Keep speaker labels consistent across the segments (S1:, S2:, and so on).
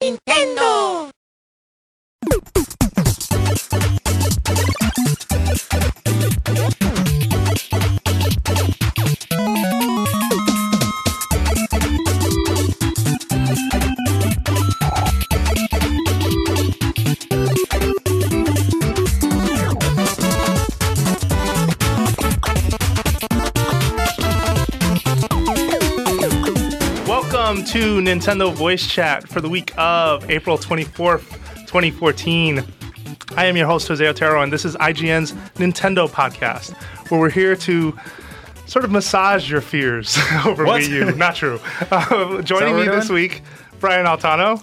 S1: Nintendo!
S2: Welcome to Nintendo Voice Chat for the week of April 24th, 2014. I am your host, Jose Otero, and this is IGN's Nintendo podcast, where we're here to sort of massage your fears over
S3: What?
S2: Wii U. Not true. Uh, joining
S3: what
S2: me
S3: we're
S2: this week, Brian Altano,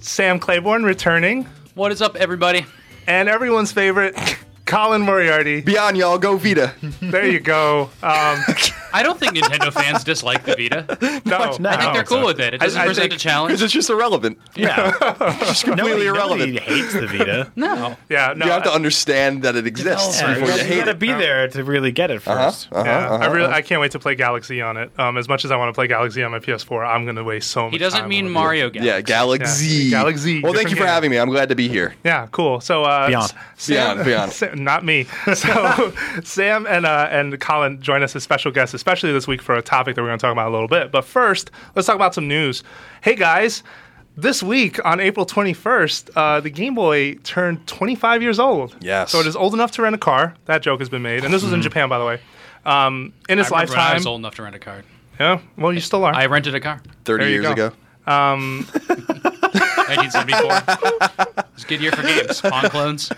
S2: Sam Claiborne returning,
S4: What is up, everybody?
S2: and everyone's favorite, Colin Moriarty.
S3: Beyond y'all, go Vita.
S2: There you go. Um,
S4: I don't think Nintendo fans dislike the Vita. I think
S2: no,
S3: much not.
S2: no.
S4: they're cool with it. It doesn't
S2: I
S4: present
S2: think-
S4: a challenge.
S3: Because it's just irrelevant.
S5: Yeah,
S3: It's completely irrelevant.
S5: Nobody hates the Vita. no,
S2: Yeah, no.
S3: You have to understand that it exists
S5: yeah, you
S3: before you hate
S5: gotta
S3: it.
S5: be there to really get it 1st
S2: Yeah, I really I can't wait to play Galaxy on it. Um, as much as I want to play Galaxy on my PS4, I'm gonna waste so much.
S4: he
S2: time
S4: doesn't mean
S2: on it.
S4: Mario Galaxy.
S3: Yeah, Galaxy.
S2: Yeah, Galaxy,
S3: Well, thank
S2: different
S3: you for
S2: game.
S3: having me. I'm glad to be here.
S2: Yeah, cool. So uh,
S5: Beyond.
S2: S-
S3: Beyond, beyond.
S2: Sa- not me. So Sam and uh, and Colin join us as special guests, especially this week for a topic that we're going to talk about in a little bit. But first, let's talk about some news. Hey guys, this week on April 21st, uh, the Game Boy turned 25 years old.
S3: Yes.
S2: So it is old enough to rent a car. That joke has been made, and this was in Japan, by the way. Um, in its
S4: I remember when I
S2: lifetime,
S4: was old enough to rent a car.
S2: yeah. Well, you still are.
S4: I rented a car.
S3: 30
S2: There you
S3: years
S2: go.
S3: ago.
S4: 1974. it's a good year for games. Pawn clones.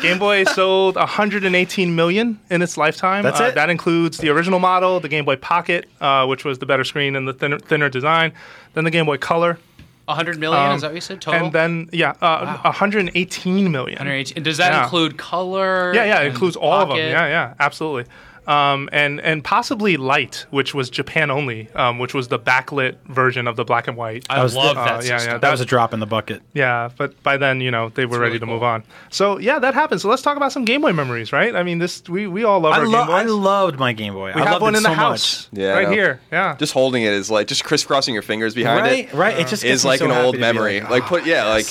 S2: Game Boy sold 118 million in its lifetime.
S5: That's
S2: Uh,
S5: it?
S2: That includes the original model, the Game Boy Pocket, uh, which was the better screen and the thinner, thinner design, then the Game Boy Color,
S4: 100 million,
S2: Um,
S4: is that what you said? Total?
S2: and then yeah, uh, 118 million.
S4: 118. And does that
S2: Yeah.
S4: include color?
S2: Yeah, yeah, it
S4: and
S2: includes all of them.
S4: pocket?
S2: Yeah, yeah, absolutely. Um, and and possibly Light, which was Japan only, um, which was the backlit version of the black and white.
S4: I
S5: was-
S4: love
S5: uh,
S4: that
S2: yeah, yeah,
S4: system.
S5: That was a drop in the bucket.
S2: Yeah, but by then, you know, they were ready
S4: really
S2: to
S4: cool.
S2: move on. So yeah, that happened. So let's talk about some Game Boy memories, right? I mean, this we, we all love
S5: I,
S2: our
S5: lo-
S2: Game Boys.
S5: I loved my Game Boy.
S2: we
S5: I
S2: have
S5: loved
S2: one
S5: it
S2: in the
S5: so
S2: house,
S5: Much.
S3: Yeah, I
S2: right
S3: know.
S2: here. Yeah,
S3: Just holding it is like, just crisscrossing your fingers behind
S5: right,
S3: it
S5: right. It just gets
S3: is
S5: me
S3: like
S5: so
S3: an
S5: happy
S3: old
S5: to be
S3: memory. Like, put, yeah, like,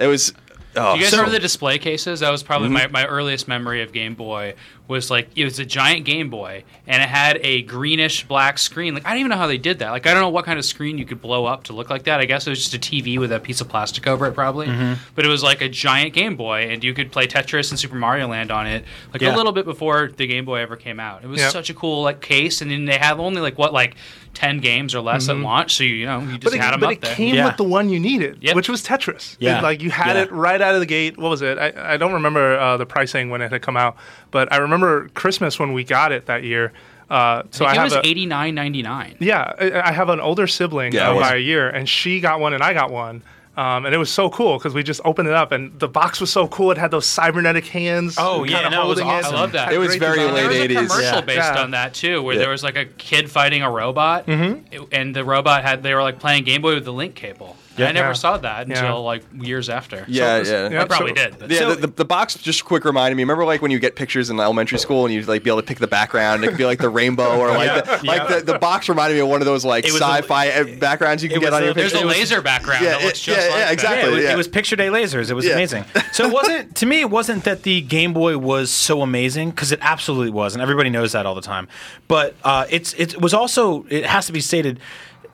S3: it was. Oh,
S4: Do you guys
S3: so-
S4: remember the display cases? That was probably
S2: Mm-hmm.
S4: my, my earliest memory of Game Boy. Was like it was a giant Game Boy, and it had a greenish black screen. Like I don't even know how they did that. Like I don't know what kind of screen you could blow up to look like that. I guess it was just a TV with a piece of plastic over it, probably.
S2: Mm-hmm.
S4: But it was like a giant Game Boy, and you could play Tetris and Super Mario Land on it. Like
S5: Yeah.
S4: a little bit before the Game Boy ever came out. It was
S2: Yeah.
S4: such a cool like case, and then they had only like what like ten games or less at launch. So you, you know you just
S2: Mm-hmm. but it,
S4: had them
S2: but
S4: up
S2: it
S4: there.
S2: came
S5: Yeah.
S2: with the one you needed,
S4: Yep.
S2: which was Tetris.
S5: Yeah.
S2: It, like you had
S5: Yeah.
S2: it right out of the gate. What was it? I, I don't remember uh, the pricing when it had come out, but I remember Christmas when we got it that year. Uh, so I,
S4: I think it
S2: have
S4: was
S2: a,
S4: eighty nine ninety nine.
S2: Yeah, I I have an older sibling
S3: Yeah,
S2: uh,
S3: I was-
S2: by a year, and she got one and I got one. Um, and it was so cool because we just opened it up, and the box was so cool. It had those cybernetic hands.
S5: Oh,
S2: kinda
S5: yeah, no, it was
S2: holding
S5: awesome.
S4: I love that.
S3: It was
S2: Great
S3: very
S2: design.
S3: late
S4: there was
S3: 80s.
S4: a commercial
S5: Yeah.
S4: based
S2: Yeah.
S4: on that too, where
S3: Yeah.
S4: there was like a kid fighting a robot,
S5: Mm-hmm.
S4: it- and the robot had they were like playing Game Boy with the link cable. And I never
S2: Yeah.
S4: saw that until
S2: Yeah.
S4: like years after.
S3: Yeah,
S2: this-
S3: yeah.
S2: yeah.
S4: I probably
S2: So-
S4: did. But
S3: Yeah, the, the, the box just quick reminded me. Remember, like when you get pictures in elementary school and you like be able to pick the background. It could be like the rainbow or like the, like the, the box reminded me of one of those like
S5: It was a-
S3: sci-fi eh, backgrounds you can
S5: it
S3: get
S5: was
S3: on
S5: a-
S3: your
S4: there's
S3: picture.
S4: a
S5: it was-
S4: laser background
S3: yeah,
S4: that looks
S3: it-
S4: just
S3: yeah,
S4: like
S3: yeah,
S4: that.
S3: exactly.
S5: Yeah, it was,
S3: Yeah.
S5: it was picture day lasers. It was
S3: Yeah.
S5: amazing. So it wasn't to me. It wasn't that the Game Boy was so amazing because it absolutely was, and everybody knows that all the time. But uh, it's it was also it has to be stated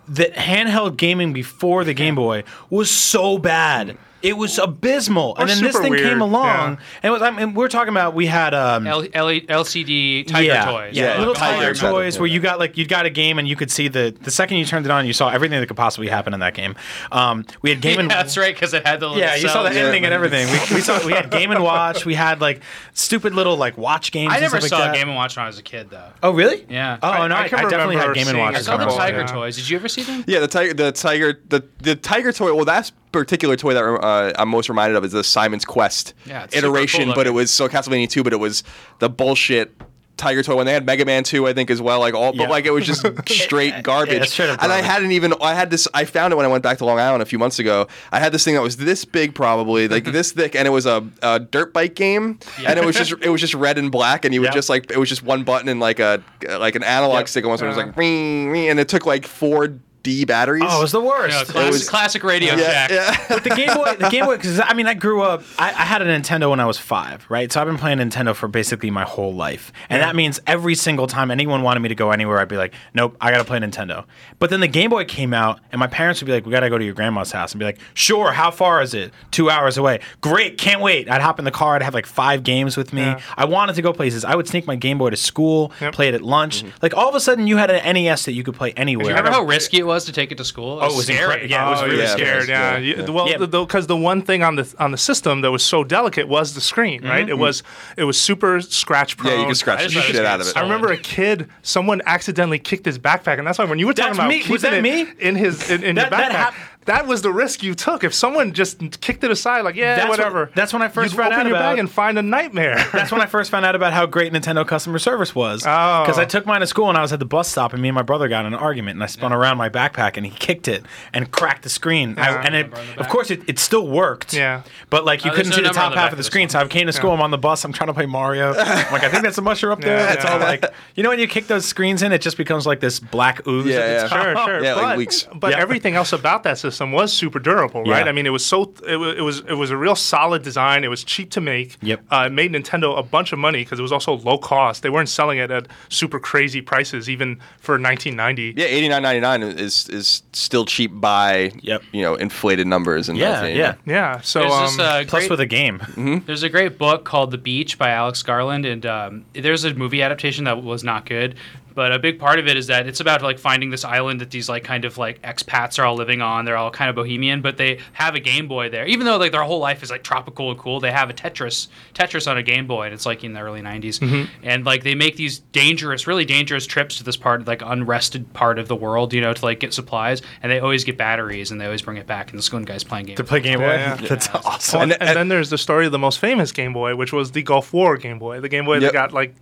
S5: that handheld gaming before the Game Boy was so bad. It was abysmal, and then this
S2: super
S5: thing
S2: weird,
S5: came along,
S2: yeah.
S5: and it was, I mean, we're talking about we had um,
S4: L- L- LCD Tiger
S5: yeah,
S4: toys.
S5: Yeah,
S3: Yeah,
S5: little
S3: Tiger
S5: tiger,
S3: Tiger,
S5: toys
S3: yeah.
S5: where you got like you got a game and you could see the the second you turned it on, you saw everything that could possibly happen in that game. Um, we had game
S4: Yeah,
S5: and
S4: that's right, because it had the little
S5: yeah, you saw the
S4: cells.
S5: ending and everything. We, we saw we had Game and Watch. We had like stupid little like watch games.
S4: I
S5: and
S4: never
S5: stuff
S4: saw
S5: like that.
S4: Game and Watch when I was a kid, though.
S5: Oh really?
S4: Yeah.
S5: Oh
S4: I-
S5: no,
S2: I
S5: I,
S2: can
S5: I definitely
S2: remember
S5: had Game and
S2: seeing
S5: Watch.
S2: it.
S4: I
S5: as
S4: saw the
S2: couple,
S5: well.
S4: Tiger
S2: yeah.
S4: toys. Did you ever see them?
S3: yeah, the tiger, the tiger, the the tiger toy. Well, that particular toy that uh, I'm most reminded of is the Simon's Quest
S4: Yeah, it's super
S3: iteration,
S4: cool
S3: but it
S4: looking.
S3: was so Castlevania 2, but it was the bullshit. Tiger Toy when they had Mega Man 2 I think as well like all but
S5: Yeah.
S3: like it was just straight garbage
S5: Yeah, straight up
S3: and I
S5: garbage.
S3: hadn't even I had this I found it when I went back to Long Island a few months ago I had this thing that was this big probably like this thick and it was a, a dirt bike game and it was just it was just red and black and you would
S5: Yep.
S3: just like it was just one button and like a like an analog
S5: Yep.
S3: stick almost and it was like "Ring, ring," and it took like four D batteries.
S5: Oh, it was the
S4: You
S5: worst.
S4: know, classic,
S3: was-
S4: classic radio
S3: yeah,
S4: shack.
S3: yeah.
S5: the Game Boy, the Game Boy, because I mean, I grew up. I, I had a Nintendo when I was five, right? So I've been playing Nintendo for basically my whole life, and that means every single time anyone wanted me to go anywhere, I'd be like, "Nope, I gotta play Nintendo." But then the Game Boy came out, and my parents would be like, "We gotta go to your grandma's house," and be like, "Sure, how far is it? Two hours away. Great, can't wait." I'd hop in the car. I'd have like five games with me. I wanted to go places. I would sneak my Game Boy to school, play it at lunch. Like all of a sudden, you had an NES that you could play anywhere.
S4: Remember how risky it was to take it to school?
S5: Oh, it was incre- yeah,
S2: I
S5: it was
S2: was really
S3: yeah,
S2: scared.
S3: that's
S2: Yeah.
S3: good.
S2: You-
S3: Yeah.
S2: Well,
S5: Yeah.
S2: because the, 'cause the one thing on the on the system that was so delicate was the screen,
S5: Mm-hmm,
S2: right? It was it was super scratch prone.
S3: Yeah, you could
S4: I
S3: scratch the
S4: just thought it was
S3: shit out of it.
S4: great.
S2: I remember a kid. Someone accidentally kicked his backpack, and that's why when you were talking
S5: That's
S2: about
S5: me.
S2: keeping
S5: Was that
S2: it
S5: me?
S2: in his in, in your backpack,
S5: That- that
S2: that,
S5: hap-
S2: was the risk you took. If someone just kicked it aside, like yeah,
S5: That's when-
S2: whatever.
S5: that's when I first
S2: You'd
S5: found
S2: open
S5: out
S2: your bag
S5: about-
S2: and find a nightmare.
S5: That's when I first found out about how great Nintendo customer service was.
S2: Oh.
S5: Because I took mine to school and I was at the bus stop and me and my brother got in an argument and I spun around my backpack and he kicked it and cracked the screen. I-
S2: Yeah.
S5: and it,
S4: Number on the
S5: of
S4: back.
S5: course, it, it still worked.
S2: Yeah.
S5: But like you
S4: Oh, there's
S5: couldn't
S4: no
S5: see the
S4: number on
S5: top
S4: the
S5: half
S4: back
S5: of
S4: of
S5: the
S4: this
S5: screen.
S4: one.
S5: So I came to school. I'm on the bus. I'm trying to play Mario. I'm like, I think that's a musher up there.
S2: Yeah,
S5: it's
S2: yeah.
S5: all like, you know, when you kick those screens in, it just becomes like this black ooze.
S3: Yeah,
S5: at the top.
S3: yeah.
S2: sure, sure.
S3: Yeah,
S2: but,
S3: like weeks.
S2: But
S5: Yeah.
S2: everything else about that system was super durable, right?
S5: Yeah.
S2: I mean, it was so it was it was, it was a real solid design. It was cheap to make.
S5: Yep.
S2: Uh, it made Nintendo a bunch of money because it was also low cost. They weren't selling it at super crazy prices, even for 1990.
S3: Yeah, eighty nine ninety nine is is still cheap by
S5: Yep.
S3: you know inflated numbers and
S5: Yeah,
S3: everything.
S5: yeah.
S2: Yeah, So
S4: There's this,
S2: um,
S4: uh,
S5: Plus
S4: great-
S5: with a game.
S4: There's a great book called The Beach by Alex Garland, and um, there's a movie adaptation that was not good. But a big part of it is that it's about like finding this island that these like kind of like expats are all living on. They're all kind of bohemian, but they have a Game Boy there. Even though like their whole life is like tropical and cool, they have a Tetris Tetris on a Game Boy, and it's like in the early '90s. And like they make these dangerous, really dangerous trips to this part, like unrested part of the world, you know, to like get supplies. And they always get batteries, and they always bring it back. And this one guy's playing Game
S5: To play Game Boy.
S2: Yeah, yeah.
S5: That's awesome.
S2: Well, and,
S3: And- and-
S2: then there's the story of the most famous Game Boy, which was the Gulf War Game Boy, the Game Boy
S3: Yep.
S2: that got like,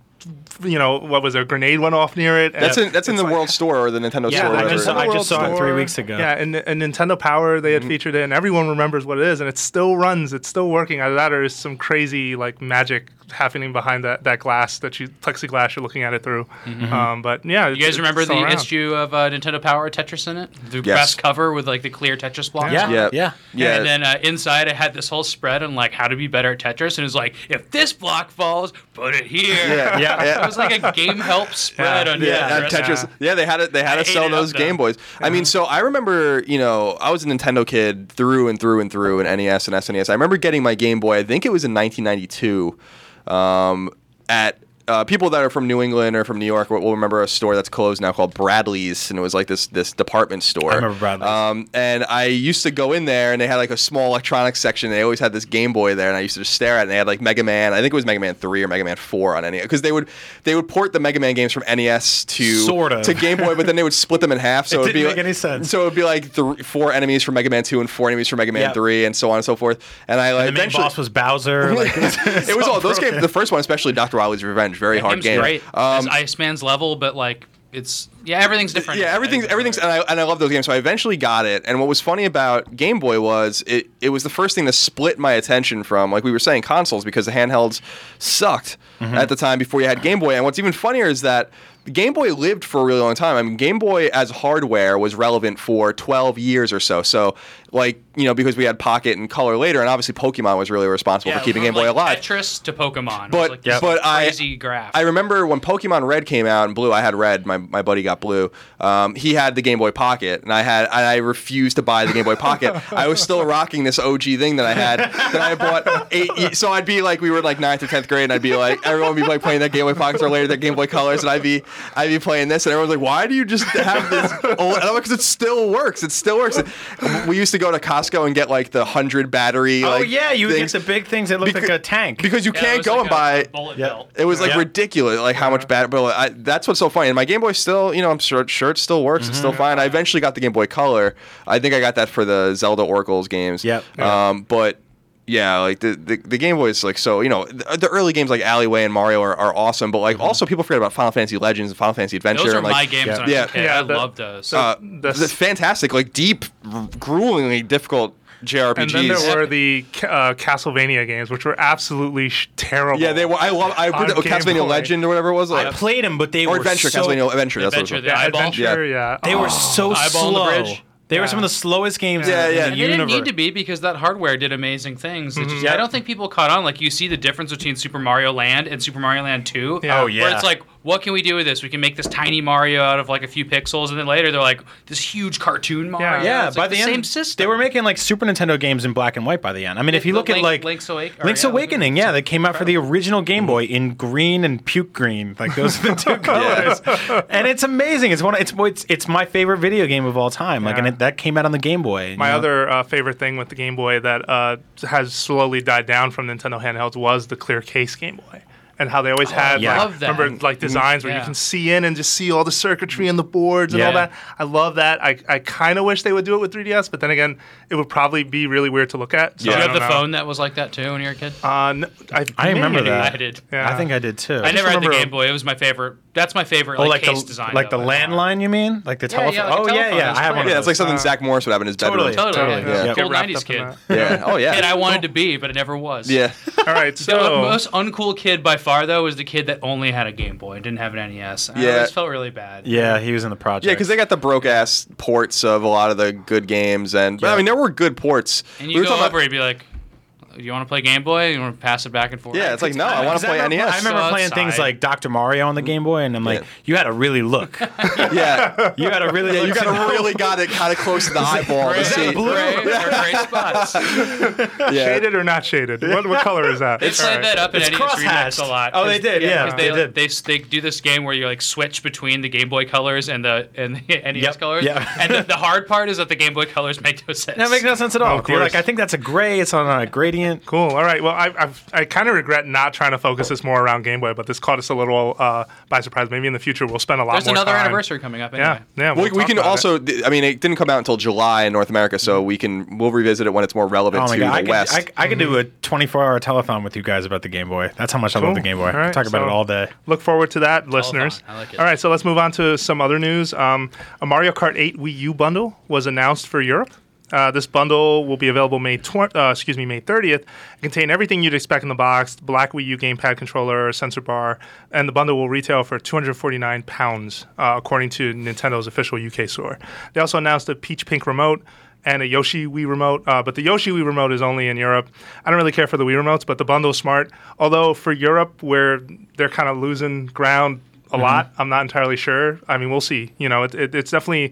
S2: you know, what was there? A grenade went off near it.
S3: That's
S2: and-
S3: in that's in the World Store or the Nintendo
S5: Yeah,
S3: Store.
S5: I
S3: whatever
S5: just
S3: it
S5: saw-
S3: is.
S5: I just saw it
S2: Store.
S5: three weeks ago. Mm-hmm.
S2: Yeah, and, and Nintendo Power they had featured it, and everyone remembers what it is, and it still runs. It's still working. Either that, or is some crazy like magic happening behind that, that glass that you plexiglass you're looking at it through.
S5: Mm-hmm.
S2: Um, but yeah,
S4: You guys remember the issue of uh, Nintendo Power Tetris in it? The
S3: Yes.
S4: best cover with like the clear Tetris blocks.
S5: Yeah.
S4: on it?
S3: Yeah,
S5: Yeah.
S3: yeah.
S4: And then uh, inside, I had this whole spread on like how to be better at Tetris, and it was like, if this block falls, put it here.
S3: Yeah,
S5: yeah,
S3: yeah.
S4: It was like a game help spread
S2: Yeah.
S4: on Tetris.
S3: Yeah, and Tetris. Yeah, they had it. They had
S4: I
S3: to sell
S4: hated it
S3: those
S4: up,
S3: Game
S4: though.
S3: Boys. I mean, so I remember, you know, I was a Nintendo kid through and through and through, and NES and SNES. I remember getting my Game Boy. I think it was in 1992. Um, at uh, people that are from New England or from New York will will remember a store that's closed now called Bradley's, and it was like this this department store. I
S5: remember Bradley's.
S3: Um, and I used to go in there, and they had like a small electronics section. And they always had this Game Boy there, and I used to just stare at. it. And they had like Mega Man. I think it was Mega Man three or Mega Man four on NES because they would they would port the Mega Man games from NES to
S5: Sort of.
S3: to Game Boy, but then they would split them in half.
S5: It
S3: So it would be
S5: didn't
S3: like,
S5: make any sense.
S3: So it would be like th- four enemies for Mega Man two and four enemies for Mega Man
S5: Yeah.
S3: three, and so on and so forth. And I like
S5: The main
S3: eventually.
S5: boss was Bowser. Like,
S3: it was all those games. The first one, especially Doctor Wily's Revenge, very
S4: That
S3: hard
S4: game's
S3: game.
S4: great.
S3: Um,
S4: it's Iceman's level, but like it's yeah, everything's different.
S3: Yeah, everything's everything's and I and I love those games. So I eventually got it. And what was funny about Game Boy was it it was the first thing to split my attention from like we were saying consoles because the handhelds sucked
S4: Mm-hmm.
S3: at the time before you had Game Boy. And what's even funnier is that Game Boy lived for a really long time. I mean, Game Boy as hardware was relevant for 12 years or so. So, like, you know, because we had Pocket and Color later, and obviously Pokemon was really responsible
S4: Yeah,
S3: for keeping
S4: from,
S3: Game Boy
S4: like,
S3: alive.
S4: Tetris to Pokemon. It was,
S3: But-
S4: like, this
S3: but I-
S4: crazy graph.
S3: I remember when Pokemon Red came out and Blue. I had Red. My, my buddy got Blue. Um, he had the Game Boy Pocket, and I had and I refused to buy the Game Boy Pocket. I was still rocking this OG thing that I had that I bought. Eight, ye- so I'd be like, we were like ninth or tenth grade, and I'd be like, everyone would be like playing their Game Boy Pockets or later their Game Boy Colors, and I'd be I'd be playing this, and everyone's like, why do you just have this? Old? And I'm like, because it still works. It still works. We used to go to Costco and get like the hundred battery.
S5: oh
S3: like,
S5: yeah, you would get
S3: things
S5: the big things that look
S3: Becau-
S5: like a tank.
S3: because you
S4: Yeah, it
S3: can't
S4: was
S3: go
S4: like
S3: and
S4: a
S3: buy.
S4: bullet
S5: Yeah.
S4: belt.
S3: It was like
S5: Yeah.
S3: ridiculous, like how much bad. But I, that's what's so funny. And my Game Boy still, you know, I'm sure, sure it still works. It's still fine. I eventually got the Game Boy Color. I think I got that for the Zelda Oracles games.
S5: Yep.
S3: Um, but yeah, like the, the the Game Boy is like so. You know, the, the early games like Alleyway and Mario are, are awesome. But like also people forget about Final Fantasy Legends and Final Fantasy Adventure.
S4: Those are
S3: and, like,
S4: my games.
S5: yeah.
S4: When I, was a
S3: Yeah.
S4: kid.
S2: Yeah,
S4: I
S2: the-
S4: love those.
S3: Uh,
S2: The-
S3: the fantastic, like deep, r- gruelingly difficult JRPGs.
S2: And then there were the uh, Castlevania games, which were absolutely sh- terrible.
S3: yeah, they were. I love. I
S2: On
S3: put the,
S2: Game
S3: Castlevania
S2: Boy.
S3: Legend or whatever it was.
S5: I
S3: like-
S5: played them, but they
S3: or
S5: were
S3: Adventure,
S5: so,
S3: Castlevania Adventure. That's
S4: Adventure,
S3: what it
S4: the
S3: was.
S2: Yeah,
S4: eyeball.
S2: Adventure, yeah.
S5: They
S4: Ah.
S5: were so
S4: Eyeball in the
S5: slow.
S4: bridge.
S5: They were
S2: Yeah.
S5: some of the slowest games
S3: Yeah, yeah.
S5: in the
S3: And
S4: They didn't
S5: universe. Mm-hmm.
S4: need to be because that hardware did amazing things. It just-
S5: Yeah.
S4: I don't think people caught on. Like you see the difference between Super Mario Land and Super Mario Land Two.
S2: Yeah. Oh,
S5: yeah.
S4: Where it's like, what can we do with this? We can make this tiny Mario out of like a few pixels, and then later they're like this huge cartoon Mario.
S5: Yeah,
S4: It's
S5: by
S4: like
S5: the,
S4: the, same
S5: end,
S4: system.
S5: they were making like Super Nintendo games in black and white. By the end, I mean, if you
S4: the
S5: look at
S4: Link-
S5: like
S4: Link's Awake- or,
S5: Link's
S4: yeah,
S5: Awakening, yeah, they came out for the original Game Boy in green and puke green, like those are the two colors, and it's amazing. It's one, it's it's it's my favorite video game of all time. Like,
S2: Yeah.
S5: and it, that came out on the Game Boy. you
S2: My
S5: know?
S2: other uh, favorite thing with the Game Boy that uh, has slowly died down from Nintendo handhelds was the clear case Game Boy. And how they always had,
S5: yeah.
S2: like,
S4: Oh, Love that.
S2: remember, like
S5: Mm-hmm.
S2: designs where you
S4: Yeah.
S2: can see in and just see all the circuitry and the boards and all
S5: Yeah.
S2: that. I love that. I, I kind of wish they would do it with 3DS, but then again, it would probably be really weird to look at. So
S4: Did
S2: I
S4: you have
S2: don't know.
S4: the phone that was like that too when you were a kid?
S2: Uh, n- I,
S5: I remember
S2: maybe.
S5: that.
S4: I did.
S2: Yeah.
S5: I think I did too.
S4: I never had the
S2: remember-
S4: Game Boy. It was my favorite. That's my favorite.
S5: oh,
S4: like,
S5: like,
S4: case
S5: the
S4: design.
S5: like the
S4: though, by far.
S5: landline. You mean like the telephone?
S4: yeah, like a
S5: oh yeah,
S4: telephone,
S5: yeah.
S4: that's
S5: I have one.
S4: great.
S5: of
S3: Yeah,
S5: those.
S3: it's like something Zach Morris would have in his bedroom.
S5: Uh, Totally.
S4: Totally.
S2: Totally, yeah.
S4: Yeah.
S2: Get
S4: Cool
S2: wrapped
S4: '90s
S2: up in
S4: kid.
S2: that.
S3: Yeah. Oh
S4: Kid I
S3: yeah.
S4: wanted to be, but it never was.
S3: Yeah.
S2: All right,
S4: The
S2: so
S4: most uncool kid by far, though, was the kid that only had a Game Boy and didn't have an NES. And
S3: Yeah.
S4: I always felt really bad.
S5: yeah, he was in the project.
S3: Yeah, because they got the broke ass ports of a lot of the good games, and but I
S5: Yeah.
S3: mean there were good ports.
S4: And
S3: We
S4: you
S3: were
S4: go
S3: talking
S4: over, you'd be like, "Do you want to play Game Boy? You want to pass it back and forth?"
S3: about- yeah, it's like no, Oh, I want
S5: Because
S3: to play E
S5: remember,
S3: NES.
S5: I remember
S4: So
S5: playing
S4: outside.
S5: things like Dr. Mario on the Game Boy, and I'm like,
S3: Yeah.
S5: you had to really look.
S3: yeah,
S5: You had to really
S3: yeah,
S5: look.
S3: you got to really got it kind of close to the eyeball to
S4: Gray,
S3: see.
S5: blue?
S4: gray, gray spots.
S3: Yeah.
S2: shaded or not shaded? What, what color is that?
S4: They played that up in
S5: It's
S4: NES
S5: cross-hatched.
S4: Remix a lot.
S5: Oh, they
S4: 'Cause-
S5: did, yeah,
S4: 'cause
S5: they
S4: they,
S5: did.
S4: They, s- they do this game where you like switch between the Game Boy colors and the and the NES
S5: Yep,
S4: colors.
S5: yeah.
S4: And the, the hard part is that the Game Boy colors make no sense.
S5: That makes no sense at all.
S2: Of
S5: You're
S2: course.
S5: like, I think that's a gray. It's on a gradient.
S2: Cool. All right. Well, I, I've, I kind of regret not trying to focus this more around Game Boy, but this caught us a little uh, by surprise. Maybe in the future we'll spend a lot
S4: There's
S2: more
S4: another
S2: time.
S4: anniversary coming up. Anyway.
S2: Yeah. Yeah.
S3: We,
S2: we'll
S3: we
S2: talk
S3: can
S2: about
S3: also. I mean, it didn't come out until July in North America, so we can we'll revisit it when it's more relevant
S5: Mm. Oh my
S3: to
S5: god, I
S3: the
S5: could,
S3: West. Mhm.
S5: I, I could do a 24-hour telethon with you guys about the Game Boy. That's how much I
S2: Cool.
S5: love the Game Boy.
S2: All
S5: I
S2: right,
S5: could talk about
S2: so
S5: it all day.
S2: Look forward to that, listeners.
S4: I like it.
S2: All right. So let's move on to some other news. Um, a Mario Kart 8 Wii U bundle was announced for Europe. Uh, this bundle will be available May tw- uh, excuse me May 30th. Contain everything you'd expect in the box: black Wii U gamepad controller, sensor bar, and the bundle will retail for 249 pounds, uh, according to Nintendo's official UK store. They also announced a peach pink remote and a Yoshi Wii remote, uh, but the Yoshi Wii remote is only in Europe. I don't really care for the Wii remotes, but the bundle's smart. Although for Europe, where they're kind of losing ground a
S3: Mm-hmm.
S2: lot, I'm not entirely sure. I mean, we'll see. You know, it, it, it's definitely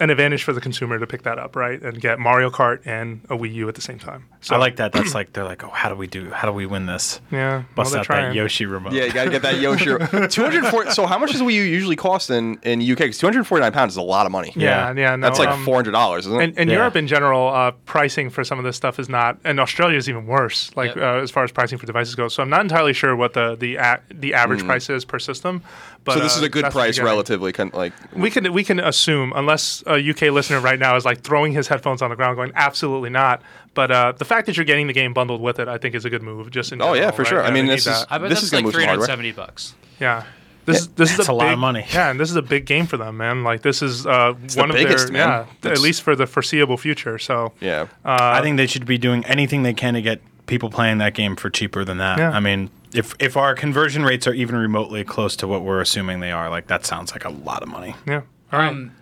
S2: an advantage for the consumer to pick that up, right, and get Mario Kart and a Wii U at the same time. So
S5: I like that. That's like they're like, oh, how do we do? How do we win this?
S2: Yeah, well,
S5: Bust
S2: they're
S5: out
S2: trying.
S5: that Yoshi remote.
S3: yeah, you got to get that Yoshi. Two hundred four. So how much does Wii U usually cost in in UK? Because two hundred forty nine pounds is a lot of money.
S2: yeah, yeah, no,
S3: that's like
S2: um,
S3: four hundred dollars, isn't it?
S2: And, and
S5: Yeah.
S2: Europe in general, uh, pricing for some of this stuff is not, and Australia is even worse, like
S4: Yep.
S2: uh, as far as pricing for devices goes. So I'm not entirely sure what the the, a- the average price is per system. But
S3: Mm-hmm. so this
S2: uh,
S3: is a good
S2: that's what
S3: price,
S2: you're getting.
S3: relatively. Kind of like
S2: We can we can assume, unless a UK listener right now is like throwing his headphones on the ground, going absolutely not. But uh, the fact that you're getting the game bundled with it, I think, is a good move. Just in
S3: Oh, yeah,
S2: general,
S3: for
S2: right?
S3: sure. I mean,
S2: we
S3: this
S2: need
S3: is-
S2: that.
S4: I bet
S3: This
S4: that's
S3: gonna
S4: like
S3: move some hardware.
S4: 370 bucks.
S2: Yeah. This is this is
S5: That's a lot of
S2: big-
S5: money.
S2: Yeah, and this is a big game for them, man. Like this is uh,
S3: the
S2: one of
S3: biggest,
S2: their
S3: man.
S2: yeah,
S3: It's-
S2: at least for the foreseeable future. So
S3: yeah.
S2: Uh,
S5: I think they should be doing anything they can to get people playing that game for cheaper than that.
S2: Yeah.
S5: I mean, if if our conversion rates are even remotely close to what we're assuming they are, like that sounds like a lot of money.
S2: yeah. All right.
S4: Um,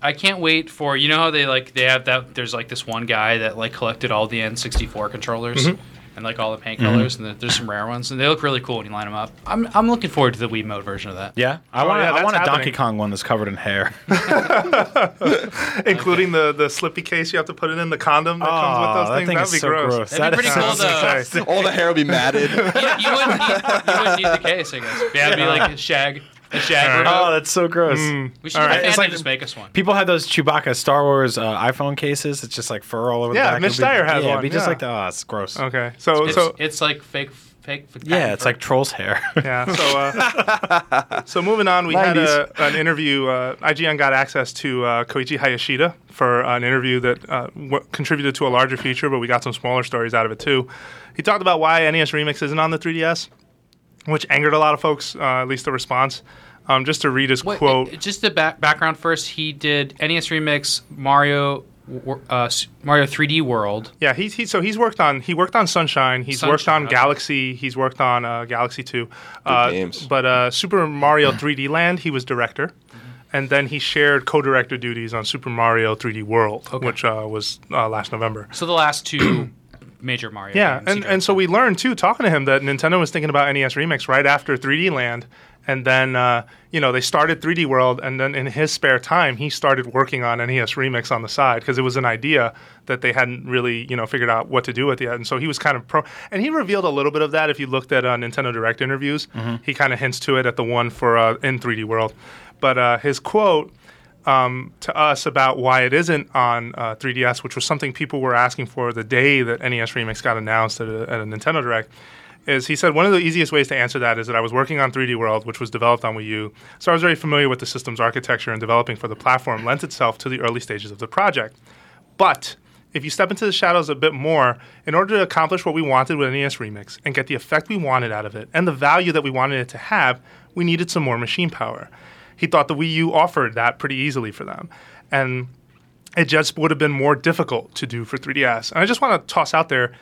S4: I can't wait for you know how they like they have that there's like this one guy that like collected all the N64 controllers
S5: Mm-hmm.
S4: and like all the paint colors and the, there's some rare ones and they look really cool when you line them up. I'm I'm looking forward to the Wii mode version of that.
S5: Yeah, I want
S2: Oh, yeah,
S5: I
S2: that's
S5: want a Donkey
S2: happening.
S5: Kong one that's covered in hair.
S2: including the the slippy case you have to put it in, the condom that comes with
S5: Aw,
S2: those
S5: Oh, that
S2: things.
S5: thing
S2: That'd
S5: is
S2: be
S5: so
S2: gross.
S5: gross.
S4: That'd be
S5: That
S4: pretty
S5: is
S4: cool
S5: so
S4: though.
S5: gross.
S3: All the hair will be matted.
S4: You, you wouldn't need, you wouldn't need the case, I guess. Yeah, it'd be like a shag, a shag.
S5: Oh,
S4: remote.
S5: that's so gross.
S4: we should
S2: all
S4: have
S2: right.
S4: a fan
S5: It's like-
S4: and just make us one.
S5: People have those Chewbacca Star Wars uh, iPhone cases. It's just like fur all over
S2: Yeah,
S5: the back.
S2: Mitch
S5: It'd be-
S2: Steyer has
S5: yeah,
S2: one,
S5: It'd be just
S2: yeah.
S5: like, oh, it's gross.
S2: Okay. So
S4: It's,
S2: so
S4: it's like fake, fake. fake
S5: Yeah, it's like troll's hair.
S2: yeah. So uh, so moving on, we had a, an interview. Uh, IGN got access to uh, Koichi Hayashida for an interview that uh, w- contributed to a larger feature, but we got some smaller stories out of it too. He talked about why NES Remix isn't on the 3DS, which angered a lot of folks. Uh, at least the response. Um, just to read his
S4: Wait,
S2: quote.
S4: uh, Just the back, background first. He did NES Remix, E Mario Wor- uh, S- Mario 3D World.
S2: Yeah, he's he, so he's worked on he worked on Sunshine, he's worked on
S4: Sunshine, okay.
S2: Galaxy, he's worked on uh, Galaxy Two, uh,
S3: games.
S2: but uh, Super Mario 3D Land he was director,
S4: Mm-hmm.
S2: and then he shared co-director duties on Super Mario 3D World, which uh, was uh, last November.
S4: So the last two major Mario.
S2: Yeah,
S4: games he
S2: and, and so we learned too talking to him that Nintendo was thinking about NES Remix right after 3D Land, and then uh, you know they started 3D World, and then in his spare time he started working on NES Remix on the side because it was an idea that they hadn't really you know figured out what to do with yet, and so he was kind of pro. And he revealed a little bit of that if you looked at uh, Nintendo Direct interviews,
S4: Mm-hmm.
S2: he kind of hints to it at the one for uh, in 3D World, but uh, his quote um, to us about why it isn't on uh, 3DS, which was something people were asking for the day that NES Remix got announced at a, at a Nintendo Direct, is he said one of the easiest ways to answer that is that I was working on 3D World, which was developed on Wii U, so I was very familiar with the system's architecture and developing for the platform lent itself to the early stages of the project. But if you step into the shadows a bit more, in order to accomplish what we wanted with NES Remix and get the effect we wanted out of it and the value that we wanted it to have, we needed some more machine power. He thought the Wii U offered that pretty easily for them. And it just would have been more difficult to do for 3DS. And I just want to toss out there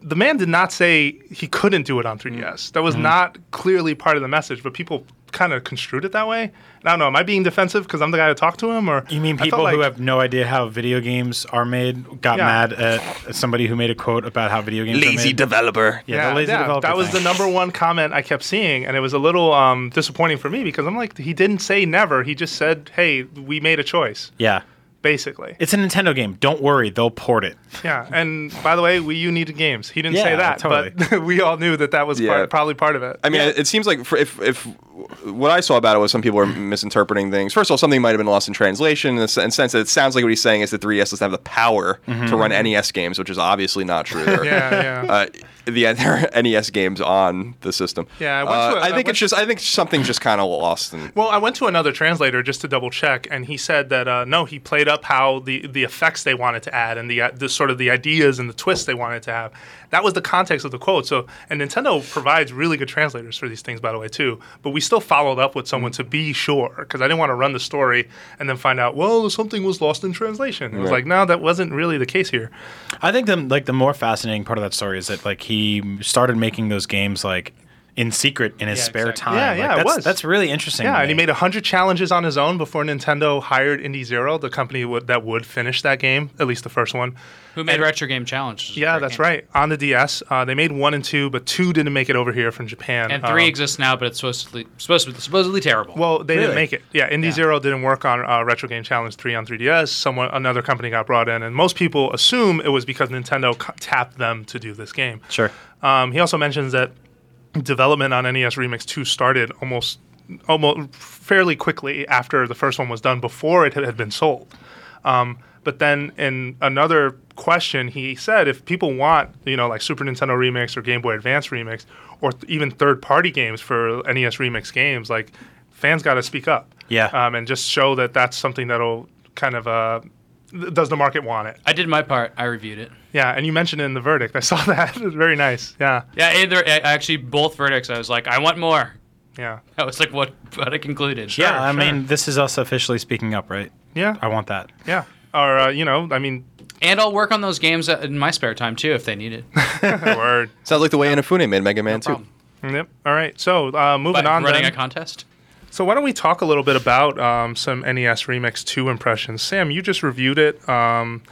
S2: the man did not say he couldn't do it on 3DS.
S5: Mm-hmm.
S2: That was not clearly part of the message, but people kind of construed it that way. And I don't know. Am I being defensive because I'm the guy who talked to him, or
S5: You mean
S2: I felt
S5: people who
S2: like-
S5: have no idea how video games are made got
S2: Yeah.
S5: mad at somebody who made a quote about how video games are
S3: Lazy
S5: made?
S3: developer.
S5: yeah, the lazy developer.
S2: That was the
S5: thing.
S2: number one comment I kept seeing, and it was a little um, disappointing for me because I'm like, he didn't say never. He just said, "Hey, we made a choice."
S5: Yeah.
S2: Basically,
S5: It's a Nintendo game. Don't worry, they'll port it.
S2: yeah. And by the way, Wii U needed games. He didn't
S5: Yeah,
S2: say that,
S5: totally.
S2: but we all knew that that was
S3: Yeah.
S2: part, probably part of it.
S3: I mean, it seems like for, if if what I saw about it was some people were misinterpreting things. First of all, something might have been lost in translation. In the sen- sense that it sounds like what he's saying is that 3DS doesn't have the power to run NES games, which is obviously not true. There.
S2: Mm-hmm. yeah, yeah.
S3: Uh, the other NES E games on the system.
S2: Yeah, I went
S3: Uh,
S2: to a-
S3: I
S2: I
S3: think
S2: went-
S3: it's just I think something's just kind of lost. And
S2: Well, I went to another translator just to double check, and he said that uh, no, he played up how the, the effects they wanted to add and the, uh, the sort of the ideas and the twists they wanted to have. That was the context of the quote. So, and Nintendo provides really good translators for these things, by the way, too. But we still followed up with someone to be sure because I didn't want to run the story and then find out well something was lost in translation. It was like no, that wasn't really the case here.
S5: I think the like the more fascinating part of that story is that like he started making those games like in secret in his
S4: Yeah,
S5: spare
S4: exactly.
S5: time.
S2: Yeah,
S5: Like,
S2: yeah, it
S5: that's,
S2: was.
S5: That's really interesting.
S2: Yeah,
S5: to
S2: and he
S5: me.
S2: made 100 challenges on his own before Nintendo hired Indie Zero, the company would, that would finish that game, at least the first one.
S4: Who made Retro Game Challenge?
S2: Yeah, that's right. On the DS, uh, they made one and two, but two didn't make it over here from Japan.
S4: And three
S2: Um,
S4: exists now, but it's supposedly supposedly, supposedly terrible.
S2: well, they
S5: Really?
S2: didn't make it. Yeah, Indie Zero didn't work on uh, Retro Game Challenge three on 3DS. Someone, another company got brought in, and most people assume it was because Nintendo co- tapped them to do this game.
S5: Sure.
S2: Um, he also mentions that development on NES Remix 2 started almost almost fairly quickly after the first one was done before it had been sold. Um, but then in another question he said if people want, you know, like Super Nintendo Remix or Game Boy Advance Remix or th- even third-party games for NES Remix games, like fans got to speak up.
S5: Yeah.
S2: Um, and just show that that's something that'll kind of uh th- does the market want it?
S4: I did my part. I reviewed it.
S2: Yeah, and you mentioned it in the verdict. I saw that. Very nice. Yeah.
S4: Yeah, either I- actually both verdicts. I was like, I want more.
S2: Yeah.
S4: That was like what what I concluded.
S5: Yeah, I
S2: sure.
S5: mean, this is us officially speaking up, right?
S2: Yeah.
S5: I want that.
S2: Yeah. Or uh, you know, I mean,
S4: and I'll work on those games uh, in my spare time too if they need it.
S2: word.
S3: sounds like the way Inafune made Mega Man too.
S4: problem.
S2: Yep. All right. So uh, moving
S4: But
S2: on.
S4: running
S2: then.
S4: a contest.
S2: so why don't we talk a little bit about um, some NES Remix Two impressions? Sam, you just reviewed it. Um,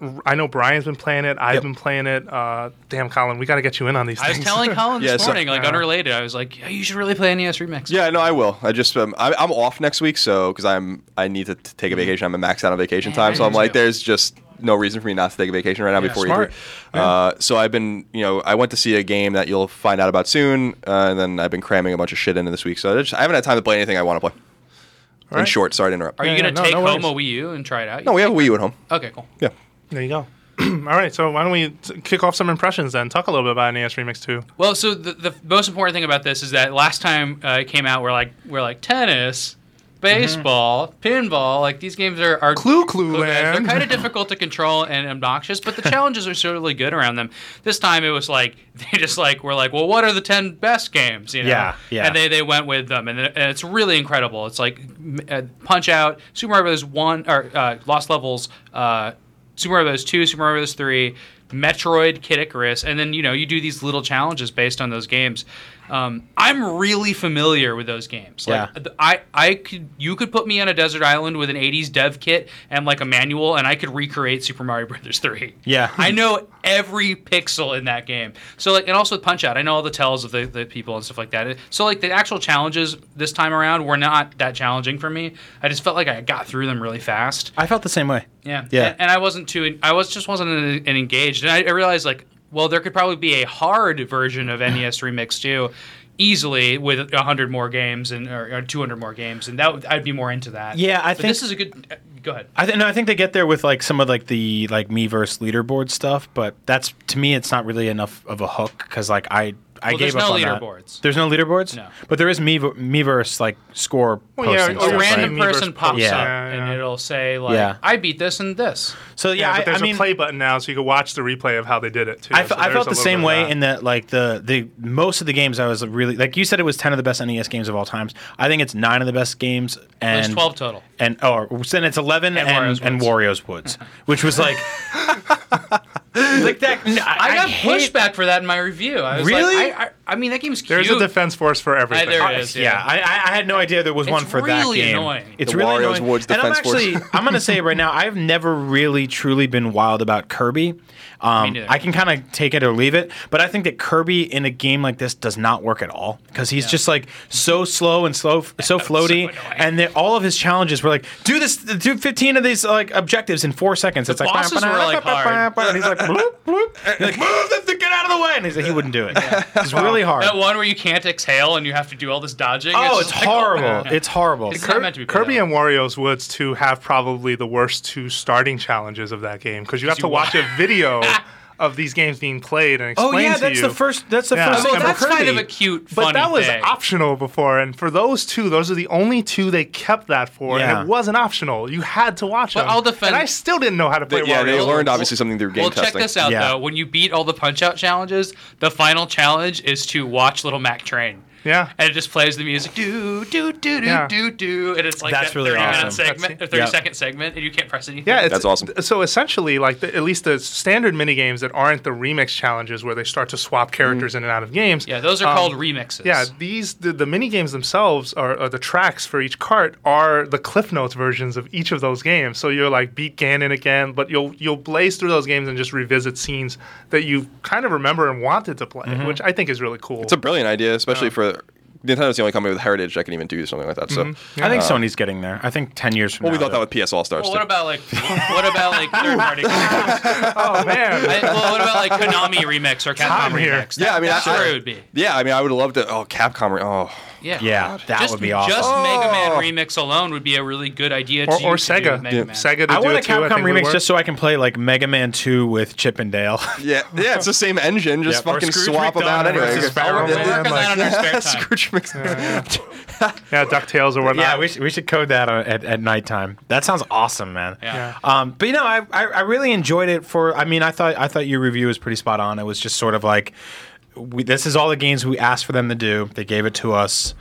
S2: r- I know Brian's been playing it. I've been playing it. Uh, damn, Colin, we got to get you in on these.
S4: I was
S2: things.
S4: telling Colin this
S3: Yeah, so-
S4: morning, like unrelated. I was like, yeah, you should really play NES Remix.
S3: Yeah, no, I will. I just um, I, I'm off next week, so because I'm I need to t- take a vacation. I'm a maxed out on vacation
S4: Yeah,
S3: time, so
S4: I
S3: I'm
S4: do
S3: like,
S4: too.
S3: there's just no reason for me not to take a vacation right now before
S2: smart.
S3: E3. Uh, so I've been, you know, I went to see a game that you'll find out about soon, uh, and then I've been cramming a bunch of shit into this week. So I, just, I haven't had time to play anything I want to play. In
S2: right.
S3: short, sorry to interrupt.
S4: Are
S2: Yeah,
S4: you
S2: yeah,
S4: gonna
S2: no,
S4: take
S2: no
S4: home a
S2: worries.
S4: Wii U and try it out?
S3: no, we have a Wii U at home.
S4: Okay, cool.
S3: Yeah.
S2: There you go. All right. So why don't we t- kick off some impressions then? Talk a little bit about NES Remix Two.
S4: Well, so the, the most important thing about this is that last time uh, it came out, we're like we're like tennis. baseball, pinball. Like these games are, are
S2: Clue Clue
S4: They're
S2: Land.
S4: kind of difficult to control and obnoxious, but the challenges are certainly good around them. This time it was like they just like were like, well, what are the ten best games? You know?
S5: Yeah, yeah.
S4: And they they went with them, and, and it's really incredible. It's like m- uh, Punch Out, Super Mario Bros. One or uh, Lost Levels, uh, Super Mario Bros. Two, Super Mario Bros. Three, Metroid, Kid Icarus, and then you know you do these little challenges based on those games. Um, I'm really familiar with those games. Like,
S5: Yeah.
S4: th- I, I could, you could put me on a desert island with an '80s dev kit and like a manual, and I could recreate Super Mario Brothers Three.
S5: Yeah.
S4: I know every pixel in that game. So like, and also with Punch Out, I know all the tells of the, the people and stuff like that. So like, the actual challenges this time around were not that challenging for me. I just felt like I got through them really fast.
S5: I felt the same way.
S4: Yeah,
S5: Yeah.
S4: And, and I wasn't too. I was just wasn't an, an engaged, and I, I realized like, well, there could probably be a hard version of NES Remix too, easily with hundred more games and or, two hundred more games, and that would- I'd be more into that.
S5: Yeah, I
S4: But
S5: think-
S4: this is a good. uh, Go ahead.
S5: I th- no, I think they get there with like some of like the like Miiverse leaderboard stuff, but that's to me it's not really enough of a hook because like I I
S4: Well,
S5: gave
S4: there's
S5: up
S4: no
S5: on that.
S4: leaderboards.
S5: There's no leaderboards.
S4: No.
S5: but there is Miiver- Miiverse like score.
S2: Well, yeah, or
S5: posting stuff,
S4: A
S2: Right.
S4: random
S2: Miiverse
S4: person pops
S5: posts.
S4: up
S2: Yeah, yeah.
S4: and it'll say like,
S5: Yeah.
S4: I beat this and this.
S5: So yeah,
S2: Yeah,
S5: I-
S2: but there's
S5: I mean,
S2: a play button now, so you can watch the replay of how they did it too.
S5: I, fe-
S2: So
S5: I
S2: there's
S5: felt
S2: a
S5: the
S2: little
S5: same
S2: bit of
S5: way
S2: that.
S5: in that like the the most of the games I was really like you said it was ten of the best NES games of all times. I think it's nine of the best games and
S4: There's twelve total.
S5: and oh, or then it's eleven and
S4: And
S5: and
S4: Wario's
S5: Wario's Woods, which was like like that. no, I,
S4: I got
S5: hate-
S4: pushback for that in my review. I was
S5: Really?
S4: Like, I, I, I mean, that game's cute.
S2: There's a defense force for everything.
S4: there it is.
S5: Yeah, I, I I had no idea there was one for that
S4: really
S5: game.
S4: annoying.
S5: It's
S3: The
S5: really
S3: Wario's
S5: annoying.
S3: Woods
S5: and I'm
S3: Defense Force.
S5: actually, I'm gonna say it right now. I've never really truly been wild about Kirby. Um,
S4: neither.
S5: I can kind of take it or leave it, but I think that Kirby in a game like this does not work at all because he's just like so slow and slow, so floaty,
S4: annoying.
S5: and then all of his challenges were like, do this, do 15 of these like objectives in four seconds. it's like
S4: bosses were, like, hard.
S5: and he's like, bloop, bloop. You're like, move them to get out of the way, and he's like, he wouldn't do it. It's really hard.
S4: That one where you can't exhale and you have to do all this dodging.
S5: Oh, it's,
S4: just like,
S5: horrible.
S4: yeah.
S5: It's horrible.
S4: It's
S2: Kir-
S4: not meant to be played
S2: Kirby
S4: that
S2: and Wario's Woods 2 have probably the worst two starting challenges of that game because you have to
S4: you
S2: watch a video of these games being played and explained
S5: Oh yeah,
S2: to
S5: that's
S2: you.
S5: the first. That's the
S2: Yeah.
S5: first.
S2: Well,
S5: thing
S2: Remember
S4: that's kind of
S5: Kirby.
S4: a cute, funny
S2: But that was
S4: thing.
S2: optional before, and for those two, those are the only two they kept that for,
S5: Yeah.
S2: and it wasn't optional. You had to watch
S4: But
S2: them.
S4: I'll defend-
S2: And I still didn't know how to play
S3: yeah, they
S2: Wario's
S3: learned
S2: Woods.
S3: obviously something through game
S4: well,
S3: testing.
S4: check this out
S5: Yeah.
S4: though. When you beat all the punch out challenges, the final challenge is to watch Little Mac Train.
S2: Yeah.
S4: And it just plays the music, do do do do
S2: Yeah.
S4: do do, and it's like
S5: That's
S4: that
S5: really
S4: thirty minute
S5: awesome.
S4: segment, or
S2: That's-
S4: thirty
S5: yeah.
S4: second segment, and you can't press anything.
S2: Yeah, it's,
S3: That's awesome.
S2: th- So essentially, like the, at least the standard minigames that aren't the remix challenges where they start to swap characters in and out of games.
S4: Mm. yeah. Those are
S2: um,
S4: called remixes.
S2: Yeah, these the, the mini games themselves are, are the tracks for each cart are the Cliff Notes versions of each of those games. So you're like beat Ganon again, but you'll you'll blaze through those games and just revisit scenes that you kind of remember and wanted to play,
S5: Mm-hmm.
S2: which I think is really cool.
S3: It's a brilliant idea, especially for Nintendo's the only company with heritage that can even do something like that. So
S5: I think Sony's getting there. I think ten years from
S3: well, we
S5: now.
S3: thought that with PS All Stars.
S4: Well,
S3: too.
S4: what about like what about like third party? I,
S2: oh man,
S4: well, what about like Konami remix or Capcom
S2: here.
S4: remix?
S3: yeah, I mean,
S4: that's
S3: I,
S4: where
S3: I-
S4: it would be.
S3: Yeah, I mean, I would love to. Oh, Capcom. Oh,
S4: Yeah,
S5: Yeah, that
S4: just,
S5: would be awesome.
S4: Just
S5: Oh.
S4: Mega Man remix alone would be a really good idea.
S2: or,
S4: to,
S2: or
S4: to do
S2: Sega,
S4: with Mega Man.
S2: Sega. To
S5: I
S2: do
S5: want a
S2: it too, I
S5: Capcom
S2: think would
S5: remix
S2: work.
S5: just so I can play like Mega Man Two with Chip and Dale.
S3: yeah, yeah. It's the same engine. Just
S5: Yep, or
S3: fucking
S5: Scrooge
S3: swap them out
S5: McDuck
S3: anyway.
S5: versus Sparrow
S3: Yeah,
S4: We'll
S2: Man,
S4: work on that in our spare time.
S3: Scrooge Mc-
S2: yeah, Ducktales or whatnot.
S5: yeah, we should, we should code that on, at, at nighttime. That sounds awesome, man.
S4: Yeah.
S5: Um, but you know, I, I I really enjoyed it. For I mean, I thought I thought your review was pretty spot on. It was just sort of like, we, this is all the games we asked for them to do. They gave it to us.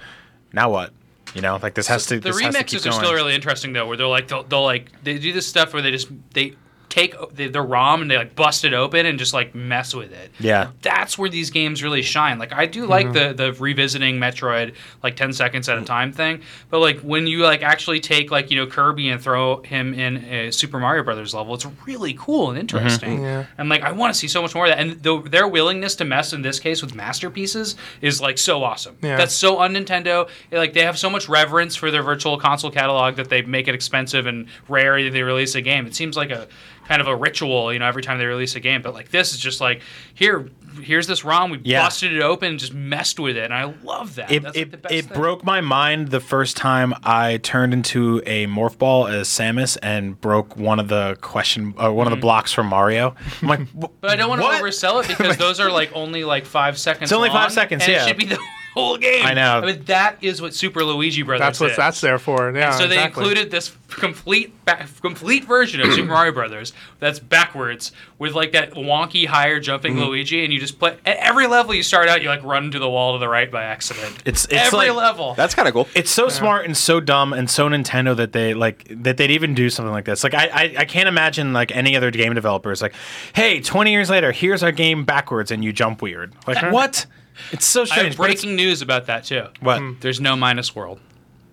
S5: Now what? You know, like this has to.
S4: the
S5: this has to keep
S4: remixes are still
S5: going.
S4: really interesting though, where they're like they'll, they'll like they do this stuff where they just they take the, the ROM and they like bust it open and just like mess with it.
S5: Yeah.
S4: that's where these games really shine. Like I do like the the revisiting Metroid like ten seconds at a time thing, but like when you like actually take like you know Kirby and throw him in a Super Mario Brothers level, it's really cool and
S5: Mm-hmm.
S4: interesting. And like I want to see so much more of that. And the, their willingness to mess in this case with masterpieces is like so awesome.
S2: Yeah.
S4: That's so un Nintendo. Like they have so much reverence for their virtual console catalog that they make it expensive and rare that they release a game. It seems like a kind of a ritual, you know, every time they release a game. But like this is just like here, here's this ROM. We
S5: Yeah.
S4: busted it open and just messed with it, and I love that.
S5: it,
S4: That's like
S5: it,
S4: the best
S5: it
S4: thing.
S5: broke my mind the first time I turned into a morph ball as Samus and broke one of the question uh, one of the blocks from Mario. I'm like,
S4: Mm-hmm. But I don't want
S5: What?
S4: to oversell it because those are like only like five seconds.
S5: It's only five
S4: long,
S5: seconds,
S4: and
S5: yeah.
S4: It should be the whole game.
S5: I know.
S4: I mean, that is what Super Luigi Brothers.
S2: That's what
S4: is.
S2: that's there for. Yeah.
S5: Uh,
S4: so they
S2: exactly.
S4: included this complete ba- complete version of Super Mario Brothers that's backwards with like that wonky higher jumping
S5: Mm-hmm.
S4: Luigi, and you just play at every level you start out, you like run to the wall to the right by accident.
S5: It's- it's
S4: every
S5: like-
S4: level.
S3: That's kind of cool.
S5: It's so smart and so dumb and so Nintendo that they like that they'd even do something like this. Like I, I, I can't imagine like any other game developers like, hey, twenty years later, here's our game backwards and you jump weird. Like what? It's so
S4: I have
S5: strange. but it's-
S4: breaking news about that too.
S5: What?
S4: There's no minus world.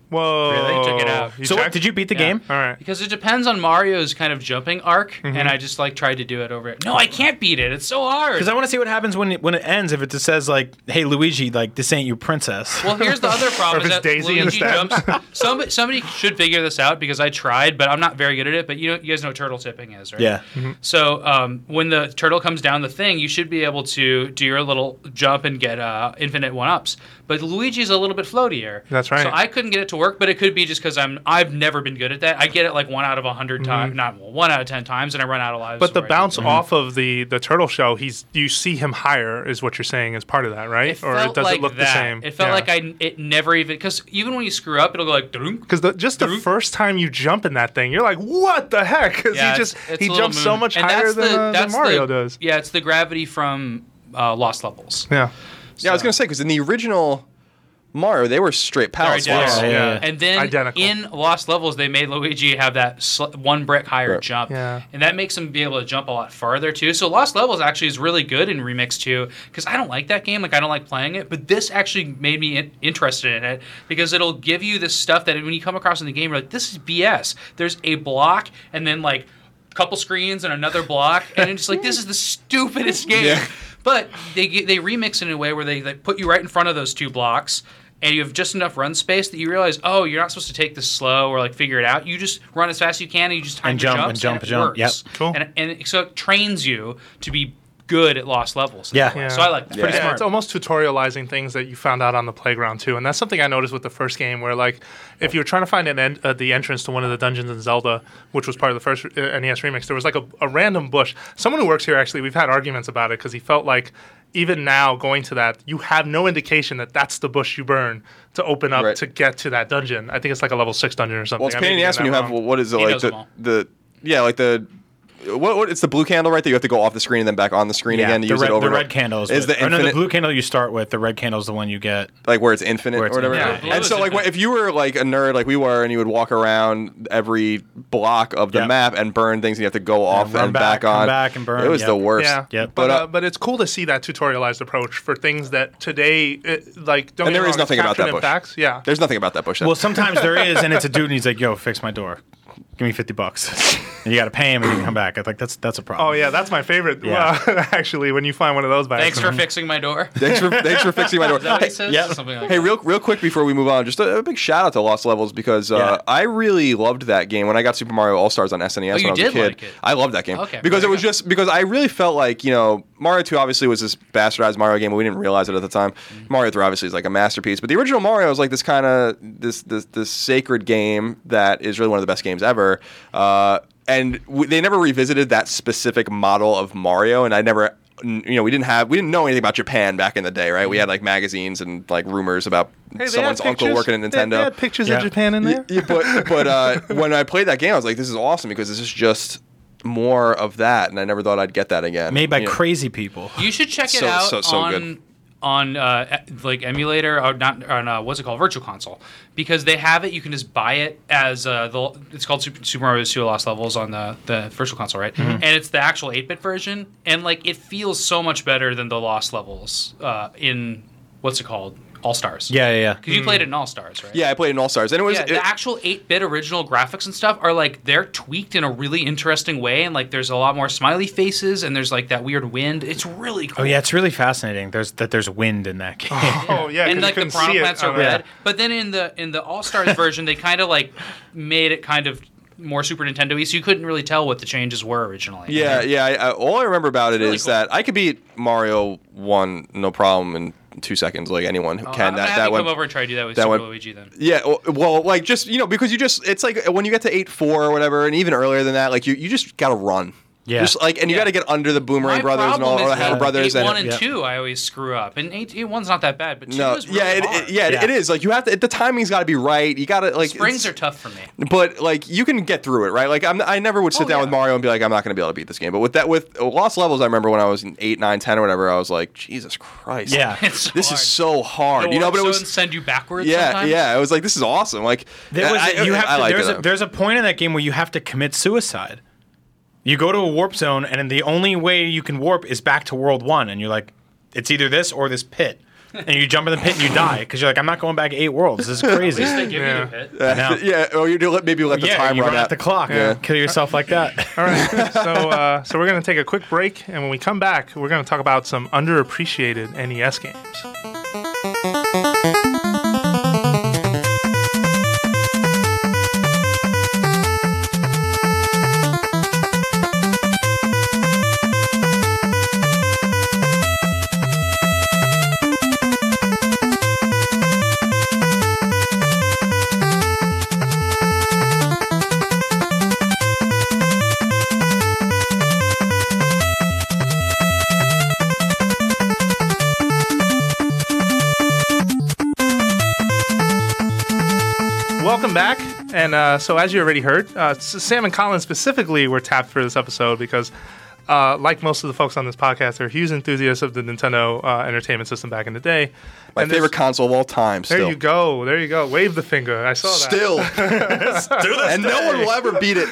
S2: Whoa.
S4: Really? Took it out.
S5: So what, did you beat the game?
S2: All right.
S4: Because it depends on Mario's kind of jumping arc,
S5: Mm-hmm.
S4: and I just like tried to do it over it. No, I can't beat it. It's so hard.
S5: Because I want to see what happens when it, when it ends. If it just says like, "Hey Luigi, like this ain't your princess."
S4: Well, here's the other problem.
S2: Or if
S4: is
S2: it's
S4: that
S2: Daisy
S4: Luigi
S2: instead.
S4: jumps. Somebody, somebody should figure this out because I tried, but I'm not very good at it. But you know, you guys know what turtle tipping is, right?
S5: Yeah.
S4: So um, when the turtle comes down the thing, you should be able to do your little jump and get uh, infinite one ups. But Luigi's a little bit floatier.
S2: That's right.
S4: So I couldn't get it to work, but it could be just because I'm I've never been good at that. I get it like one out of a 100 times, not well, one out of ten times, and I run out of lives.
S2: Mm-hmm. But the
S4: before I do
S2: bounce
S4: it.
S2: off of the the turtle shell, he's you see him higher is what you're saying is part of that, right? or
S4: felt
S2: does it
S4: like
S2: look the
S4: that.
S2: same?
S4: It felt like I it never even because even when you screw up, it'll go like. "Dunk."
S2: because just the first time you jump in that thing, you're like, what the heck? Because he
S4: Yeah, it's-
S2: just
S4: it's
S2: he
S4: a little
S2: jumps so
S4: moon.
S2: much
S4: And
S2: higher
S4: that's
S2: than,
S4: the-
S2: uh, than
S4: that's the-
S2: Mario does.
S4: Yeah, it's the gravity from uh, Lost Levels.
S2: Yeah.
S3: Yeah, I was
S5: uh,
S3: gonna say because in the original Mario, they were straight
S4: They're
S3: palette swaps.
S4: identical.
S5: Yeah, yeah, yeah.
S4: And then
S2: Identical.
S4: in Lost Levels, they made Luigi have that sl- one brick higher
S3: Right.
S4: jump,
S2: Yeah.
S4: and that makes him be able to jump a lot farther too. So Lost Levels actually is really good in Remix too, because I don't like that game, like I don't like playing it, but this actually made me in- interested in it because it'll give you this stuff that when you come across in the game, you're like, this is BS. There's a block, and then like a couple screens and another block, and it's like this is the stupidest game.
S3: Yeah.
S4: But they get- they remix it in a way where they, they put you right in front of those two blocks, and you have just enough run space that you realize, oh, you're not supposed to take this slow or like figure it out. You just run as fast as you can, and you just time
S5: And
S4: your
S5: jump,
S4: jumps,
S5: and jump,
S4: and it
S5: and jump. Yep.
S4: works.
S2: Cool.
S4: And, and it- so it trains you to be good at lost levels. in
S5: Yeah.
S4: that way.
S5: Yeah.
S4: So I like that.
S5: Pretty
S2: Yeah,
S5: smart.
S2: it's almost tutorializing things that you found out on the playground too, and that's something I noticed with the first game, where like if you were trying to find an en- uh, the entrance to one of the dungeons in Zelda, which was part of the first uh, NES remix, there was like a, a random bush. Someone who works here actually, we've had arguments about it because he felt like even now going to that, you have no indication that that's the bush you burn to open up
S3: Right.
S2: to get to that dungeon. I think it's like a level six dungeon or something.
S3: Well, it's a
S2: I
S3: pain
S2: may
S3: in the
S2: be
S3: ass when you
S2: getting
S3: have
S2: that wrong.
S3: what is it
S4: He
S3: like
S4: knows them
S3: the,
S4: all.
S3: the yeah like the what, what it's the blue candle right that you have to go off the screen and then back on the screen
S5: yeah,
S3: again to
S5: the
S3: use
S5: red,
S3: it over
S5: the
S3: and
S5: red
S3: over.
S5: candle is,
S3: is
S5: what-
S3: the
S5: or no,
S3: infinite
S5: the blue candle you start with. The red candle is the one you get.
S3: like where it's infinite
S5: Where it's
S3: or whatever.
S5: infinite.
S2: Yeah, blue
S3: and
S4: is
S3: so like
S4: infinite.
S3: if you were like a nerd like we were and you would walk around every block of the
S5: Yep.
S3: map and burn things and you have to go off
S5: run
S3: and
S5: back,
S3: back,
S5: come
S3: on
S5: back and burn,
S3: It was
S5: yep.
S3: the worst.
S2: Yeah,
S5: Yep.
S2: but
S3: But,
S2: uh,
S3: uh,
S2: but it's cool to see that tutorialized approach for things that today, it, like, don't
S3: And
S2: get
S3: there
S2: me
S3: is
S2: wrong,
S3: nothing
S2: it's
S3: about that
S2: captured in
S3: bush.
S2: Facts. Yeah,
S3: There's nothing about that bush.
S5: Well, sometimes there is, and it's a dude, and he's like, "Yo, fix my door. Give me fifty bucks." And you got to pay him, and you come back. I think that's that's a problem.
S2: Oh yeah, that's my favorite.
S5: Yeah.
S2: Well, actually, when you find one of those by
S4: Thanks for
S2: accident.
S4: fixing my door. Is
S3: thanks for thanks for fixing my door.
S4: that what
S3: Hey,
S4: he says?
S5: yeah.
S4: Something like
S3: Hey,
S4: that.
S3: real real quick before we move on, just a, a big shout out to Lost Levels because uh,
S5: Yeah.
S3: I really loved that game when I got Super Mario All Stars on SNES when
S4: Oh, you
S3: I was a
S4: did
S3: kid.
S4: like it.
S3: I loved that game
S4: Okay,
S3: because
S4: there you
S3: it was
S4: go.
S3: just because I really felt like you know Mario Two obviously was this bastardized Mario game, but we didn't realize it at the time.
S2: Mm-hmm.
S3: Mario Three obviously is like a masterpiece, but the original Mario was like this kind of this this this sacred game that is really one of the best games ever. Uh, and w- they never revisited that specific model of Mario, and I never n- you know, we didn't have we didn't know anything about Japan back in the day, right? We had like magazines and like rumors about
S2: Mm-hmm. Hey, they
S3: someone's
S2: had
S3: uncle
S2: pictures-
S3: working
S2: they-
S3: at
S2: They,
S3: Nintendo.
S2: had pictures
S5: Yeah.
S2: of Japan in there.
S3: Yeah, but but uh, when I played that game, I was like, this is awesome because this is just more of that, and I never thought I'd get that again.
S5: Made by
S3: You know?
S5: crazy people.
S4: You should check it
S3: So-
S4: out
S3: so- so
S4: on
S3: good.
S4: on uh, e- like emulator or not on uh, what's it called virtual console because they have it. You can just buy it as uh, the it's called Super, Super Mario 2 Lost Levels on the the virtual console, right?
S5: Mm-hmm.
S4: And it's the actual 8-bit version, and like it feels so much better than the Lost Levels uh, in what's it called All Stars.
S5: Yeah, yeah, yeah.
S4: because you played it in All Stars, right?
S3: Yeah, I played in All Stars, and it was
S4: Yeah,
S3: it-
S4: the actual 8-bit original graphics and stuff are like they're tweaked in a really interesting way, and like there's a lot more smiley faces, and there's like that weird wind. It's really cool.
S5: Oh yeah, it's really fascinating. There's that there's wind in that game.
S2: Oh yeah, 'cause you
S4: and like the
S2: couldn't see it
S4: piranha
S5: Oh,
S2: Oh,
S4: plants
S2: on
S4: are
S2: the-
S4: red. But then in the in the All Stars version, they kind of like made it kind of more Super Nintendo y, so you couldn't really tell what the changes were originally.
S3: yeah, yeah. I, I, all I remember about it is
S4: really cool.
S3: that I could beat Mario one no problem in two seconds, like anyone who
S4: Oh,
S3: can.
S4: I'm
S3: that
S4: gonna have
S3: that
S4: you
S3: one
S4: come over and try to do that with
S3: that
S4: Super
S3: one-
S4: Luigi then.
S3: Yeah, w- well, like just you know, because you just it's like when you get to eight four or whatever, and even earlier than that, like you you just gotta run.
S5: Yeah.
S3: Just like, and you got to get under the Boomerang
S4: My
S3: Brothers and all
S4: problem
S3: the
S4: is
S3: Hatter
S4: that
S3: Brothers
S4: eight,
S3: and
S4: one and
S5: Yeah.
S4: two, I always screw up, and eight, eight one's not that bad, but two
S3: no,
S4: is really
S3: yeah, it,
S4: hard.
S3: it- yeah,
S5: Yeah.
S3: it is. Like you have to. The timing's got to be right. You got to like
S4: Springs
S3: it's-
S4: are tough for me.
S3: But like you can get through it, right? Like I'm, I never would sit
S4: Oh,
S3: down
S4: yeah.
S3: with Mario and be like, I'm not going to be able to beat this game. But with that, with Lost Levels, I remember when I was in eight, nine, ten, or whatever, I was like, Jesus Christ,
S5: Yeah.
S4: It's so
S3: this
S4: hard.
S3: is so hard, you know. But it
S4: and
S3: was,
S4: send you backwards.
S3: yeah,
S4: sometimes.
S3: yeah, it was like this is awesome. Like
S5: There was,
S3: I,
S5: you have
S3: I
S5: to,
S3: liked
S5: there's,
S3: it.
S5: a, there's a point in that game where you have to commit suicide. You go to a warp zone, and the only way you can warp is back to World One, and you're like, it's either this or this pit, and you jump in the pit and you die because you're like, I'm not going back eight worlds. This is crazy.
S4: They give
S2: Yeah.
S4: you the hit.
S5: I know.
S3: yeah, or you do let maybe let the
S5: yeah,
S3: time
S5: you run out
S3: out.
S5: the clock.
S3: Yeah.
S5: Kill yourself like that.
S2: All right. so, uh, so we're going to take a quick break, and when we come back, we're going to talk about some underappreciated NES games. Welcome back. And uh, so, as you already heard, uh, S- Sam and Colin specifically were tapped for this episode because, uh, like most of the folks on this podcast, they're huge enthusiasts of the Nintendo uh, Entertainment System back in the day.
S3: My
S2: And there's-
S3: favorite console of all time. Still.
S2: There you go. There you go. Wave the finger. I saw that.
S3: Still, and no one will ever beat it.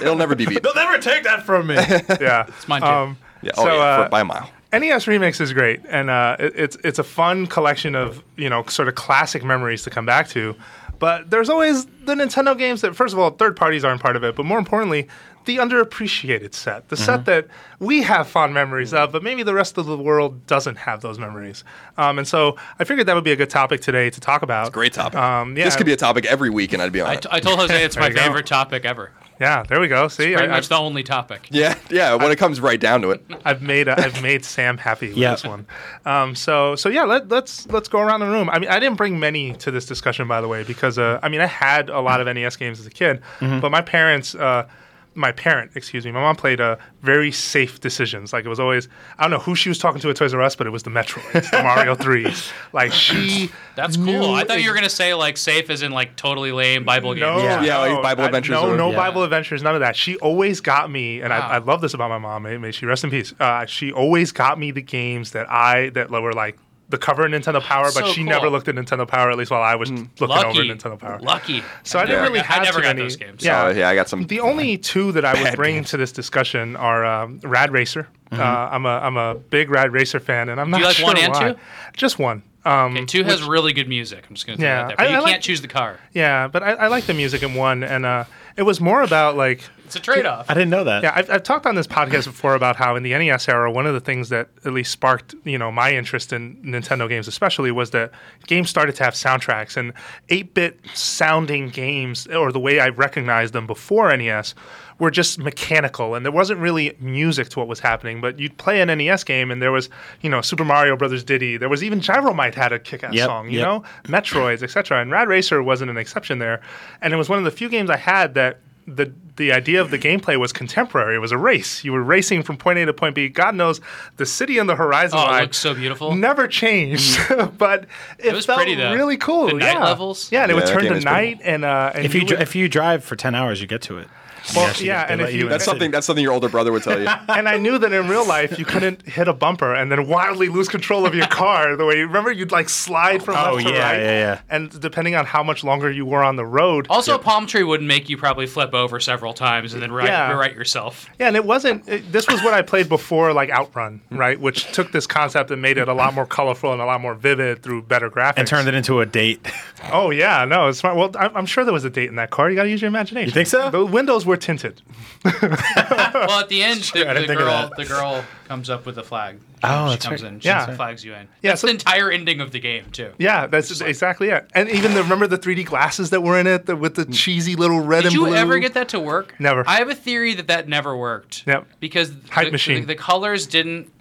S3: It'll never be beat.
S5: They'll never take that from me.
S2: yeah,
S4: It's mine too.
S2: Um,
S3: Yeah, oh
S2: so,
S3: yeah,
S2: uh,
S3: for, by a mile.
S2: NES Remix is great, and uh, it, it's it's a fun collection of you know sort of classic memories to come back to. But there's always the Nintendo games that, first of all, third parties aren't part of it, but more importantly, the underappreciated set, the set that we have fond memories of, but maybe the rest of the world doesn't have those memories. Um, and so I figured that would be a good topic today to talk about.
S3: Great topic.
S2: Um, yeah,
S3: This could be a topic every week, and I'd be on
S4: I,
S3: it.
S4: t- I told Jose it's my
S2: you go.
S4: favorite topic ever.
S2: yeah. There we go. See,
S4: Pretty
S2: I,
S4: much
S2: I've,
S4: the only topic.
S3: yeah, yeah. When it comes right down to it,
S2: I've made i I've made Sam happy with
S5: Yeah.
S2: this one. Um, so so yeah, let, let's let's go around the room. I mean, I didn't bring many to this discussion, by the way, because uh, I mean, I had a lot of NES games as a kid, but my parents. Uh, my parent, excuse me, my mom played uh, very safe decisions. Like it was always, I don't know who she was talking to at Toys R Us, but it was the Metroids, the Mario threes. Like she,
S4: That's cool. I thought you were gonna say like safe as in like totally lame Bible game.
S2: no,
S5: Yeah.
S3: Yeah, like
S2: Oh, no,
S3: Bible
S2: I-
S3: Adventures
S2: No,
S3: or-
S2: no
S5: Yeah.
S2: Bible Adventures, none of that. She always got me, and
S4: Wow.
S2: I, I love this about my mom. May, may she rest in peace. Uh, she always got me the games that I that were like the cover of Nintendo Power, but
S4: So
S2: she
S4: cool.
S2: never looked at Nintendo Power. At least while I was
S3: Hmm.
S2: looking over
S4: Lucky.
S2: Nintendo Power.
S4: Lucky.
S2: So I didn't
S4: never
S2: really
S4: got- I
S2: have
S4: never
S2: too
S4: got
S2: many-
S4: those games.
S2: Yeah.
S3: So, Oh, yeah, I got some.
S2: The only two that I would bring to this discussion are um, Rad Racer.
S3: Mm-hmm.
S2: Uh, I'm a I'm a big Rad Racer fan, and I'm not
S4: you like
S2: sure
S4: one and
S2: why.
S4: two?
S2: Just one. Um,
S4: Okay, two has really good music. I'm just gonna throw
S2: Yeah,
S4: that out there. But
S2: I- I
S4: you can't
S2: like-
S4: choose the car.
S2: yeah, but I, I like the music in one, and uh, it was more about like
S4: It's a trade off.
S5: I didn't know that.
S2: Yeah, I've, I've talked on this podcast before about how in the NES era, one of the things that at least sparked you know my interest in Nintendo games, especially, was that games started to have soundtracks and eight-bit sounding games, or the way I recognized them before NES, were just mechanical, and there wasn't really music to what was happening. But you'd play an NES game, and there was you know Super Mario Brothers Diddy, there was even Gyromite had a kick-ass
S5: Yep,
S2: song, you
S5: yep.
S2: know, Metroids, etc. And Rad Racer wasn't an exception there, and it was one of the few games I had that the the idea of the gameplay was contemporary. It was a race. You were racing from point A to point B. God knows the city and the horizon
S4: Oh, it
S2: line
S4: looks so beautiful.
S2: never changed, but it,
S4: was
S2: felt
S4: pretty, though.
S2: really cool.
S4: The
S2: yeah.
S4: night levels?
S2: Yeah, and it
S3: Yeah,
S2: would
S3: that
S2: turn
S3: game
S2: to
S3: is pretty
S2: night and uh, and
S5: If you
S2: would-
S5: dri- if you drive for ten hours, you get to it.
S2: Well,
S5: You actually-
S2: yeah,
S5: they
S2: and
S5: let
S2: if
S5: you
S2: you-
S5: in
S3: That's
S5: the
S3: something. That's something your older brother would tell you.
S2: and I knew that in real life you couldn't hit a bumper and then wildly lose control of your car the way remember you'd like slide from
S5: Oh,
S2: left to
S5: yeah,
S2: right.
S5: yeah, yeah.
S2: And depending on how much longer you were on the road,
S4: Also, a palm tree would make you probably flip over several times and then right,
S2: Yeah.
S4: rewrite yourself.
S2: Yeah, and it wasn't. It, this was what I played before, like Outrun, right? Which took this concept and made it a lot more colorful and a lot more vivid through better graphics.
S5: and turned it into a date.
S2: Oh yeah, no, it's smart. Well, I, I'm sure there was a date in that car. You got to use your imagination. You
S5: think so?
S2: The windows were tinted.
S4: Well, at the end, the,
S5: I didn't
S4: the
S5: think of
S4: girl
S5: that.
S4: the girl comes up with a flag.
S5: Oh,
S4: she
S5: that's
S4: comes
S5: right.
S4: in. She
S2: Yeah.
S4: flags you in.
S2: Yeah,
S4: that's
S2: so-
S4: the entire ending of the game too.
S2: Yeah, that's exactly it. And even the, remember the 3D glasses that were in it the, with
S5: Mm.
S2: the cheesy little red
S4: Did
S2: and
S4: you
S2: blue.
S4: ever get that to work?
S2: Never.
S4: I have a theory that that never worked.
S2: Yep.
S4: Because
S2: Hype
S4: the,
S2: machine.
S4: The, the colors didn't.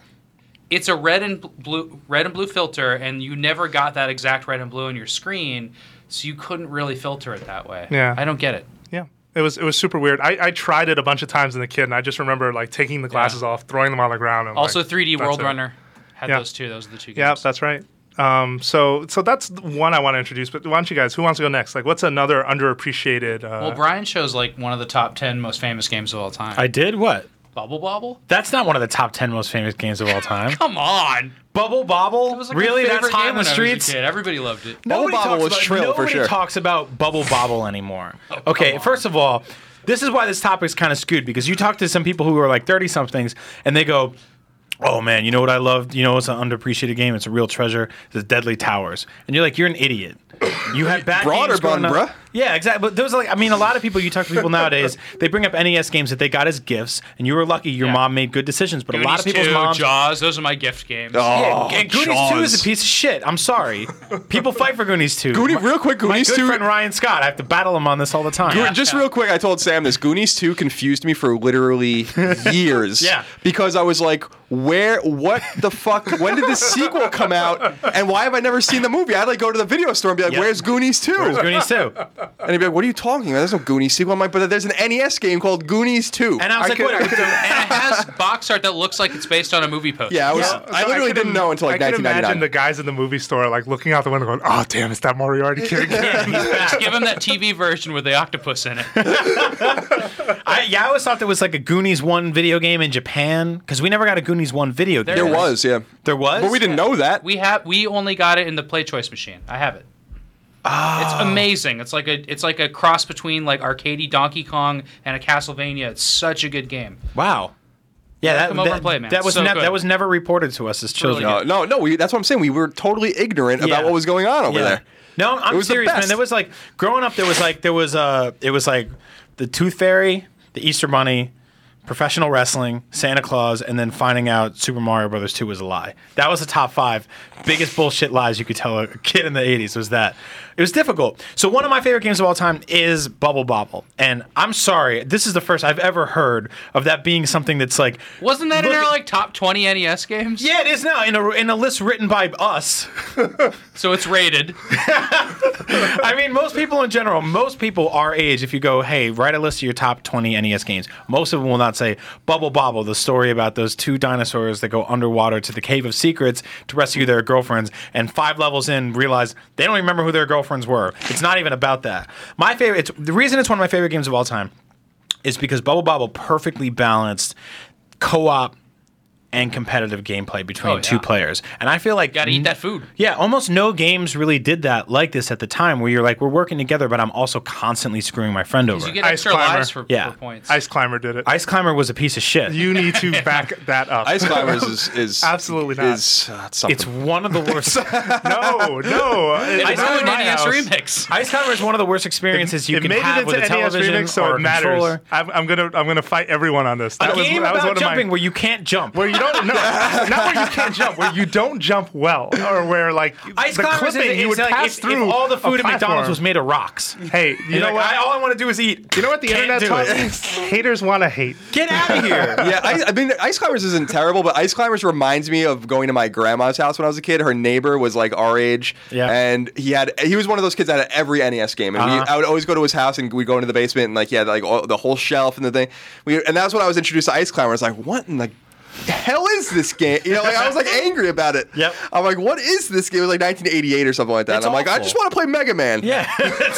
S4: It's a red and bl- blue, red and blue filter, and you never got that exact red and blue on your screen, so you couldn't really filter it that way.
S2: Yeah.
S4: I don't get it.
S2: Yeah. It was it was super weird. I, I tried it a bunch of times as a kid, and I just remember like taking the glasses off, throwing them on the ground. And,
S4: Also,
S2: like,
S4: 3D
S2: that's
S4: World
S2: it.
S4: Runner had
S2: Yeah.
S4: those two. Those are the two
S2: Yeah,
S4: games.
S2: that's right. Um, so so that's the one I want to introduce. But why don't you guys? Who wants to go next? Like, what's another underappreciated? Uh,
S4: well, Brian shows like one of the top ten most famous games of all time.
S5: I did what?
S4: Bubble Bobble.
S5: That's not one of the top ten most famous games of all time.
S4: Come on.
S5: Bubble Bobble.
S4: It was, like, my
S5: really? That's
S4: favorite
S5: high on
S4: game
S5: the
S4: when I was a
S5: streets.
S4: kid. Everybody loved it.
S3: Bubble
S5: Nobody
S3: Bobble
S5: talks
S3: was
S5: about-
S3: shrill for
S5: nobody
S3: sure. Oh,
S5: talks about Bubble Bobble anymore. okay,
S4: on.
S5: first of all, this is why this topic's kind of skewed because you talk to some people who are like 30 somethings and they go, Oh man, you know what I loved? You know it's an underappreciated game. It's a real treasure. It's Deadly Towers, and you're like, you're an idiot. You had bad
S3: Broader
S5: games growing
S3: bun,
S5: up-
S3: bruh.
S5: Yeah, exactly. But those are like, I mean, a lot of people you talk to people nowadays, they bring up NES games that they got as gifts, and you were lucky. Your
S4: Yeah.
S5: mom made good decisions, but a lot of
S4: Goonies
S5: people's
S4: 2,
S5: moms
S4: Jaws. Those are my gift games.
S3: Oh,
S5: and Goonies Two is a piece of shit. I'm sorry. People fight for Goonies Two.
S3: Goonie, real quick,
S5: My
S3: Goonies
S5: good
S3: 2.
S5: friend Ryan Scott. I have to battle him on this all the time.
S3: Goo- Just real quick, I told Sam this. Goonies 2 confused me for literally years.
S5: Yeah.
S3: Because I was like, where, what the fuck, when did this sequel come out? And why have I never seen the movie? I'd like go to the video store and be like,
S5: Yeah.
S3: where's Goonies 2?
S5: Goonies Two.
S3: And he'd be like, what are you talking about? There's no Goonies sequel. I'm like, but there's an NES game called Goonies 2.
S5: And I was like,
S2: could-
S5: whatever.
S4: and it has box art that looks like it's based on a movie poster.
S3: yeah, I, was,
S2: so
S3: I literally
S2: could
S3: didn't
S2: im-
S3: know until like
S2: I could imagine the
S3: 1999.
S2: guys in the movie store like looking out the window, going, "Oh, damn, it's that Moriarty character."
S4: Just give him that TV version with the octopus in it.
S5: I, yeah, I always thought there was like a Goonies One video game in Japan because we never got a Goonies One video game.
S3: There was, yeah.
S5: There was.
S3: But we didn't know that.
S4: We have we only got it in the Play Choice machine. I have it. It's
S5: Ah.
S4: amazing. It's like a it's like a cross between like arcadey Donkey Kong and a Castlevania. It's such a good game.
S5: Wow. Yeah, that,
S4: come over
S5: that-
S4: and play, man.
S5: that was
S4: So
S5: nev-
S4: good.
S5: that was never reported to us as children.
S4: Really
S3: no, no, no. We, that's what I'm saying. We were totally ignorant
S5: Yeah.
S3: about what was going on over there.
S5: No, I'm
S3: It was the
S5: serious, man.
S3: best.
S5: There was like growing up. There was like there was uh it was like the Tooth Fairy, the Easter Bunny, professional wrestling, Santa Claus, and then finding out Super Mario Brothers Two was a lie. That was the top five biggest bullshit lies you could tell a kid in the '80s. Was that it was difficult. So one of my favorite games of all time is Bubble Bobble, and I'm sorry, this is the first I've ever heard of that being something that's like
S4: Wasn't that in
S5: Look-
S4: our like top twenty NES games?
S5: yeah, it is now in a in a list written by us.
S4: So it's rated.
S5: I mean, most people in general, most people our age, if you go, hey, write a list of your top 20 NES games, most of them will not say Bubble Bobble, the story about those two dinosaurs that go underwater to the Cave of Secrets to rescue their girlfriends, and five levels in realize they don't remember who their girlfriends were. It's not even about that. My favorite, it's, the reason it's one of my favorite games of all time is because Bubble Bobble perfectly balanced co op. And competitive gameplay between
S4: Oh, yeah.
S5: two players, and I feel like
S4: Gotta eat that food.
S5: yeah, almost no games really did that like this at the time, where you're like, we're working together, but I'm also constantly screwing my friend over.
S4: You get
S2: Ice
S4: extra
S2: climber.
S4: lives for,
S5: Yeah.
S4: for points.
S2: Ice climber did it.
S5: Ice Climber was a piece of shit.
S2: you need to back that up.
S3: Ice Climbers is, is
S2: Absolutely not.
S3: Is, uh, it's
S5: it's
S3: something.
S5: one of the worst.
S2: no, no. It-
S4: I
S2: it's not
S4: saw
S2: in
S4: an
S2: my
S4: NES
S2: house.
S4: remix.
S5: Ice Climber is one of the worst experiences you
S2: it
S5: can
S2: made
S5: have
S2: it into
S5: with a
S2: NES
S5: television
S2: remix, E so
S5: or
S2: it
S5: a
S2: matters.
S5: controller.
S2: I'm, I'm gonna I'm gonna fight everyone on this. That
S5: a game
S2: that
S5: about
S2: one of my-
S5: jumping where you can't jump.
S2: where you don't no, not where you can't jump, where you don't jump well, or where like
S5: Ice
S2: the
S5: Climbers
S2: clipping
S5: is,
S2: you would
S5: is like
S2: pass
S5: if,
S2: through.
S5: if all the
S2: a
S5: food at McDonald's
S2: platform.
S5: was made of rocks.
S2: Hey, you
S5: You're
S2: know
S5: like,
S2: what?
S5: I, all I want to do is eat.
S2: you know what the
S5: Can't
S2: internet
S5: do
S2: taught
S5: it.
S2: me? Haters want to hate.
S5: Get out of here.
S3: yeah, I, I mean, Ice Climbers isn't terrible, but Ice Climbers reminds me of going to my grandma's house when I was a kid. Her neighbor was like our age,
S5: Yeah. Uh-huh.
S3: and he had he was one of those kids that had every NES game, and we, I would always go to his house and we would go into the basement and like he had like all, the whole shelf and the thing. We and that's when I was introduced to Ice Climbers. Like, what in the hell is this game? You know, like I was like angry about it.
S5: Yep.
S3: I'm like, what is this game? It was like 1988 or something like that.
S5: It's
S3: and I'm like, I
S5: awful.
S3: just want to play Mega Man.
S5: Yeah.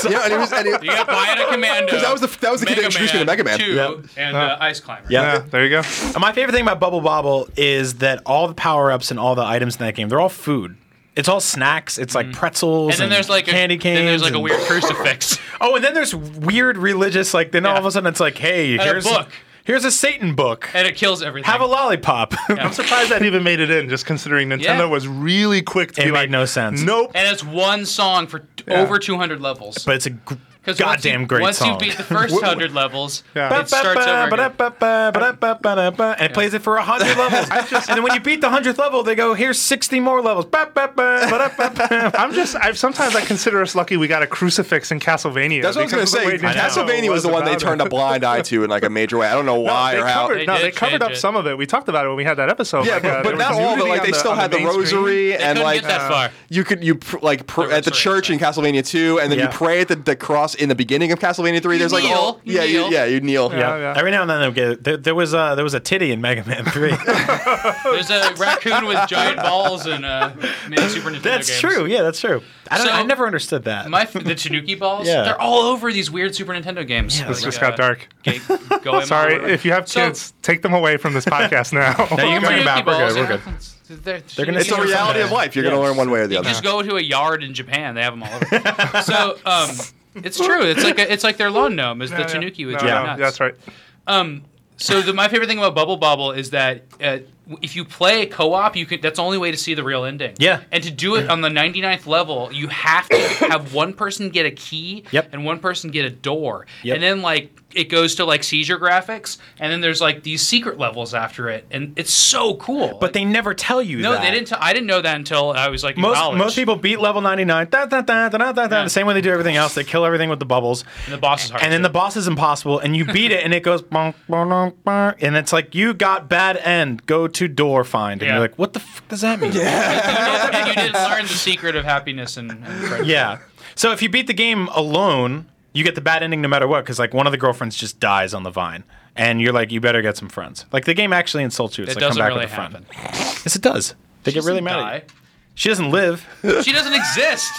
S3: You know, and it was, and it,
S4: You got Bionic Commando.
S3: 'Cause that was the- that was the kid that introduced me to Mega Man.
S4: 2,
S5: Yep.
S4: And uh, Ice Climber.
S5: Yeah.
S2: Yeah, there you go.
S5: And My favorite thing about Bubble Bobble is that all the power ups and all the items in that game, they're all food. It's all snacks. It's like pretzels.
S4: Mm. And then there's like
S5: candy
S4: a,
S5: canes.
S4: Then there's like a
S5: and-
S4: weird crucifix.
S5: Oh, and then there's weird religious. Like then all
S4: Yeah.
S5: of a sudden it's like, hey,
S4: a
S5: here's
S4: book.
S5: Here's a Satan book.
S4: and it kills everything.
S5: Have a lollipop.
S2: I'm surprised that even made it in, just considering Nintendo
S4: Yeah.
S2: was really quick to
S5: It
S2: be
S5: made
S2: like,
S5: no sense.
S2: Nope.
S4: and it's one song for t-
S2: Yeah.
S4: over 200 levels.
S5: but it's a g-
S4: 'Cause once
S5: goddamn
S4: you,
S5: great
S4: once
S5: song.
S4: you beat the first 100 levels,
S2: Yeah.
S4: it starts over again.
S5: Ba-da-ba-ba-ba-da-ba-ba-da-ba, And it plays it for 100 levels. and then when you beat the 100th level, they go, here's 60 more levels. Ba-ba-ba-ba-da-ba-ba.
S2: I'm just. I've sometimes I consider us lucky. We got a crucifix in Castlevania.
S3: That's what I was going to
S2: because of
S3: say.
S2: the way Nintendo
S3: Castlevania was the one they
S2: about
S3: turned a
S2: it.
S3: blind eye to in like a major way. I don't know
S2: No,
S3: why
S2: they
S3: or how.
S2: covered, no,
S4: They
S2: they
S4: did
S2: covered
S4: change
S2: up
S4: it.
S2: some of it. We talked about it when we had that episode.
S3: Yeah,
S2: Like, uh,
S3: but,
S2: there
S3: but
S2: was
S3: not all of it.
S2: nudity
S3: Like
S2: on
S3: they still
S2: on
S3: had the,
S2: main screen.
S3: rosary
S4: couldn't
S3: and like
S4: get that far.
S3: you could you pr- like pr-
S4: The
S3: at the
S4: rosary,
S3: church in Castlevania too, and then
S5: Yeah.
S3: you pray at the, the cross in the beginning of Castlevania Three.
S4: You
S3: there's like a
S4: kneel.
S3: whole,
S4: You
S3: yeah, you-
S4: kneel.
S3: yeah, you kneel.
S2: Yeah.
S5: Every now and then they'll get there, there was uh, there was a titty in Mega Man Three.
S4: There's a raccoon with giant balls and uh, many Super Nintendo
S5: that's
S4: games.
S5: true. Yeah, that's true. I don't.
S4: So-
S5: I never understood that.
S4: My the Tanuki balls,
S5: Yeah.
S4: they're all over these weird Super Nintendo games. Yeah,
S5: Oh
S2: This just got dark.
S4: go
S2: Sorry, if you have
S4: So-
S2: kids, take them away from this podcast now.
S5: you can bring it back. We're good, we're good.
S4: good. They're,
S5: gonna
S3: It's
S5: Yeah.
S3: a reality of life. You're
S5: Yeah.
S3: gonna learn one way or the
S4: You
S3: other.
S4: just go to a yard in Japan; they have them all over. so um, it's true. It's like a, it's like their lawn gnome is the Tanuki with
S2: No, no,
S4: giant nuts.
S2: That's right.
S4: Um, so the, my favorite thing about Bubble Bobble is that uh, if you play co-op, you can. That's the only way to see the real ending.
S5: Yeah.
S4: And to do it on the 99th level, you have to have one person get a key.
S5: Yep.
S4: And one person get a door.
S5: Yep.
S4: And then like it goes to like seizure graphics, and then there's like these secret levels after it, and it's so cool.
S5: but they never tell you.
S4: no,
S5: that.
S4: they didn't. I I didn't know that until I was like in
S5: Most
S4: college.
S5: most people beat level ninety nine. Da, da, da, da, da, da, da,
S4: Yeah.
S5: The same way they do everything else. They kill everything with the bubbles.
S4: And the boss is hard.
S5: and then
S4: too.
S5: the boss is impossible, and you beat it, and it goes, bonk, bonk, bonk, and it's like you got bad end. Go to door find, and
S4: Yeah.
S5: you're like, what the fuck does that mean? Yeah.
S4: and you didn't learn the secret of happiness and, and friendship.
S5: So if you beat the game alone, you get the bad ending no matter what, because like one of the girlfriends just dies on the vine, and you're like, you better get some friends. Like the game actually insults you. It's
S4: It
S5: like come
S4: doesn't
S5: back
S4: really
S5: with a friend.
S4: happen.
S5: Yes, it does. They get really
S4: Doesn't
S5: mad. at you.
S4: die.
S5: She doesn't live.
S4: She doesn't exist.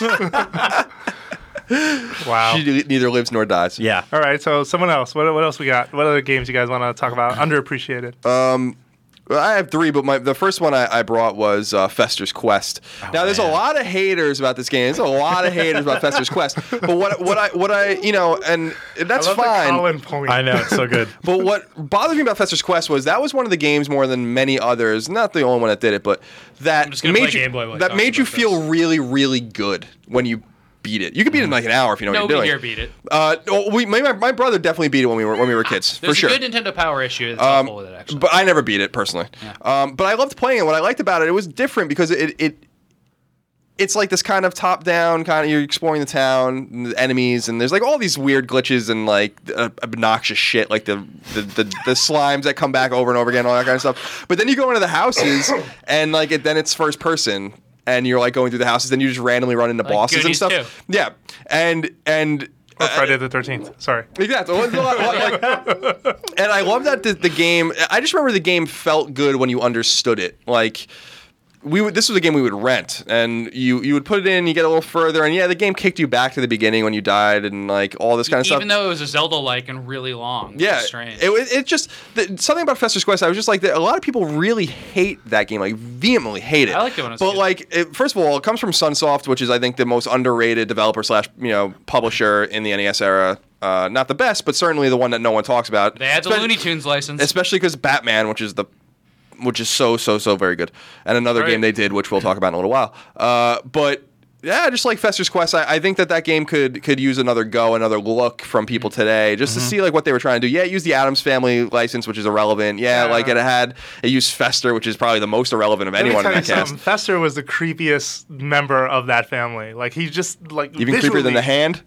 S2: Wow.
S3: She neither lives nor dies.
S5: yeah.
S2: All right, so someone else. What, what else we got? What other games you guys want to talk about? Underappreciated.
S3: Well, I have three, but my the first one I, I brought was uh, Fester's Quest.
S4: Oh,
S3: now, there's
S5: man.
S3: a lot of haters about this game. There's a lot of haters about Fester's Quest. But what what I what I you know, and that's
S2: I love The
S3: fine.
S2: Colin point.
S5: I know it's so good.
S3: But what bothers me about Fester's Quest was that was one of the games more than many others. Not the only one that did it, but that
S4: just gonna
S3: made
S4: play
S3: you
S4: Game Boy while he
S3: that
S4: talks
S3: made you
S4: about
S3: feel
S4: this.
S3: really really good when you beat it. You could beat it in like an hour if you know what
S4: Mm-hmm. Nobody
S3: you're
S4: here beat
S3: doing.
S4: it.
S3: Uh, oh, we, my, my- my brother definitely beat it when we were when we were kids
S4: There's
S3: for sure. Um,
S4: a good Nintendo Power issue that's helpful with it, actually.
S3: But I never beat it personally. Um, but I loved playing it. What I liked about it, it was different because it it it's like this kind of top down kind of you're exploring the town, and the enemies, and there's like all these weird glitches and like uh, obnoxious shit, like the the, the the slimes that come back over and over again, all that kind of stuff. But then you go into the houses and like it, then it's first person. And you're like going through the houses, then you just randomly run into bosses and
S4: Goonies
S3: stuff.
S4: too.
S3: Yeah, and and
S2: Or Friday the 13th. Sorry.
S3: Exactly. Well, it's a lot- a lot like- and I love that the, the game. I just remember the game felt good when you understood it. Like we would, this was a game we would rent, and you you would put it in, you get a little further, and yeah, the game kicked you back to the beginning when you died, and like all this kind of stuff.
S4: Even though it was a Zelda-like and really long. which
S3: yeah,
S4: is strange.
S3: it, it it just the, something about Fester's Quest. I was just like, that a lot of people really hate that game, like vehemently hate it.
S4: I liked it when I was a
S3: but
S4: kid.
S3: like, it, first of all, it comes from Sunsoft, which is I think the most underrated developer slash you know publisher in the NES era. Uh, not the best, but certainly the one that no one talks about.
S4: they had the
S3: Spe-
S4: Looney Tunes license.
S3: especially because Batman, which is the which is so so so very good, and another
S2: Right.
S3: game they did, which we'll talk about in a little while. Uh, but yeah, just like Fester's Quest, I, I think that that game could could use another go, another look from people today, just
S2: Mm-hmm.
S3: to see like what they were trying to do. Yeah, it used the Adams Family license, which is irrelevant. Yeah,
S2: Yeah.
S3: like it had it used Fester, which is probably the most irrelevant of
S2: Let me
S3: anyone in
S2: tell
S3: that
S2: you
S3: cast.
S2: something. Fester was the creepiest member of that family. Like he's just like
S3: Even creepier than the hand.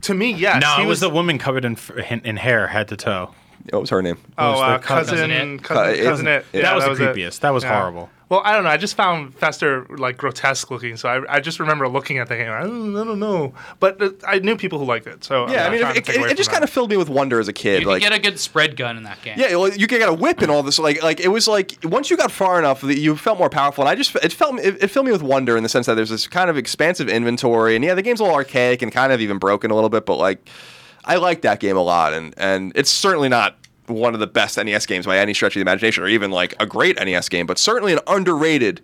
S2: To me, yes.
S5: No,
S2: he
S5: it was the woman covered in, f- in, in hair, head to toe.
S3: What was her name?
S2: oh,
S5: was the
S2: uh,
S5: cousin-
S2: cousin,
S4: Cousin
S2: cousin,
S4: It.
S3: Uh,
S2: cousin,
S3: it-
S2: it.
S3: yeah.
S2: Yeah,
S5: That was the
S2: it.
S5: creepiest. That was horrible.
S2: Well, I don't know. I just found Fester like grotesque looking, so I, I just remember looking at the game. I don't, I don't know, but uh, I knew people who liked it. So I'm
S3: yeah,
S2: not
S3: I mean,
S2: trying
S3: it,
S2: to
S3: it,
S2: take away
S3: it
S2: from
S3: just
S2: that.
S3: kind of filled me with wonder as a kid.
S4: you
S3: like,
S4: could get a good spread gun in that game.
S3: Yeah, well, you could get a whip and all this. Like, like it was like once you got far enough, that you felt more powerful. And I just it felt it, it filled me with wonder in the sense that there's this kind of expansive inventory, and yeah, the game's a little archaic and kind of even broken a little bit, but like I like that game a lot, and and it's certainly not one of the best NES games by any stretch of the imagination, or even like a great NES game, but certainly an underrated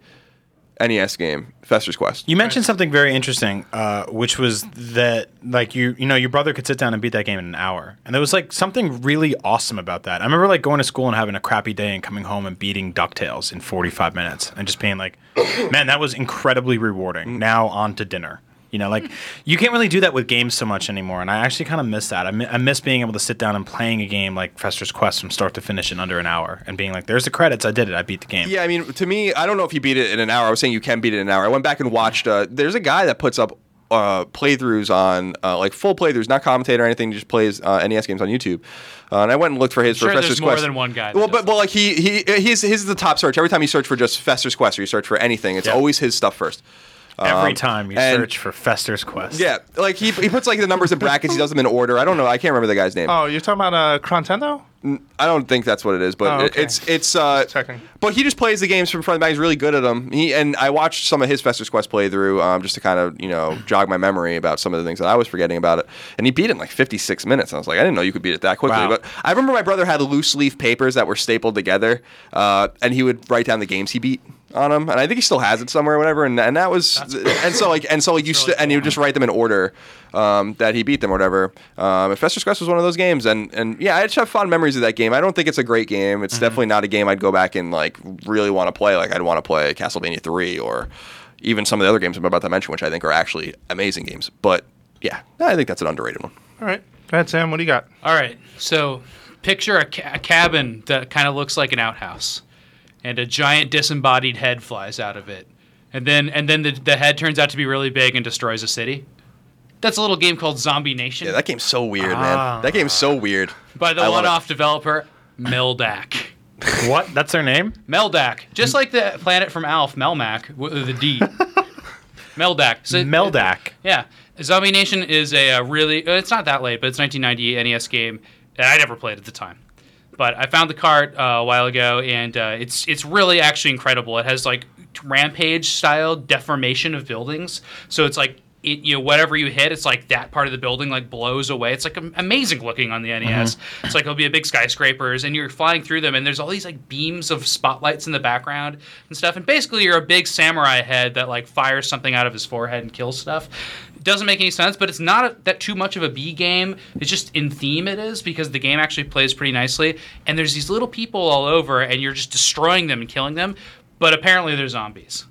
S3: NES game, Fester's Quest.
S5: You mentioned something very interesting, uh, which was that like you you know your brother could sit down and beat that game in an hour, and there was like something really awesome about that. I remember like going to school and having a crappy day and coming home and beating Ducktales in forty five minutes, and just being like, man, that was incredibly
S3: Mm.
S5: rewarding. Now on to dinner. You know, like you can't really do that with games so much anymore, and I actually kind of miss that. I, mi- I miss being able to sit down and playing a game like Fester's Quest from start to finish in under an hour, and being like, "There's the credits, I did it, I beat the game."
S3: Yeah, I mean, to me, I don't know if you beat it in an hour. I was saying you can beat it in an hour. I went back and watched. Uh, there's a guy that puts up uh, playthroughs on, uh, like full playthroughs, not commentator or anything. Just plays uh, NES games on YouTube. Uh, and I went and looked for his
S4: sure
S3: for
S4: there's
S3: Fester's
S4: more
S3: Quest.
S4: than one guy that
S3: Well,
S4: does
S3: but well, like he he his his is the top search. Every time you search for just Fester's Quest or you search for anything, it's always his stuff first.
S5: Every
S3: Um,
S5: time you
S3: and-
S5: search for Fester's Quest.
S3: Yeah, like he, he puts like the numbers in brackets. He does them in order. I don't know. I can't remember the guy's name.
S2: Oh, you're talking about uh, Crontendo?
S3: I don't think that's what it is, but
S2: Oh,
S3: it-
S2: okay.
S3: it's it's. Uh,
S2: checking.
S3: but he just plays the games from front of the back. He's really good at them. He and I watched some of his Fester's Quest playthrough um, just to kind of you know jog my memory about some of the things that I was forgetting about it. And he beat it in like 56 minutes. I was like, I didn't know you could beat it that quickly.
S5: Wow.
S3: But I remember my brother had loose leaf papers that were stapled together, uh, and he would write down the games he beat on them. And I think he still has it somewhere or whatever. And, and that was and so like and so like you st- and you just write them in order um, that he beat them or whatever. Um, and Fester's Quest was one of those games, and and yeah, I just have fond memories of that game. I don't think it's a great game.
S4: Mm-hmm.
S3: It's definitely not a game I'd go back and like really want to play. Like I'd want to play Castlevania three or even some of the other games I'm about to mention, which I think are actually amazing games. But yeah, I think that's an underrated one.
S2: All right. Go ahead, Sam. What do you got?
S4: All right. So picture a, ca- a cabin that kind of looks like an outhouse, and a giant disembodied head flies out of it, and then and then the, the head turns out to be really big and destroys a city. That's a little game called Zombie Nation
S3: Yeah, that game's so weird, man. That game's so weird.
S4: Ah. by the
S3: I love it.
S4: one-off developer Meldak.
S5: What? That's their name?
S4: Meldak, just like the planet from Alf, Melmac, with the D. Meldak. So
S5: Meldak.
S4: Yeah, Zombie Nation is a, uh really. uh, It's not that late, but it's 1990 NES E game that I never played at the time. But I found the cart uh, a while ago, and uh, it's it's really actually incredible. It has like rampage style deformation of buildings, so it's like. It, you know, whatever you hit, it's like that part of the building like blows away. It's like am- amazing looking on the NES. It's like it'll be a big skyscrapers, and you're flying through them, and there's all these like beams of spotlights in the background and stuff. And basically, you're a big samurai head that like fires something out of his forehead and kills stuff doesn't make any sense, but it's not a, that too much of a B game. It's just in theme it is because the game actually plays pretty nicely. And there's these little people all over, and you're just destroying them and killing them. But apparently they're zombies.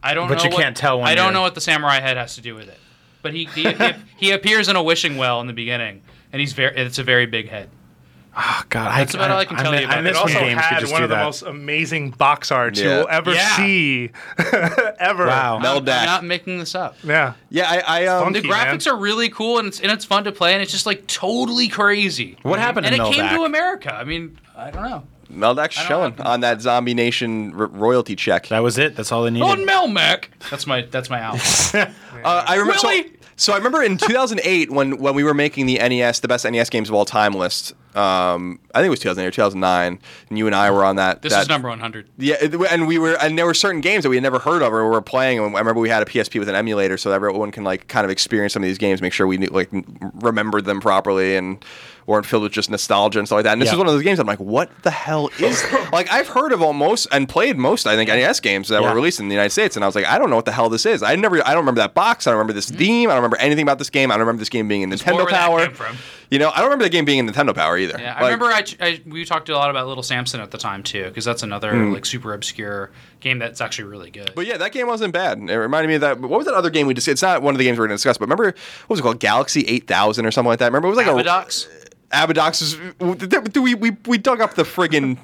S4: I don't.
S5: But
S4: know
S5: you
S4: what-
S5: can't tell when
S4: I don't
S5: you're-
S4: know what the samurai head has to do with it. But he he, he, he appears in a wishing well in the beginning, and he's very. It's a very big head.
S5: Oh, God.
S4: That's about all I can tell you
S5: mi-
S4: about
S5: I
S4: it.
S5: miss
S2: It
S5: when
S2: also
S5: games could
S2: had
S5: just
S2: one
S5: do
S2: of the
S5: that.
S2: most amazing box arts you
S3: Yeah.
S2: will ever
S4: Yeah.
S2: see, ever.
S4: uh,
S5: Wow.
S3: Mel
S4: I'm not
S3: Dak.
S4: making this up.
S2: Yeah.
S3: Yeah, I, I um,
S2: Funky.
S4: The graphics
S2: man.
S4: are really cool, and it's and it's fun to play, and it's just like totally crazy.
S5: What happened to
S4: And it
S5: Mel
S4: came
S5: Dak?
S4: to America. I mean, I don't know.
S3: Meldak's showing
S4: have-
S3: on that Zombie Nation r- royalty check.
S5: That was it. That's all they needed.
S4: On Melmac. That's my that's my album.
S3: Uh, I remember. so-
S4: Really?
S3: So, I remember in 2008 when when we were making the NES, the best NES games of all time list. Um, I think it was 2008 or 2009, and you and I were on that.
S4: This
S3: that,
S4: is number 100.
S3: Yeah, it- and we were, and there were certain games that we had never heard of or we were playing. And I remember we had a PSP with an emulator, so that everyone can like kind of experience some of these games, make sure we knew, like n- remembered them properly and weren't filled with just nostalgia and stuff like that. And this
S5: Yeah.
S3: is one of those games. I'm like, what the hell is? like I've heard of almost and played most, I think, NES games that
S5: Yeah.
S3: were released in the United States, and I was like, I don't know what the hell this is. I never, I don't remember that box. I don't remember this
S5: Mm.
S3: theme. I don't remember anything about this game. I don't remember this game being in
S4: more
S3: Nintendo
S4: where that
S3: Power.
S4: came from.
S3: You know, I don't remember the game being in Nintendo Power either.
S4: Yeah, I
S3: Like,
S4: remember I, I we talked a lot about Little Samson at the time too, because that's another like super obscure game that's actually really good.
S3: Hmm. But yeah, that game wasn't bad. It reminded me of that. What was that other game we discussed? It's not one of the games we're going to discuss, but remember, what was it called? Galaxy 8000 or something like that? Remember, it was like
S4: Abadox.
S3: a. Abadox. is- do We, we, we dug up the friggin'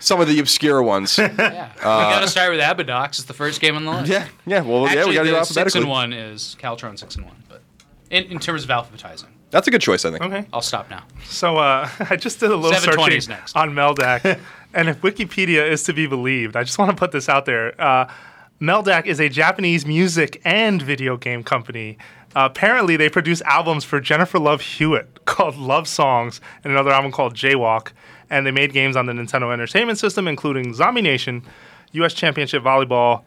S3: some of the obscure ones. yeah,
S4: yeah, we got to start with Abadox. It's the first game on the list.
S3: Uh, yeah. Well,
S4: Actually,
S3: yeah, we got to do
S4: the
S3: it
S4: six and
S3: alphabetically.
S4: one is Caltron six and one, but in, in terms of alphabetizing,
S3: That's a good choice, I think.
S2: Okay.
S4: I'll stop now.
S2: So uh, I just did a little
S4: 720s
S2: searching
S4: next.
S2: on Meldak, and if Wikipedia is to be believed, I just want to put this out there. Uh, Meldak is a Japanese music and video game company. Uh, apparently, they produce albums for Jennifer Love Hewitt called Love Songs and another album called Jaywalk, and they made games on the Nintendo Entertainment System, including Zombie Nation, U.S. Championship Volleyball.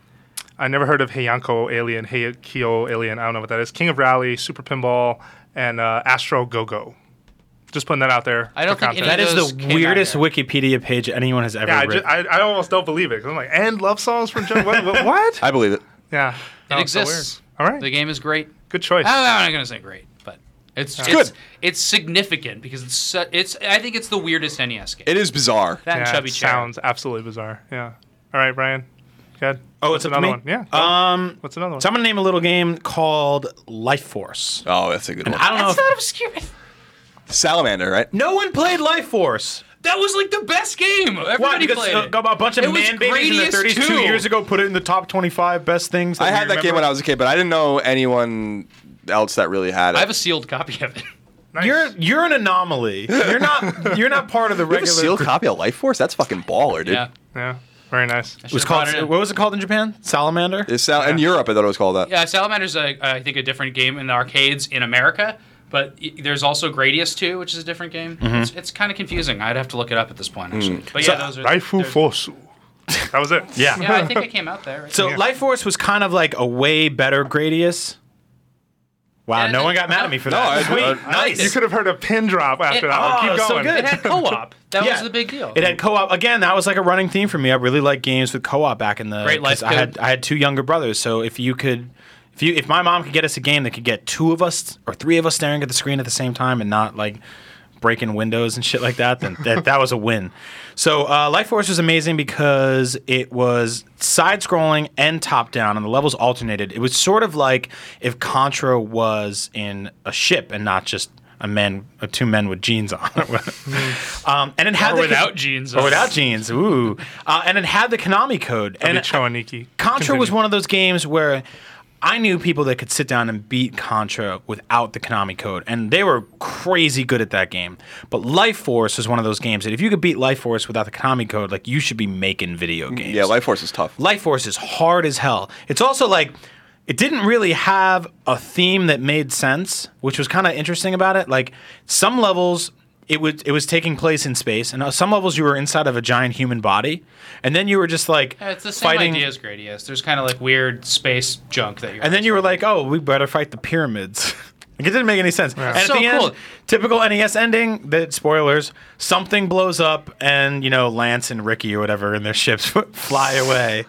S2: I never heard of Heyanko Alien, Heikyo Alien. I don't know what that is. King of Rally, Super Pinball, and uh, Astro Go Go. Just putting that out there.
S4: I don't
S2: for
S4: think
S2: context.
S4: any
S5: that is
S4: Those
S5: the
S4: came out
S5: weirdest
S4: here.
S5: Wikipedia page anyone has ever
S2: Yeah, I,
S5: written.
S2: just, I, I almost don't believe it. 'cause I'm like, and love songs from Joe. what, what, what?
S3: I believe it.
S2: Yeah,
S4: It
S2: That was so
S4: exists. ah,
S2: weird. All
S4: Oh, The
S2: right,
S4: game is great.
S2: good choice.
S4: I'm not gonna say great, but it's it's,
S3: good.
S4: it's significant because it's su- it's I think it's the weirdest NES game.
S3: It is bizarre.
S4: that
S2: yeah,
S4: and Chubby
S2: it
S4: Checker.
S2: sounds absolutely bizarre. Yeah. All right, Brian. Good.
S5: oh,
S2: What's
S5: it's up to
S2: another
S5: me?
S2: one. Yeah. go.
S5: Um,
S2: What's another one?
S5: so I'm going to name a little game called Life Force.
S3: Oh, that's a good one.
S5: I don't know if
S4: That's not obscure.
S3: Salamander, right?
S5: no one played Life Force.
S4: That was like the best game. Everybody
S5: Why? Because
S4: played
S5: uh,
S4: it.
S5: a bunch of
S4: It was
S5: man babies in their
S4: Gradius
S5: 30s two
S4: 2.
S5: years ago put it in the top 25 best things. That
S3: I
S5: we
S3: had that game
S5: remember.
S3: when I was a kid, but I didn't know anyone else that really had it.
S4: I have a sealed copy of it.
S2: Nice.
S5: You're you're an anomaly. You're not you're not part of the
S3: You have a
S5: regular.
S3: sealed copy of Life Force? That's fucking baller, dude.
S4: Yeah.
S2: yeah. Very nice.
S5: It was
S4: Should've brought
S5: called.
S4: it in.
S5: what was it called in Japan? Salamander.
S3: It's Sal- In Europe, I thought it was called that.
S4: Yeah, Salamander's a, I think a different game in the arcades in America, but y- there's also Gradius 2, which is a different game.
S5: Mm-hmm.
S4: It's, it's kind of confusing. I'd have to look it up at this point, actually.
S5: Mm.
S4: But yeah, those are.
S2: Raifu
S4: there's-
S2: Fosu. That was it.
S5: Yeah.
S4: Yeah, I think it came out there. Right?
S5: So Life Force was kind of like a way better Gradius. Wow,
S4: Yeah,
S5: no
S4: it-
S5: one got mad at me for that.
S3: I-
S5: Sweet,
S3: I-
S5: nice.
S2: You could have heard a pin drop after
S4: It-
S2: that. one.
S5: oh,
S2: Keep
S5: so
S2: going.
S5: good.
S4: it had co-op. That
S5: Yeah.
S4: was the big deal.
S5: It had co-op again. That was like a running theme for me. I really like games with co-op back in the.
S4: Great life
S5: 'cause I had
S4: code.
S5: I had two younger brothers, so if you could, if you if my mom could get us a game that could get two of us or three of us staring at the screen at the same time and not like breaking windows and shit like that, then that, that was a win. So uh, Life Force was amazing because it was side-scrolling and top-down, and the levels alternated. It was sort of like if Contra was in a ship and not just. A man, uh, two men with jeans on, um, and it had
S4: Or
S5: the-
S4: without jeans
S5: or
S4: on.
S5: without jeans. Ooh, uh, and it had the Konami code.
S2: And
S5: And
S2: Choaniki.
S5: Contra was
S2: Continue.
S5: one of those games where I knew people that could sit down and beat Contra without the Konami code, and they were crazy good at that game. But Life Force was one of those games that if you could beat Life Force without the Konami code, like you should be making video games.
S3: Yeah, Life Force is tough.
S5: Life Force is hard as hell. It's also like it didn't really have a theme that made sense, which was kind of interesting about it. Like some levels it was it was taking place in space and on some levels you were inside of a giant human body and then you were just like
S4: Yeah, it's the same
S5: fighting
S4: idea as Gradius. There's kind of like weird space junk that you're.
S5: and then you were like, "Oh, we better fight the pyramids." like it didn't make any sense. And at
S4: So
S5: the
S4: cool.
S5: end, typical NES ending. That spoilers. Something blows up, and you know Lance and Ricky or whatever in their ships fly away.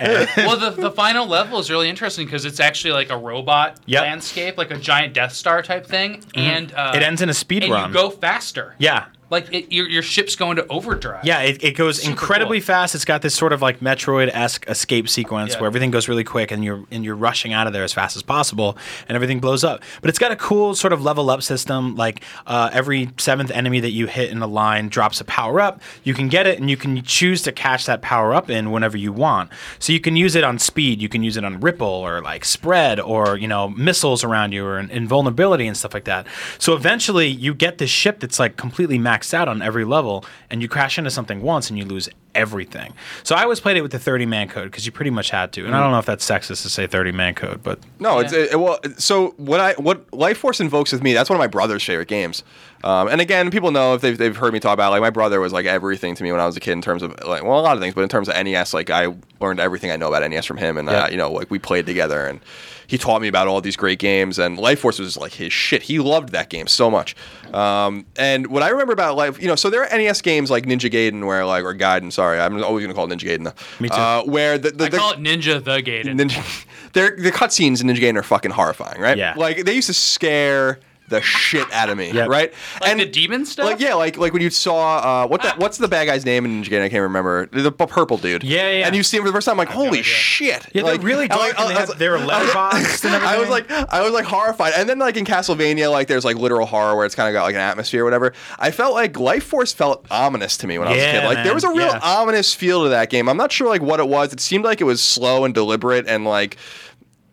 S5: And
S4: well, the, the final level is really interesting because it's actually like a robot
S5: Yep. Mm-hmm.
S4: landscape, like a giant Death Star type thing, and uh,
S5: it ends in a speed
S4: and
S5: run.
S4: you go faster.
S5: yeah.
S4: like it, your your ship's going to overdrive.
S5: Yeah, it, it goes
S4: Super
S5: incredibly
S4: cool.
S5: fast. It's got this sort of like Metroid esque escape sequence
S4: Yeah.
S5: where everything goes really quick and you're and you're rushing out of there as fast as possible and everything blows up. But it's got a cool sort of level up system. Like uh, every seventh enemy that you hit in a line drops a power up. You can get it and you can choose to catch that power up in whenever you want. So you can use it on speed, you can use it on ripple or like spread or you know missiles around you or in- invulnerability and stuff like that. So eventually you get this ship that's like completely maxed out on every level and you crash into something once and you lose everything. So I always played it with the 30 man code because you pretty much had to. And I don't know if that's sexist to say 30 man code, but
S3: No, it's it, it- well. So what I what Life Force invokes with me. That's one of my brother's favorite games. Um, and again, people know if they've, they've heard me talk about it, like my brother was like everything to me when I was a kid in terms of like well a lot of things, but in terms of NES, like I learned everything I know about NES from him, and
S5: Yeah.
S3: uh, you know like we played together, and he taught me about all these great games, and Life Force was like his shit. He loved that game so much. Um, and what I remember about Life, you know, so there are NES games like Ninja Gaiden, where like or Gaiden, sorry, I'm always gonna call it Ninja Gaiden though.
S5: Me too.
S3: Uh, where the, the,
S4: I
S3: the-
S4: call it Ninja the Gated.
S3: Ninja, their the cutscenes in Ninja Gaiden are fucking horrifying, right?
S5: Yeah.
S3: Like they used to scare the shit out of me,
S5: Yep.
S3: right?
S4: Like the demon stuff?
S3: Like yeah, like like when you saw uh, what the, what's the bad guy's name in Ninja Gaiden? I can't remember. The p- purple dude.
S5: Yeah, yeah, yeah.
S3: And you see him for the first time, like holy
S4: idea.
S3: shit!
S5: yeah,
S3: like, uh,
S5: they're really
S3: I-
S5: dark
S3: I-
S5: and they,
S3: I
S5: have,
S3: was-
S5: they were letterboxed and everything.
S3: I was like, I was like horrified. And then like in Castlevania, like there's like literal horror where it's kind of got like an atmosphere or whatever. I felt like Life Force felt ominous to me when I was a
S5: Yeah,
S3: kid. Like there
S5: man.
S3: was a real
S5: Yeah.
S3: ominous feel to that game. I'm not sure like what it was. It seemed like it was slow and deliberate and like.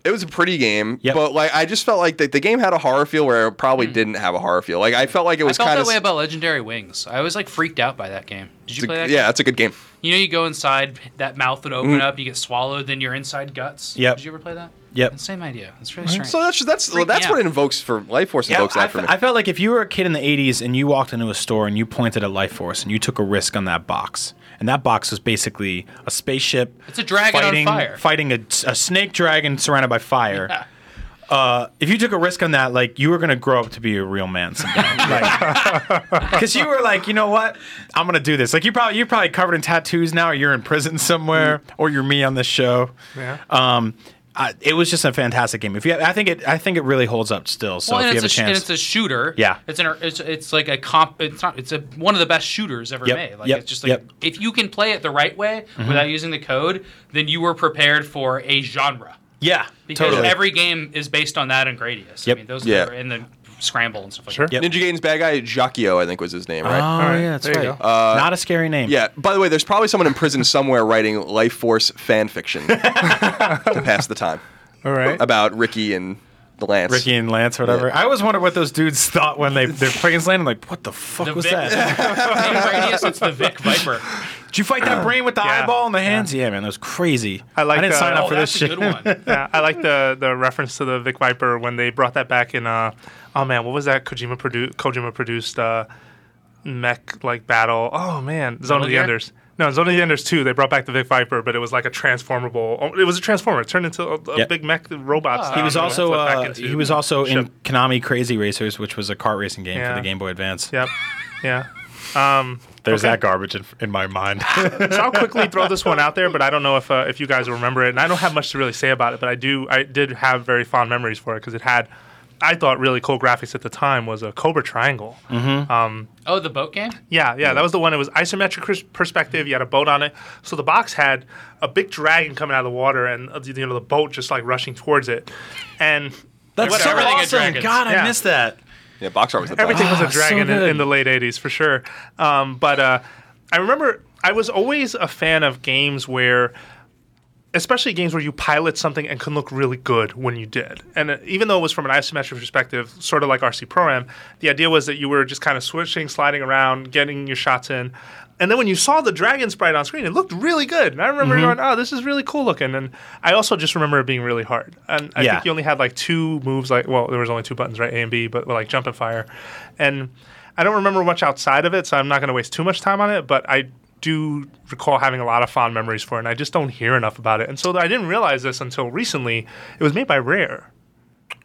S3: It was a pretty game,
S5: Yep. Hmm.
S3: but like I just felt like the, the game had a horror feel where it probably didn't have a horror feel. Like I felt like
S4: I
S3: it was
S4: felt
S3: kind
S4: that
S3: of
S4: way about Legendary Wings. I was like freaked out by that game. Did you play that?
S3: yeah,
S4: Game?
S3: that's a good game.
S4: You know, you go inside, that mouth would open up, you get swallowed, then you're inside guts.
S5: Mm. Yep.
S4: Did you ever play that?
S5: Yep.
S4: Same idea. It's really strange.
S3: So that's that's well,
S4: Freaked
S3: that's
S4: me
S3: what
S4: out.
S3: it invokes for Life Force
S5: Yeah,
S3: invokes
S5: I,
S3: that for
S5: fe-
S3: me.
S5: I felt like if you were a kid in the 80s and you walked into a store and you pointed at Life Force and you took a risk on that box, and that box was basically a spaceship.
S4: It's a dragon on
S5: fighting,
S4: fire.
S5: Fighting a, a snake dragon surrounded by fire. Uh, if you took a risk on that, like you were gonna grow up to be a real man someday, because you were like, you know what, I'm gonna do this. Like you probably you're probably covered in tattoos now, or you're in prison somewhere, or you're me on this show.
S2: Yeah.
S5: Um, I, it was just a fantastic game. If you, I think it, I think it really holds up still. So
S4: Well,
S5: if
S4: and
S5: you have a
S4: it's, a sh- and
S5: chance,
S4: it's a shooter.
S5: Yeah.
S4: it's an it's, it's like a comp. It's not. It's a one of the best shooters ever
S5: Yep,
S4: made. Like
S5: yep,
S4: it's just like
S5: yep. Mm-hmm.
S4: if you can play it the right way without using the code, then you were prepared for a genre
S5: yeah,
S4: because
S5: totally.
S4: every game is based on that and Gradius.
S5: Yep.
S4: I mean, those
S3: Yeah.
S4: are in the scramble and stuff like
S2: Sure.
S4: that.
S5: Yep.
S3: Ninja Gaiden's bad guy Jacchio, I think was his name, right?
S5: Oh
S2: right,
S5: yeah, that's
S2: there you
S5: right.
S2: go.
S5: Not a scary name.
S3: Yeah. By the way, there's probably someone in prison somewhere writing Life Force fan fiction to pass the time
S2: All right.
S3: about Ricky and Lance.
S5: Ricky and Lance or whatever. I always wonder what those dudes thought when they they're playing land. I'm like, what the fuck
S4: The
S5: was
S4: Vic-
S5: that?
S4: In radius, it's the Vic Viper.
S5: Did you fight that brain with the
S2: Yeah.
S5: eyeball and the hands? Yeah, man, that was crazy.
S2: I like,
S5: I didn't
S2: uh,
S5: sign up
S4: Oh,
S5: for this
S4: that's a
S5: shit.
S4: good one.
S2: yeah, I like the the reference to the Vic Viper when they brought that back in. Uh, oh man, what was that Kojima produ- Kojima produced uh, mech like battle? Oh man, Zone of
S4: Metal
S2: the
S4: Gear?
S2: Enders. No, Zone of the Enders too. They brought back the Vic Viper, but it was like a transformable. oh, It was a transformer. It turned into a, a
S5: Yep.
S2: big mech robot. style
S5: He was
S2: that would
S5: also
S2: flip back
S5: uh,
S2: into
S5: he was also in
S2: ship.
S5: Konami Crazy Racers, which was a kart racing game
S2: Yeah.
S5: for the Game Boy Advance.
S2: Yep. Yeah.
S5: There's that garbage in, in my mind.
S2: So I'll quickly throw this one out there, but I don't know if uh, if you guys remember it, and I don't have much to really say about it, but I do I did have very fond memories for it because it had. I thought really cool graphics at the time was a Cobra Triangle.
S4: Oh, the boat game?
S2: Yeah, yeah, that was the one. It was isometric pers- perspective. You had a boat on it, so the box had a big dragon coming out of the water, and uh, you know the boat just like rushing towards it, and
S5: That's so
S4: Whatever. Everything in
S5: awesome.
S4: Dragons.
S5: God,
S2: Yeah.
S5: I missed that.
S3: Yeah, box art was the
S2: everything
S3: best.
S2: was a
S5: Ah, so
S2: dragon in,
S5: good.
S2: in the late 80s for sure um, but uh, i remember i was always a fan of games where especially games where you pilot something and can look really good when you did and uh, even though it was from an isometric perspective sort of like rc program the idea was that you were just kind of switching sliding around getting your shots in and then when you saw the dragon sprite on screen, it looked really good. And I
S5: Mm-hmm.
S2: remember going, "Oh, this is really cool looking." And I also just remember it being really hard. And I
S5: Yeah.
S2: think you only had like two moves. Like, well, there was only two buttons, right? A and B, but like jump and fire. And I don't remember much outside of it, so I'm not going to waste too much time on it. But I do recall having a lot of fond memories for it, and I just don't hear enough about it. And so I didn't realize this until recently. It was made by Rare.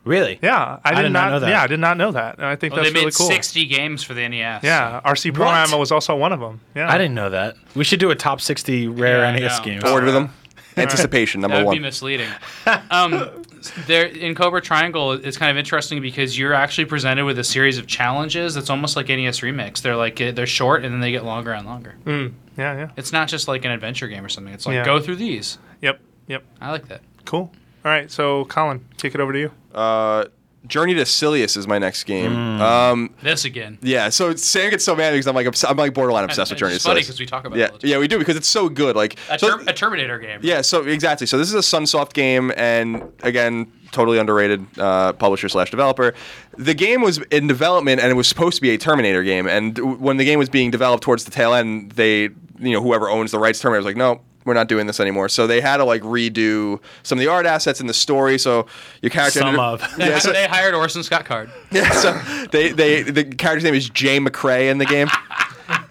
S5: Really?
S2: Yeah, I,
S5: did not know that.
S2: Yeah, I did not know that. And I think
S4: Well,
S2: that's
S4: Oh, they
S2: really
S4: made
S2: cool.
S4: 60 games for the E NES.
S2: yeah, RC Pro
S5: What?
S2: Am was also one of them. Yeah,
S5: I didn't know that. We should do a top 60 rare E
S4: Yeah, I
S5: NES
S4: know.
S5: games.
S3: Order them. Anticipation
S4: That
S3: number
S4: would
S3: one.
S4: be misleading. um, there in Cobra Triangle, it's kind of interesting because you're actually presented with a series of challenges. That's almost like NES Remix. They're like uh, they're short and then they get longer and longer.
S2: Yeah, yeah.
S4: It's not just like an adventure game or something. It's like
S2: Mm. Yeah.
S4: go through these.
S2: Yep, yep.
S4: I like that.
S2: Cool. All right, so Colin, kick it over to you.
S3: Uh, Journey to Silius is my next game.
S2: Hmm.
S3: Um,
S4: This again.
S3: yeah, so Sam gets so mad because I'm like obs- I'm like borderline obsessed with
S4: It's
S3: Journey to
S4: funny
S3: Silius.
S4: because we talk about it
S3: yeah,
S4: all the time.
S3: yeah, we do because it's so good. Like
S4: A,
S3: so-
S4: ter- a Terminator game.
S3: Yeah, so exactly. So this is a Sunsoft game, and again, totally underrated uh, publisher slash developer. The game was in development, and it was supposed to be a Terminator game. And w- when the game was being developed towards the tail end, they, you know, whoever owns the rights to Terminator was like, no. We're not doing this anymore. So they had to like redo some of the art assets in the story. So your character
S5: Some
S3: ended-
S5: of.
S3: yeah, so,
S4: they hired Orson Scott Card.
S3: yeah, so they, they the character's name is Jay McCrae in the game.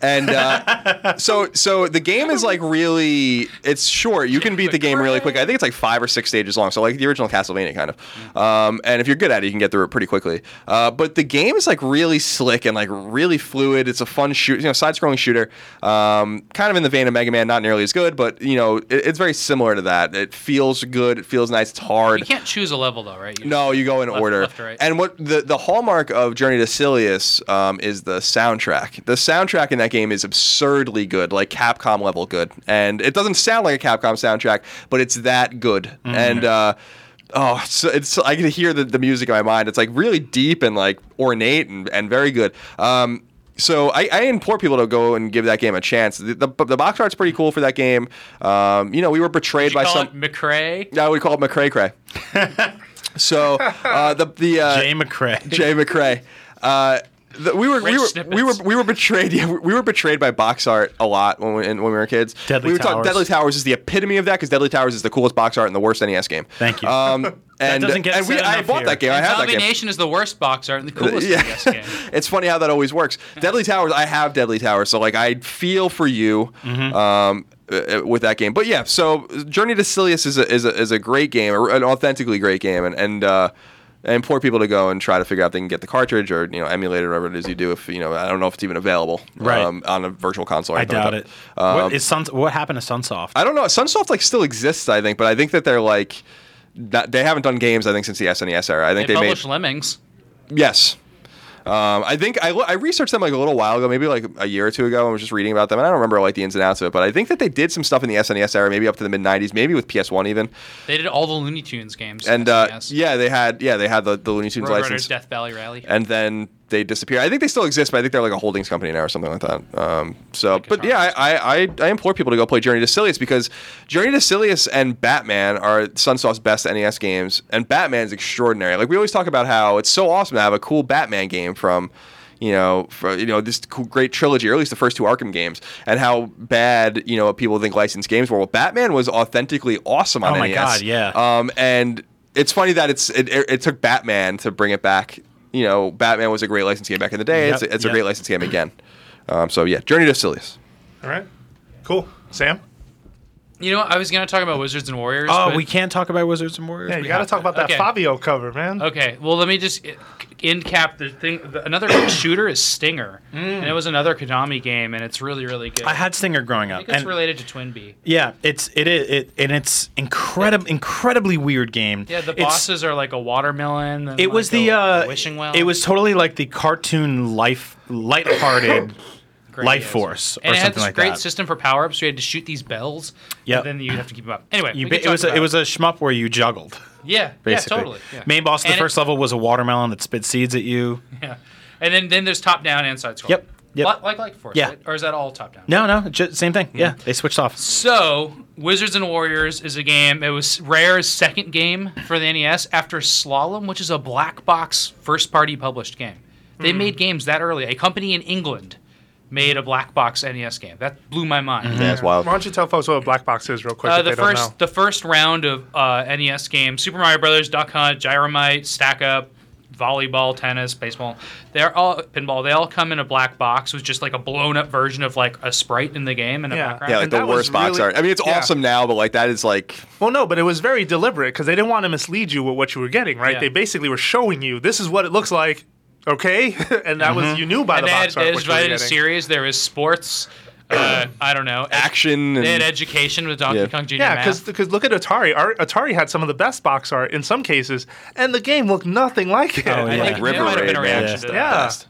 S3: And uh, so so the game is like really it's short. You can beat the game really quick. I think it's like five or six stages long. So like the original Castlevania kind of. Um, and if you're good at it, you can get through it pretty quickly. Uh, but the game is like really slick and like really fluid. It's a fun shoot, you know, side-scrolling shooter. Um, kind of in the vein of Mega Man, not nearly as good, but you know, it, it's very similar to that. It feels good. It feels nice. It's hard.
S4: You can't choose a level though, right? You
S3: No, you go in
S4: Left-
S3: order.
S4: left to right.
S3: And what the, the hallmark of Journey to Silius um, is the soundtrack. The soundtrack in that game is absurdly good, like Capcom level good. And it doesn't sound like a Capcom soundtrack, but it's that good.
S4: Mm-hmm.
S3: And uh, oh, it's, it's I can hear the, the music in my mind. It's like really deep and like ornate and, and very good. Um, so I, I implore people to go and give that game a chance. The, the, the box art's pretty cool for that game. Um, you know, we were betrayed
S4: Did
S3: by
S4: you call
S3: some.
S4: it McRae.
S3: I would call it McCray Cray. so uh, the the uh,
S5: Jay McCray.
S3: Jay McCray. Uh, the, we were we
S4: Rich
S3: were,
S4: snippets.
S3: we were we were betrayed. Yeah, we were betrayed by box art a lot when we, when we were kids.
S5: Deadly
S3: we were
S5: Towers.
S3: Deadly Towers is the epitome of that because Deadly Towers is the coolest box art and the worst NES game.
S5: Thank you.
S3: Um, and
S5: doesn't get
S3: and we,
S5: said
S3: I
S5: enough
S3: bought
S5: here.
S3: that game. I had that
S4: Zombie
S3: game.
S4: Nation is the worst box art and the coolest
S3: Yeah.
S4: NES game.
S3: It's funny how that always works. Deadly Towers, I have Deadly Towers, so like I feel for you
S5: Mm-hmm.
S3: um, uh, with that game. But yeah, so Journey to Silius is a, is a, is a great game, a- an authentically great game, and and uh, I implore people to go and try to figure out if they can get the cartridge or you know emulate it, or whatever it is you do. If you know, I don't know if it's even available
S5: Right.
S3: um, on a virtual console. or
S5: I
S3: anything like
S5: doubt
S3: that.
S5: it. what, is Suns- what happened to Sunsoft?
S3: I don't know. Sunsoft like still exists, I think, but I think that they're like. That, they haven't done games, I think, since the SNES era. I
S4: They,
S3: think they, made
S4: published Lemmings.
S3: Yes. Um, I think I, lo- I researched them like a little while ago, maybe like a year or two ago. I was just reading about them, and I don't remember like the ins and outs of it, but I think that they did some stuff in the SNES era, maybe up to the mid '90s, maybe with PS1 even.
S4: They did all the Looney Tunes games.
S3: And
S4: for
S3: uh,
S4: NES.
S3: yeah, they had yeah they had the, the Looney Tunes
S4: Roadrunners
S3: license,
S4: Death Valley Rally.
S3: and then they disappear. I think they still exist, but I think they're like a holdings company now or something like that. Um, so, but
S4: Atari.
S3: yeah, I, I I I implore people to go play Journey to Silius because Journey to Silius and Batman are Sunsoft's best NES games, and Batman's extraordinary. Like we always talk about how it's so awesome to have a cool Batman game from. You know, for, you know this cool, great trilogy, or at least the first two Arkham games, and how bad you know people think licensed games were. Well, Batman was authentically awesome on E
S5: Oh my
S3: NES.
S5: God, yeah.
S3: Um, and it's funny that it's it, it, it took Batman to bring it back. You know, Batman was a great license game back in the day. it's
S5: Yep,
S3: a, it's a
S5: yep.
S3: great license game again. Um, so yeah, Journey to Silius.
S2: All right. Cool. Sam?
S4: You know, I was gonna talk about Wizards and Warriors.
S5: Oh,
S4: but-
S5: we can't talk about Wizards and Warriors.
S2: Yeah, you
S5: We
S2: got to
S5: have
S2: talk about that
S4: Okay.
S2: Fabio cover, man.
S4: Okay, well, let me just uh, end cap the thing. The, another good shooter is Stinger, and it was another Konami game, and it's really, really good.
S5: Mm. I had Stinger growing up.
S4: I think it's
S5: and-
S4: related to Twin B.
S5: Yeah, it's it is it and it's incredible, incredibly weird game.
S4: Yeah, the
S5: It's-
S4: bosses are like a watermelon. and
S5: It was
S4: like
S5: the
S4: a
S5: uh,
S4: wishing well.
S5: It was totally like the cartoon life, lighthearted.
S4: Great,
S5: Life
S4: yes.
S5: Force or
S4: and it had
S5: something
S4: this
S5: like
S4: great
S5: that.
S4: system for power ups. You had to shoot these bells.
S5: Yep.
S4: and then you have to keep them up. Anyway,
S5: You
S4: we
S5: ba-
S4: can
S5: it
S4: talk
S5: was a,
S4: about
S5: it was a shmup where you juggled.
S4: yeah,
S5: Basically,
S4: yeah, totally. Yeah.
S5: main boss of the
S4: And it-
S5: first level was a watermelon that spit seeds at you.
S4: Yeah, and then then there's top down and side scroll.
S5: Yep, yep.
S4: Like, like Life Force.
S5: Yeah.
S4: right? or is that all top down?
S5: No, no, ju- same thing. Yeah,
S4: Mm-hmm.
S5: they switched off.
S4: So, Wizards and Warriors is a game. It was Rare's second game for the NES after Slalom, which is a black box first party published game.
S5: Hmm.
S4: They made games that early. A company in England made a black box NES game. That blew my mind.
S3: That's wild.
S2: Why don't you tell folks what a black box is real quick?
S4: Uh,
S2: if
S4: the
S2: they
S4: first
S2: don't know.
S4: the first round of uh, NES games: Super Mario Brothers, Duck Hunt, Gyromite, Stack Up, volleyball, tennis, baseball. They're all pinball. They all come in a black box with just like a blown up version of like a sprite in the game and a
S2: Yeah.
S4: background.
S3: Yeah, like
S2: And
S3: the
S2: that was
S3: worst box
S2: really-
S3: art. I mean, it's
S2: yeah.
S3: awesome now, but like that is like
S2: Well, no, but it was very deliberate because they didn't want to mislead you with what you were getting, right?
S4: Yeah.
S2: They basically were showing you this is what it looks like, okay? and that was, you knew by
S4: Mm-hmm.
S2: the
S4: and
S2: box
S4: they had,
S2: art.
S4: they
S2: What you were
S4: divided a
S2: getting.
S4: series. There was sports. Uh, I don't know. Ed-
S3: action
S4: They had
S3: and
S4: education with Donkey
S3: Yeah.
S4: Kong Jr.
S2: Yeah,
S4: math.
S2: because look at Atari. Our, Atari had some of the best box art in some cases, and the game looked nothing like it.
S5: Oh,
S4: I
S5: yeah.
S4: think
S5: Like
S4: there
S3: River
S4: might have
S3: Raid,
S4: been a
S3: man.
S4: reaction
S5: Yeah.
S4: to that.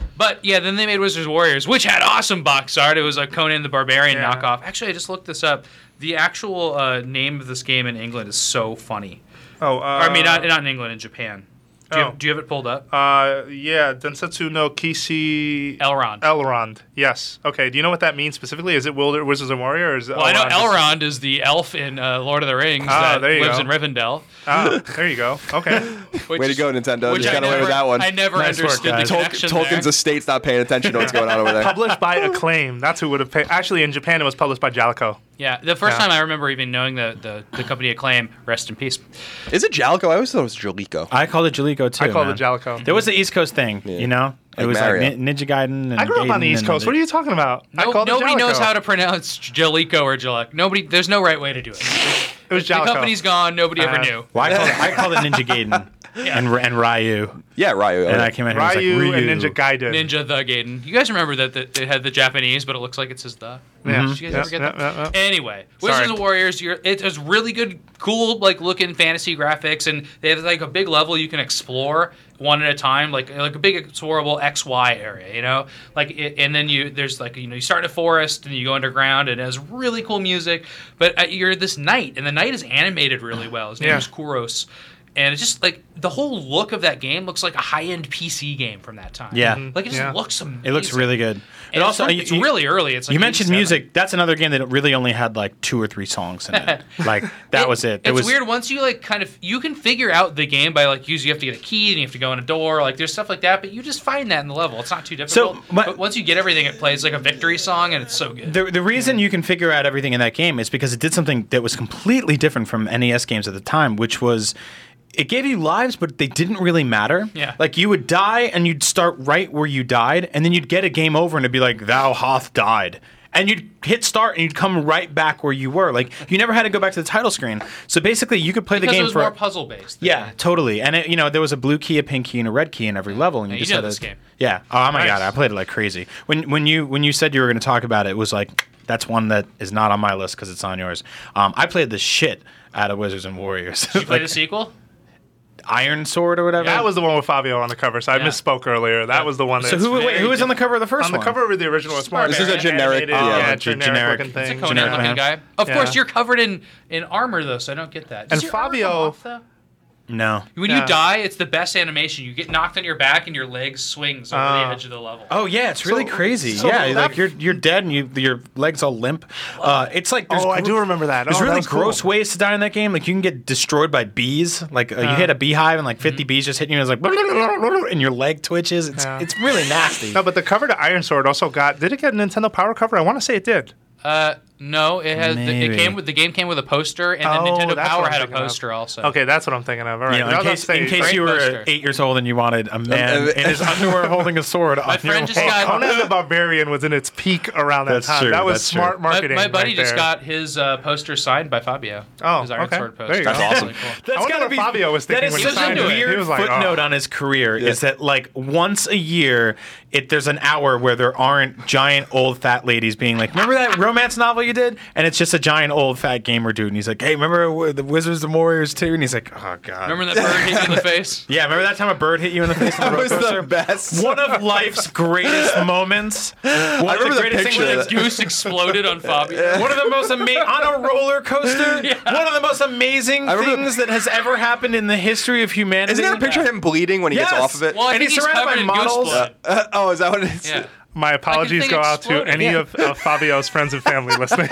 S2: Yeah.
S4: But yeah, then they made Wizards Warriors, which had awesome box art. It was a Conan the Barbarian
S2: Yeah.
S4: knockoff. Actually, I just looked this up. The actual uh, name of this game in England is so funny.
S2: Oh, uh,
S4: or, I mean, not, not in England, in Japan. Do, you,
S2: oh.
S4: have, do you have it pulled up?
S2: Uh, yeah, Densetsu no Kisi
S4: Elrond.
S2: Elrond. Yes. Okay. Do you know what that means specifically? Is it Wilder Wizards and Warrior? Or is it
S4: well, I know
S2: Elrond is-
S4: Elrond is the elf in uh, Lord of the Rings
S2: Ah,
S4: that
S2: there you
S4: lives
S2: go.
S4: in Rivendell.
S2: Ah, there you go. Okay.
S4: Which,
S3: way to go, Nintendo.
S4: which
S3: Just
S4: I
S3: got away with
S4: never-
S3: that one.
S4: I never
S5: Nice work,
S4: understood
S5: guys.
S4: the
S5: Tol-
S3: Tol-
S4: connection there.
S3: Tolkien's estate's not paying attention to what's going on over there.
S2: published by Acclaim. That's who would have paid. Actually, in Japan, it was published by Jalico.
S4: Yeah, the first
S2: Yeah.
S4: time I remember even knowing the, the, the company Acclaim, rest in peace.
S3: Is it Jalico? I always thought it was Jalico.
S5: I called it Jalico too.
S2: I called
S5: man.
S2: it Jalico.
S5: There was the East Coast thing, you know. It
S3: Like
S5: was
S3: Mario.
S5: like Nin- Ninja Gaiden. And
S2: I grew up on the East Coast. What are you talking about? I
S4: No,
S2: called
S4: nobody
S2: it Jalico.
S4: knows how to pronounce Jalico or Jalek. Nobody, there's no right way to do it.
S2: It was Jalico.
S4: The company's gone. Nobody ever
S2: Uh,
S4: knew.
S5: Well, I called it, I called it Ninja Gaiden and and Ryu.
S3: Yeah, Ryu.
S5: And I came out here and
S2: Ryu
S5: was like, Ryu
S2: and Ninja Gaiden.
S4: Ninja the Gaiden. You guys remember that that it had the Japanese, but it looks like it says the.
S2: Yeah.
S4: Did you guys
S2: Yeah,
S4: ever get that?
S2: yeah, yeah, yeah.
S4: Anyway,
S2: Sorry.
S4: Wizards and Warriors. You're, it has really good, cool, like looking fantasy graphics, and they have like a big level you can explore one at a time, like like a big explorable X Y area, you know, like it, and then you there's like you know you start in a forest and you go underground and it has really cool music, but uh, you're this knight and the knight is animated really well. His name
S2: Yeah.
S4: is Kuros. And it's just like the whole look of that game looks like a high-end PC game from that time.
S5: Yeah.
S2: Mm-hmm.
S5: Mhm.
S4: like it just
S2: Yeah.
S4: looks amazing.
S5: It looks really good.
S4: And
S5: it
S4: it's
S5: also
S4: from-
S5: you-
S4: it's
S5: you-
S4: really early. It's like
S5: You mentioned
S4: 87.
S5: music. That's another game that really only had like two or three songs in it. Like that was it. It
S4: it's
S5: was
S4: weird. Once you like kind of you can figure out the game by like usually you have to get a key and you have to go in a door. Like there's stuff like that, but you just find that in the level. It's not too difficult.
S5: my-
S4: but once you get everything, it plays like a victory song, and it's so good.
S5: The, the reason you can figure out everything in that game is because it did something that was completely different from NES games at the time, which was it gave you lives, but they didn't really matter.
S4: Yeah.
S5: Like you would die and you'd start right where you died, and then you'd get a game over and it'd be like, Thou hath died. And you'd hit start and you'd come right back where you were. Like you never had to go back to the title screen. So basically, you could play
S4: because
S5: the game
S4: it was
S5: for
S4: more puzzle based.
S5: yeah, totally. And it, you know, there was a blue key, a pink key, and a red key in every level. And you
S4: Yeah, you
S5: just
S4: know
S5: had to-
S4: this game.
S5: Yeah. Oh my
S2: Nice.
S5: god, I played it like crazy. When when you when you said you were going to talk about it, it was like that's one that is not on my list because it's on yours. Um, I played the shit out of Wizards and Warriors,
S4: Did you play
S5: like
S4: the sequel?
S5: Iron Sword or whatever.
S2: That was the one with Fabio on the cover. So I
S4: Yeah.
S2: misspoke earlier. That was the one.
S5: so
S2: that's
S5: who wait,
S2: very
S5: who was on the cover of the first
S2: on the
S5: one?
S2: cover of the original? It's more
S4: This
S2: of
S4: is a uh,
S2: an
S3: generic-
S2: animated,
S3: yeah,
S2: yeah,
S5: like
S2: generic,
S5: generic-
S2: looking
S5: it's a
S2: thing.
S4: Conan
S5: generic
S4: looking
S5: man.
S4: guy. Of
S2: Yeah.
S4: course, you're covered in in armor though, so I don't get that. Does
S2: And
S4: your armor come
S2: Fabio-
S4: off, though?
S5: No.
S4: When
S2: Yeah.
S4: you die, it's the best animation. You get knocked on your back and your leg swings over
S2: Oh.
S4: the edge of the level.
S5: Oh yeah, it's really crazy.
S2: so
S5: yeah,
S2: that-
S5: like you're you're dead and you your legs all limp. Uh, it's like there's
S2: Oh, I
S5: gr-
S2: do remember that.
S5: There's
S2: Oh, that
S5: really
S2: was cool.
S5: gross ways to die in that game. Like you can get destroyed by bees. Like uh, you hit a beehive and like 50 bees just hitting you. And it's like and your leg twitches. It's
S2: Mm-hmm. Yeah.
S5: it's really nasty.
S2: No, but the cover to Iron Sword also got. Did it get a Nintendo Power cover? I want to say it did.
S4: Uh, no, it has. The,
S5: Maybe.
S4: it came with the game came with a poster, and
S2: Oh,
S4: the Nintendo
S2: that's what
S4: Power
S2: I'm
S4: had a
S2: thinking of.
S4: poster also.
S2: Okay, that's what I'm thinking of. All right.
S5: You
S2: I
S5: know, Uh, in
S2: was about
S5: case,
S2: to say,
S5: in case
S2: right?
S5: you were
S4: poster.
S5: eight years old and you wanted a man
S3: and-
S5: in his underwear holding a sword on your
S4: friend just
S5: wall.
S4: got-
S2: Conan Oh, the Barbarian was in its peak around that
S5: That's
S2: time.
S5: true,
S2: that was
S5: that's true.
S2: smart
S4: My,
S2: marketing.
S4: my buddy
S2: right
S4: just
S2: there.
S4: got his uh, poster signed by Fabio.
S2: Oh,
S4: his Iron
S2: okay.
S4: Sword
S2: There
S4: poster.
S2: you go.
S4: That's
S3: That's
S4: really cool.
S5: That's
S2: I wonder
S5: gotta
S2: what
S5: be
S2: Fabio was
S5: That
S2: thinking
S5: is
S2: when he
S5: such
S4: signed
S5: a
S4: it.
S5: weird
S2: He was like,
S5: footnote
S2: "Oh."
S5: on his career is that like once a year, it there's an hour where there aren't giant old fat ladies being like, "Remember that romance novel you did?" And it's just a giant old fat gamer dude, and he's like, "Hey, remember w- the Wizards and Warriors too?" And he's like, "Oh god."
S4: Remember that bird hit you in the face?
S5: yeah, remember that time a bird hit you in the face? on the
S3: That
S5: roller
S3: was the
S5: coaster?
S3: best.
S5: One of life's greatest moments. One I
S3: remember the picture
S4: When
S3: Yeah,
S4: the
S3: that-
S4: goose exploded on Fabio.
S5: one of the most amazing on a roller coaster.
S4: Yeah.
S5: One of the most amazing
S3: remember-
S5: things that has ever happened in the history of humanity.
S3: Isn't there a picture of him bleeding when he
S5: Yes.
S3: gets off of it?
S4: Well, I
S5: And
S4: think
S5: he's
S4: he's,
S5: surrounded by
S4: covered in goose
S5: models.
S4: blood.
S3: Uh, oh, is that what it is?
S4: Yeah.
S2: My apologies
S4: thing
S2: go out to
S4: exploded.
S2: any of uh, Fabio's friends and family listening.
S4: He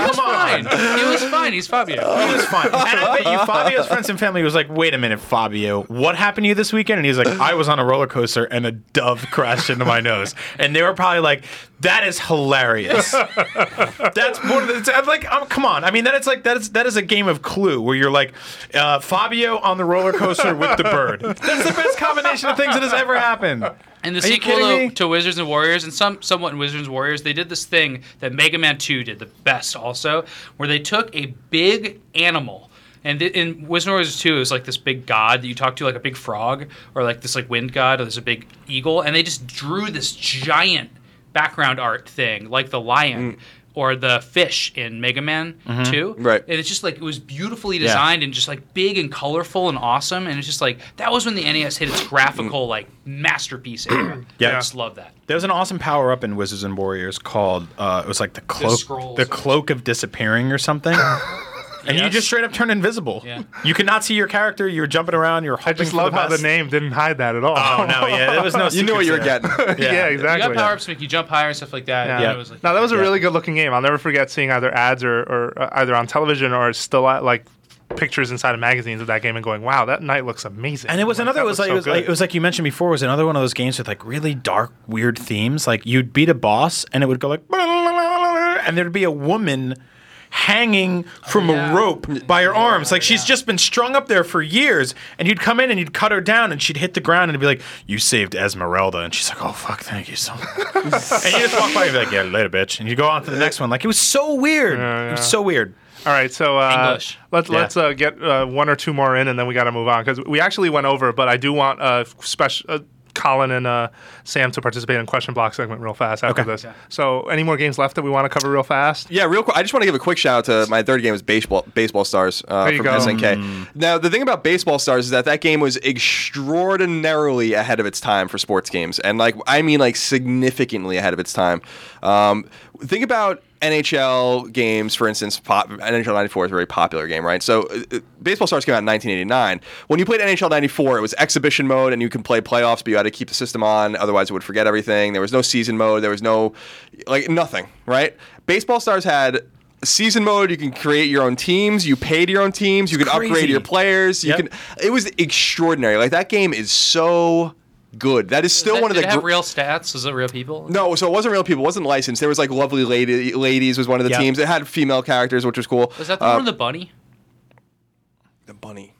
S4: was
S5: come on.
S4: fine. He was fine. He's Fabio.
S5: It was fine. And I bet you Fabio's friends and family was like, wait a minute, Fabio, what happened to you this weekend? And he's like, I was on a roller coaster and a dove crashed into my nose. And they were probably like, that is hilarious. That's one of the. I'm like, um, come on. I mean, that it's like that is that is a game of Clue where you're like uh, Fabio on the roller coaster with the bird. That's the best combination of things that has ever happened.
S4: And the
S5: you
S4: sequel
S5: kidding me?
S4: to, to Wizards and Warriors, and some somewhat in Wizards and Warriors, they did this thing that Mega Man 2 did the best also, where they took a big animal. And th- in Wizards and Warriors 2, it was like this big god that you talk to, like a big frog, or like this like wind god, or there's a big eagle. And they just drew this giant background art thing, like the lion.
S5: Mm.
S4: Or the fish in Mega Man
S5: Mm-hmm.
S4: 2.
S3: Right.
S4: And it's just like, it was beautifully designed and just like big and colorful and awesome. And it's just like, that was when the NES hit its graphical, like, masterpiece era.
S5: Yeah.
S4: I just love that.
S5: There was an awesome power up in Wizards and Warriors called uh, it was like the cloak,
S4: scrolls.
S5: the cloak of disappearing or something. and you
S4: Yes.
S5: just straight up turn invisible.
S4: Yeah.
S5: You could not see your character. You were jumping around. You were
S2: I
S5: hoping
S2: just
S5: for
S2: love
S5: the
S2: how the
S5: best.
S2: name didn't hide that at all.
S5: Oh no, yeah, there was no.
S3: You knew what you were
S5: secrets
S3: getting.
S5: there.
S2: yeah,
S4: You got
S2: exactly.
S4: power ups to make you jump higher and stuff like that.
S2: Yeah.
S4: And
S5: Yeah.
S4: it was like,
S2: No, that was a
S5: Yeah.
S2: really good-looking game. I'll never forget seeing either ads or, or uh, either on television or still at, like pictures inside of magazines of that game and going, "Wow, that night looks amazing."
S5: And it was
S2: Like,
S5: another.
S2: that
S5: It was
S2: looks
S5: like,
S2: so
S5: it, was like
S2: good.
S5: it was like you mentioned before. It was another one of those games with like really dark, weird themes. Like you'd beat a boss, and it would go like, and there'd be a woman hanging from
S4: yeah.
S5: a rope by her arms. Like she's just been strung up there for years. And you'd come in and you'd cut her down, and she'd hit the ground, and it'd be like, "You saved Esmeralda," and she's like, "Oh fuck, thank you so much." and you just walk by, and be like, "Yeah, later, bitch," and you go on to the next one. Like it was so weird. It was so weird.
S2: All right, so uh,
S4: English.
S2: let's
S5: Yeah.
S2: let's uh, get uh, one or two more in, and then we got to move on because we actually went over. But I do want uh, special uh, Colin and uh, Sam to participate in question block segment real fast after
S5: Okay.
S2: this. So, any more games left that we want to cover real fast?
S3: Yeah, real quick. I just want to give a quick shout out to my third game is baseball baseball stars uh,
S2: There you
S3: from
S2: go. Mm-hmm.
S3: SNK. Now the thing about baseball stars is that that game was extraordinarily ahead of its time for sports games, and like I mean like significantly ahead of its time. Um, think about NHL games, for instance. Pop, NHL '94 is a very popular game, right? So uh, uh, baseball stars came out in 1989. When you played NHL '94, it was exhibition mode, and you can play playoffs, but you had to keep the system on, otherwise it would forget everything. There was no season mode. There was no like nothing, right? Baseball stars had season mode you can create your own teams you paid your own teams you can upgrade
S5: crazy.
S3: your players you
S5: Yep.
S3: can it was extraordinary like that game is so good that is still
S4: did
S3: one of
S4: it
S3: the
S4: have
S3: gr-
S4: real stats? Was it real people?
S3: no so it wasn't real people it wasn't licensed there was like lovely lady, ladies was one of the
S5: Yep.
S3: teams it had female characters which was cool
S4: Was that the
S3: Uh,
S4: one with the bunny?
S3: the bunny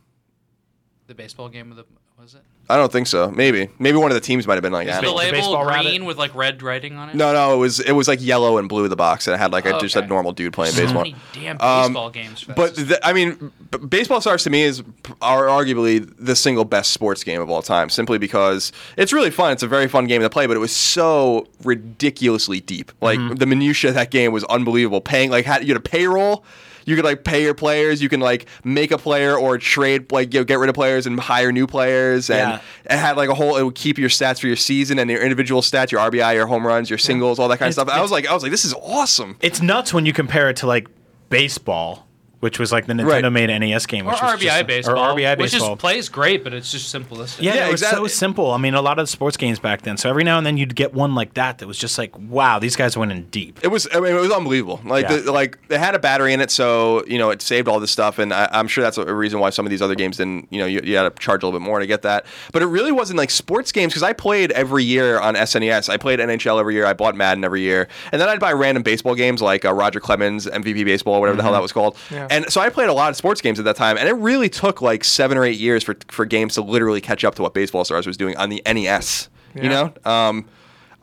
S4: The baseball game with the was it?
S3: i don't think so maybe maybe one of the teams might have been like
S4: Is
S3: that
S4: the
S5: the
S4: label
S5: baseball
S4: green
S5: rabbit?
S4: with like red writing on it?
S3: no no it was it was like yellow and blue in the box and it had like a,
S4: Oh,
S3: just a
S4: okay.
S3: normal dude playing
S4: So
S3: baseball Um,
S4: many damn baseball games. For that
S3: But
S4: system.
S3: th- I mean, b- baseball stars to me is p- are arguably the single best sports game of all time, simply because it's really fun. It's a very fun game to play, but it was so ridiculously deep. Like
S5: Mm-hmm.
S3: the minutia of that game was unbelievable. Paying like had, you had a payroll. You could like pay your players. You can like make a player or trade like you know, get rid of players and hire new players. And
S5: Yeah.
S3: it had like a whole. It would keep your stats for your season and your individual stats, your RBI, your home runs, your singles, all that kind of
S5: It's-
S3: stuff. I was like, I was like, this is awesome.
S5: It's nuts when you compare it to like baseball. which was like the
S3: Right.
S5: Nintendo made NES game,
S4: Or
S5: which was just,
S4: RBI baseball,
S5: or RBI
S4: which
S5: baseball,
S4: just plays great, but it's just simplistic.
S5: Yeah,
S3: Yeah,
S5: it was so
S3: exactly.
S5: simple. I mean, a lot of the sports games back then. So every now and then you'd get one like that that was just like, wow, these guys went in deep.
S3: It was I mean, it was unbelievable. Like
S5: Yeah.
S3: the, like it had a battery in it, so you know it saved all this stuff, and I, I'm sure that's a reason why some of these other games didn't. You know, you, you had to charge a little bit more to get that. But it really wasn't like sports games because I played every year on SNES. I played NHL every year. I bought Madden every year, and then I'd buy random baseball games like uh, Roger Clemens MVP Baseball, whatever the hell that was called. And so I played a lot of sports games at that time, and it really took like seven or eight years for for games to literally catch up to what Baseball Stars was doing on the NES. You
S2: Yeah.
S3: know. Um,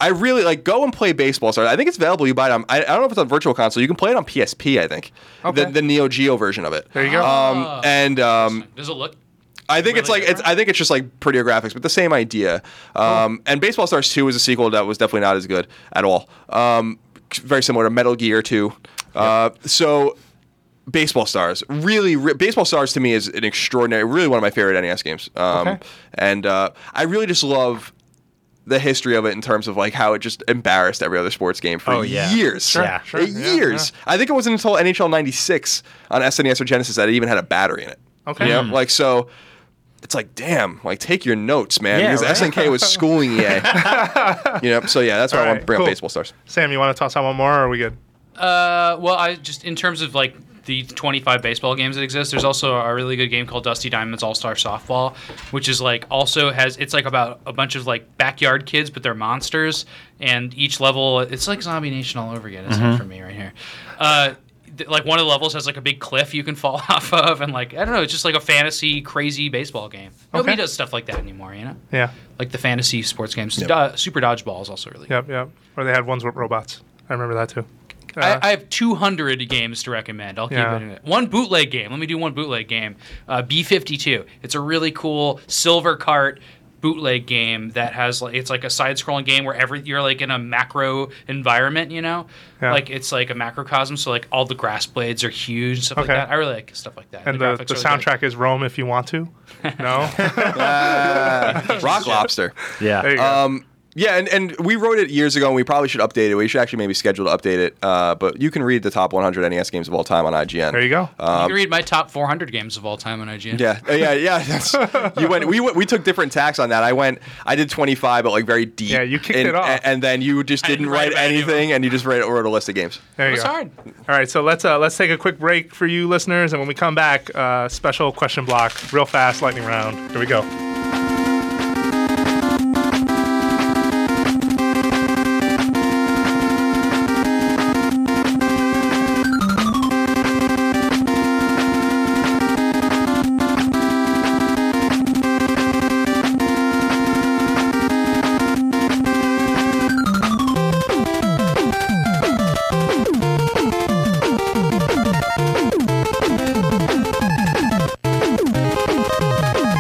S3: I really like go and play baseball. Sorry, I think it's available. You buy it on. I, I don't know if it's on virtual console. You can play it on PSP. I think
S2: Okay.
S3: the, the Neo Geo version of it.
S2: There you go.
S3: Um, and um,
S4: Does it look?
S3: I think it's
S4: Really
S3: like it's, I think it's just like prettier graphics, but the same idea. Um, And Baseball Stars Two is a sequel that was definitely not as good at all. Um, very similar to Metal Gear Two. Uh, so. Baseball Stars really, re- Baseball Stars to me is an extraordinary, really one of my favorite NES games. Um,
S2: Okay.
S3: And uh, I really just love the history of it in terms of like how it just embarrassed every other sports game for
S5: Oh, yeah.
S3: years.
S5: Sure, Yeah.
S2: sure. Yeah,
S3: years. I think it wasn't until NHL 96 on SNES or Genesis that it even had a battery in it.
S2: Okay.
S3: You know? Like, so it's like, damn, like take your notes, man.
S5: Yeah,
S3: because
S5: right.
S3: SNK was schooling EA. you know, so yeah, that's why I want to
S2: Alright,
S3: bring
S2: cool.
S3: up baseball stars.
S2: Sam, you want to toss out one more, or are we good?
S4: Uh, well, I just in terms of like the 25 baseball games that exist. There's also a really good game called Dusty Diamonds All Star Softball, which is like also has it's like about a bunch of like backyard kids, but they're monsters. And each level, it's like Zombie Nation all over again. It's
S2: Mm-hmm.
S4: not for me right here. Uh, th- like one of the levels has like a big cliff you can fall off of, and like I don't know, it's just like a fantasy crazy baseball game. Nobody
S2: Okay.
S4: does stuff like that anymore, you know.
S2: Yeah.
S4: Like the fantasy sports games, Do- Super Dodgeball is also really.
S2: Yep.
S4: good.
S2: Yep. Or they had ones with robots. I remember that too. Uh,
S4: I, I have 200 games to recommend. I'll keep
S2: Yeah.
S4: it in it. One bootleg game. Let me do one bootleg game. Uh, B52. It's a really cool silver cart bootleg game that has like it's like a side-scrolling game where every you're like in a macro environment. You know,
S2: Yeah.
S4: like it's like a macrocosm. So like all the grass blades are huge and stuff
S2: Okay.
S4: like that. I really like stuff like that.
S2: and the, the,
S4: graphics are really good.
S2: soundtrack is Rome if you want to. No.
S3: Rock Lobster.
S2: there
S5: Yeah.
S2: you go.
S3: Um, yeah, and, and we wrote it years ago, and we probably should update it. We should actually maybe schedule to update it. Uh, but you can read the top 100 NES E games of all time on IGN.
S2: there you go.
S5: Um,
S4: you can read my top 400 games of all time on IGN.
S3: Yeah, uh, yeah, yeah. That's, you went. We went, we took different tacks on that. I went. I did twenty five, but like very deep.
S2: Yeah, you kicked
S3: and,
S2: it off.
S3: And, and then you just
S4: I
S3: didn't,
S4: didn't
S3: write,
S4: write about any of
S3: anything, and you just wrote, wrote a list of games.
S2: there you
S4: It's
S2: go.
S4: hard.
S2: All right, so let's uh, let's take a quick break for you listeners, and when we come back, uh, special question block, real fast, lightning round. Here we go.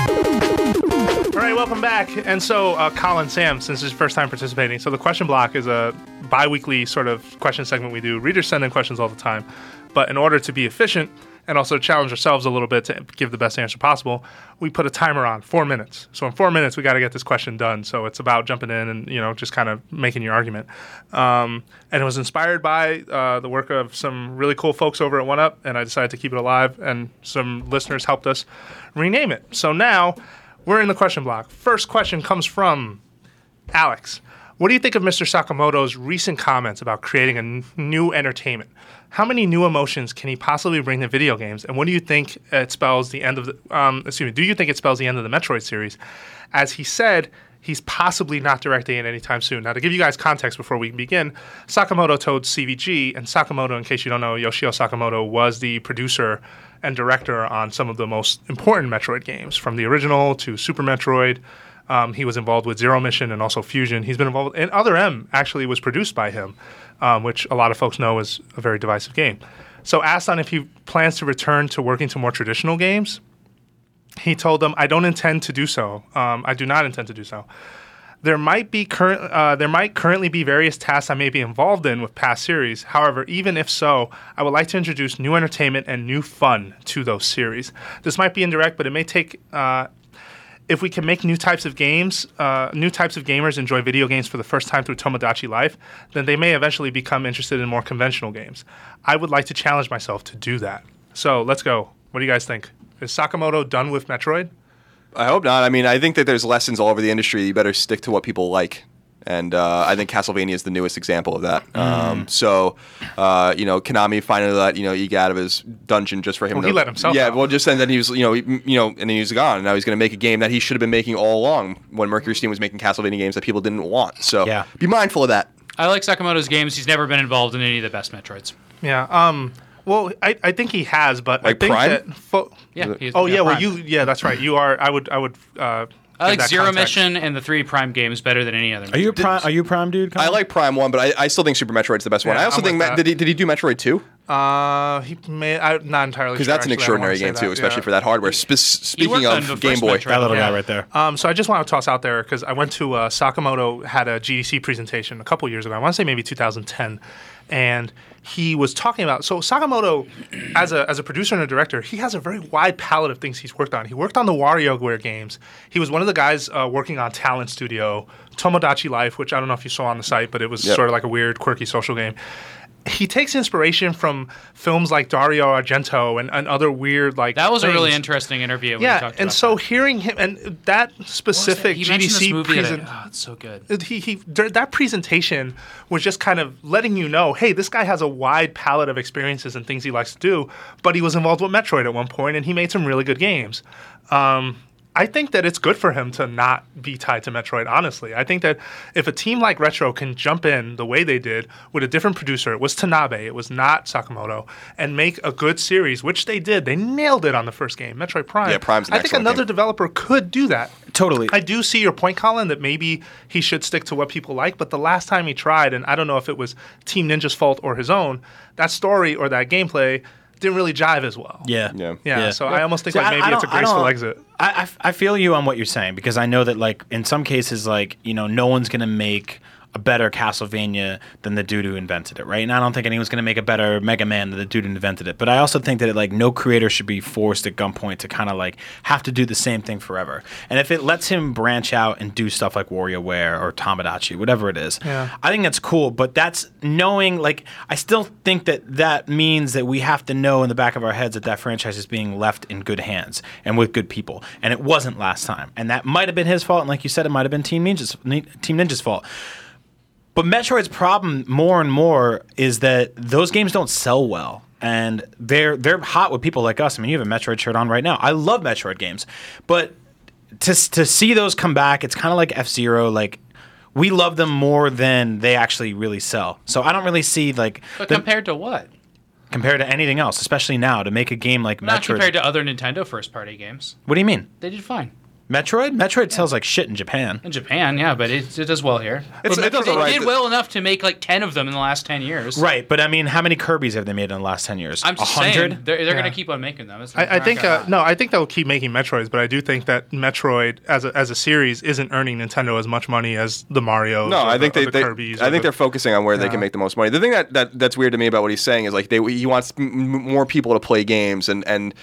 S2: All right, welcome back. And so, uh, Colin, Sam, since it's your first time participating, so the question block is a bi-weekly sort of question segment we do. Readers send in questions all the time, but in order to be efficient and also challenge ourselves a little bit to give the best answer possible, we put a timer on four minutes. So in four minutes, we got to get this question done. So it's about jumping in and you know just kind of making your argument. Um, and it was inspired by uh, the work of some really cool folks over at One Up, and I decided to keep it alive. And some listeners helped us rename it. So now. We're in the question block. First question comes from Alex. What do you think of Mr. Sakamoto's recent comments about creating a n- new entertainment? How many new emotions can he possibly bring to video games? And what do you think it spells the end of the um, excuse me, do you think it spells the end of the Metroid series? As he said, he's possibly not directing it anytime soon. Now to give you guys context before we begin, Sakamoto told CVG, and Sakamoto, in case you don't know, Yoshio Sakamoto was the producer and director on some of the most important Metroid games, from the original to Super Metroid. Um, he was involved with Zero Mission and also Fusion. He's been involved, and Other M actually was produced by him, um, which a lot of folks know is a very divisive game. So, asked on if he plans to return to working to more traditional games, he told them, "I don't intend to do so. Um, I do not intend to do so. There might be current. Uh, there might currently be various tasks I may be involved in with past series. However, even if so, I would like to introduce new entertainment and new fun to those series. This might be indirect, but it may take." Uh, if we can make new types of games, uh, new types of gamers enjoy video games for the first time through Tomodachi Life, then they may eventually become interested in more conventional games. I would like to challenge myself to do that. So let's go. What do you guys think? Is Sakamoto done with Metroid?
S3: I hope not. I mean, I think that there's lessons all over the industry. You better stick to what people like. And uh, I think Castlevania is the newest example of that.
S2: Mm.
S3: Um, so, uh, you know, Konami finally let you know Ig out of his dungeon just for him.
S2: Well,
S3: to,
S2: he let himself
S3: Yeah.
S2: out.
S3: Well, just and then he was, you know, he, you know, and then he was gone. And now he's going to make a game that he should have been making all along when Mercury Steam was making Castlevania games that people didn't want. So,
S5: Yeah.
S3: be mindful of that.
S4: I like Sakamoto's games. He's never been involved in any of the best Metroids.
S2: Yeah. Um. Well, I, I think he has, but I
S3: Like
S2: think
S3: Prime?
S2: that. Fo-
S4: Yeah. he's-
S2: oh yeah. Well,
S4: Prime.
S2: you. Yeah, that's right. You are. I would. I would. Uh,
S4: I
S2: give
S4: like
S2: that
S4: Zero
S2: context.
S4: Mission and the three Prime games better than any other.
S5: Are you a prime? Are you a prime dude? Colin?
S3: I like Prime One, but I, I still think Super Metroid's the best one.
S2: Yeah,
S3: I also
S2: I'm
S3: think
S2: with
S3: Ma-
S2: that.
S3: did he did he do Metroid Two?
S2: Uh, he may. I'm not entirely.
S3: Because
S2: sure,
S3: that's an
S2: actually. I don't wanna
S3: extraordinary game
S2: say
S3: too,
S2: that, yeah.
S3: especially for that hardware. Spe-
S4: worked
S3: speaking
S4: on the
S3: of
S4: first
S3: Game Boy,
S5: that little
S4: Yeah.
S5: guy right there.
S2: Um, so I just want to toss out there because I went to uh, Sakamoto had a GDC presentation a couple years ago. I want to say maybe 2010, and he was talking about so Sakamoto as a as a producer and a director, he has a very wide palette of things he's worked on. He worked on the WarioWare games. He was one of the guys uh, working on Talent Studio, Tomodachi Life, which I don't know if you saw on the site, but it was
S3: Yep.
S2: sort of like a weird, quirky social game he takes inspiration from films like Dario Argento and, and other weird like
S4: That was a really
S2: things.
S4: interesting interview. When we
S2: yeah
S4: talked
S2: and
S4: about
S2: so
S4: that.
S2: hearing him and that
S4: What was
S2: specific
S4: it? He mentioned this
S2: GDC
S4: movie at
S2: present
S4: it. Oh, it's so good.
S2: he, he dur- that presentation was just kind of letting you know, hey, this guy has a wide palette of experiences and things he likes to do, but he was involved with Metroid at one point and he made some really good games. Um, I think that it's good for him to not be tied to Metroid, honestly. I think that if a team like Retro can jump in the way they did with a different producer, it was Tanabe, it was not Sakamoto, and make a good series, which they did. They nailed it on the first game, Metroid Prime.
S3: Yeah, Prime's an
S2: I think
S3: excellent
S2: another
S3: game.
S2: developer could do that.
S5: Totally.
S2: I do see your point, Colin, that maybe he should stick to what people like. But the last time he tried, and I don't know if it was Team Ninja's fault or his own, that story or that gameplay didn't really jive as well.
S5: Yeah.
S3: Yeah.
S2: Yeah. So I almost think
S5: See,
S2: like
S5: I-
S2: maybe
S5: I
S2: it's a
S5: don't- I don't-
S2: graceful exit.
S5: I, I f- I feel you on what you're saying because I know that like in some cases like you know no one's gonna make a better Castlevania than the dude who invented it, right? And I don't think anyone's gonna make a better Mega Man than the dude who invented it. But I also think that like no creator should be forced at gunpoint to kind of like have to do the same thing forever. And if it lets him branch out and do stuff like WarioWare or Tamagotchi, whatever it is,
S2: Yeah.
S5: I think that's cool, but that's knowing, like, I still think that that means that we have to know in the back of our heads that that franchise is being left in good hands and with good people. And it wasn't last time. And that might have been his fault. And like you said, it might have been Team Ninja's, Nin- Team Ninja's fault. But Metroid's problem more and more is that those games don't sell well. And they're they're hot with people like us. I mean, you have a Metroid shirt on right now. I love Metroid games, but to to see those come back, it's kind of like F Zero. Like we love them more than they actually really sell. So I don't really see like
S4: But
S5: the-
S4: compared to what?
S5: compared to anything else, especially now to make a game like
S4: Not
S5: Metroid.
S4: compared to other Nintendo first-party games.
S5: what do you mean?
S4: They did fine
S5: Metroid? Metroid sells like shit in Japan.
S4: in Japan, yeah, but it, it does well here.
S3: It's, it does
S4: They
S3: all right.
S4: did well enough to make like ten of them in the last ten years.
S5: Right, but I mean, how many Kirby's have they made in the last ten years?
S4: I'm just saying they're, they're
S2: Yeah.
S4: going to keep on making them. It's-
S2: I, I
S4: they're not
S2: think
S4: gonna
S2: uh,
S4: not.
S2: no, I think they'll keep making Metroids, but I do think that Metroid as a, as a series isn't earning Nintendo as much money as the Mario.
S3: No, I think
S2: the,
S3: they,
S2: or
S3: they
S2: the Kirby's
S3: I
S2: or
S3: think
S2: the-
S3: they're focusing on where they
S2: Yeah.
S3: can make the most money. The thing that, that that's weird to me about what he's saying is like they he wants m- m- more people to play games and and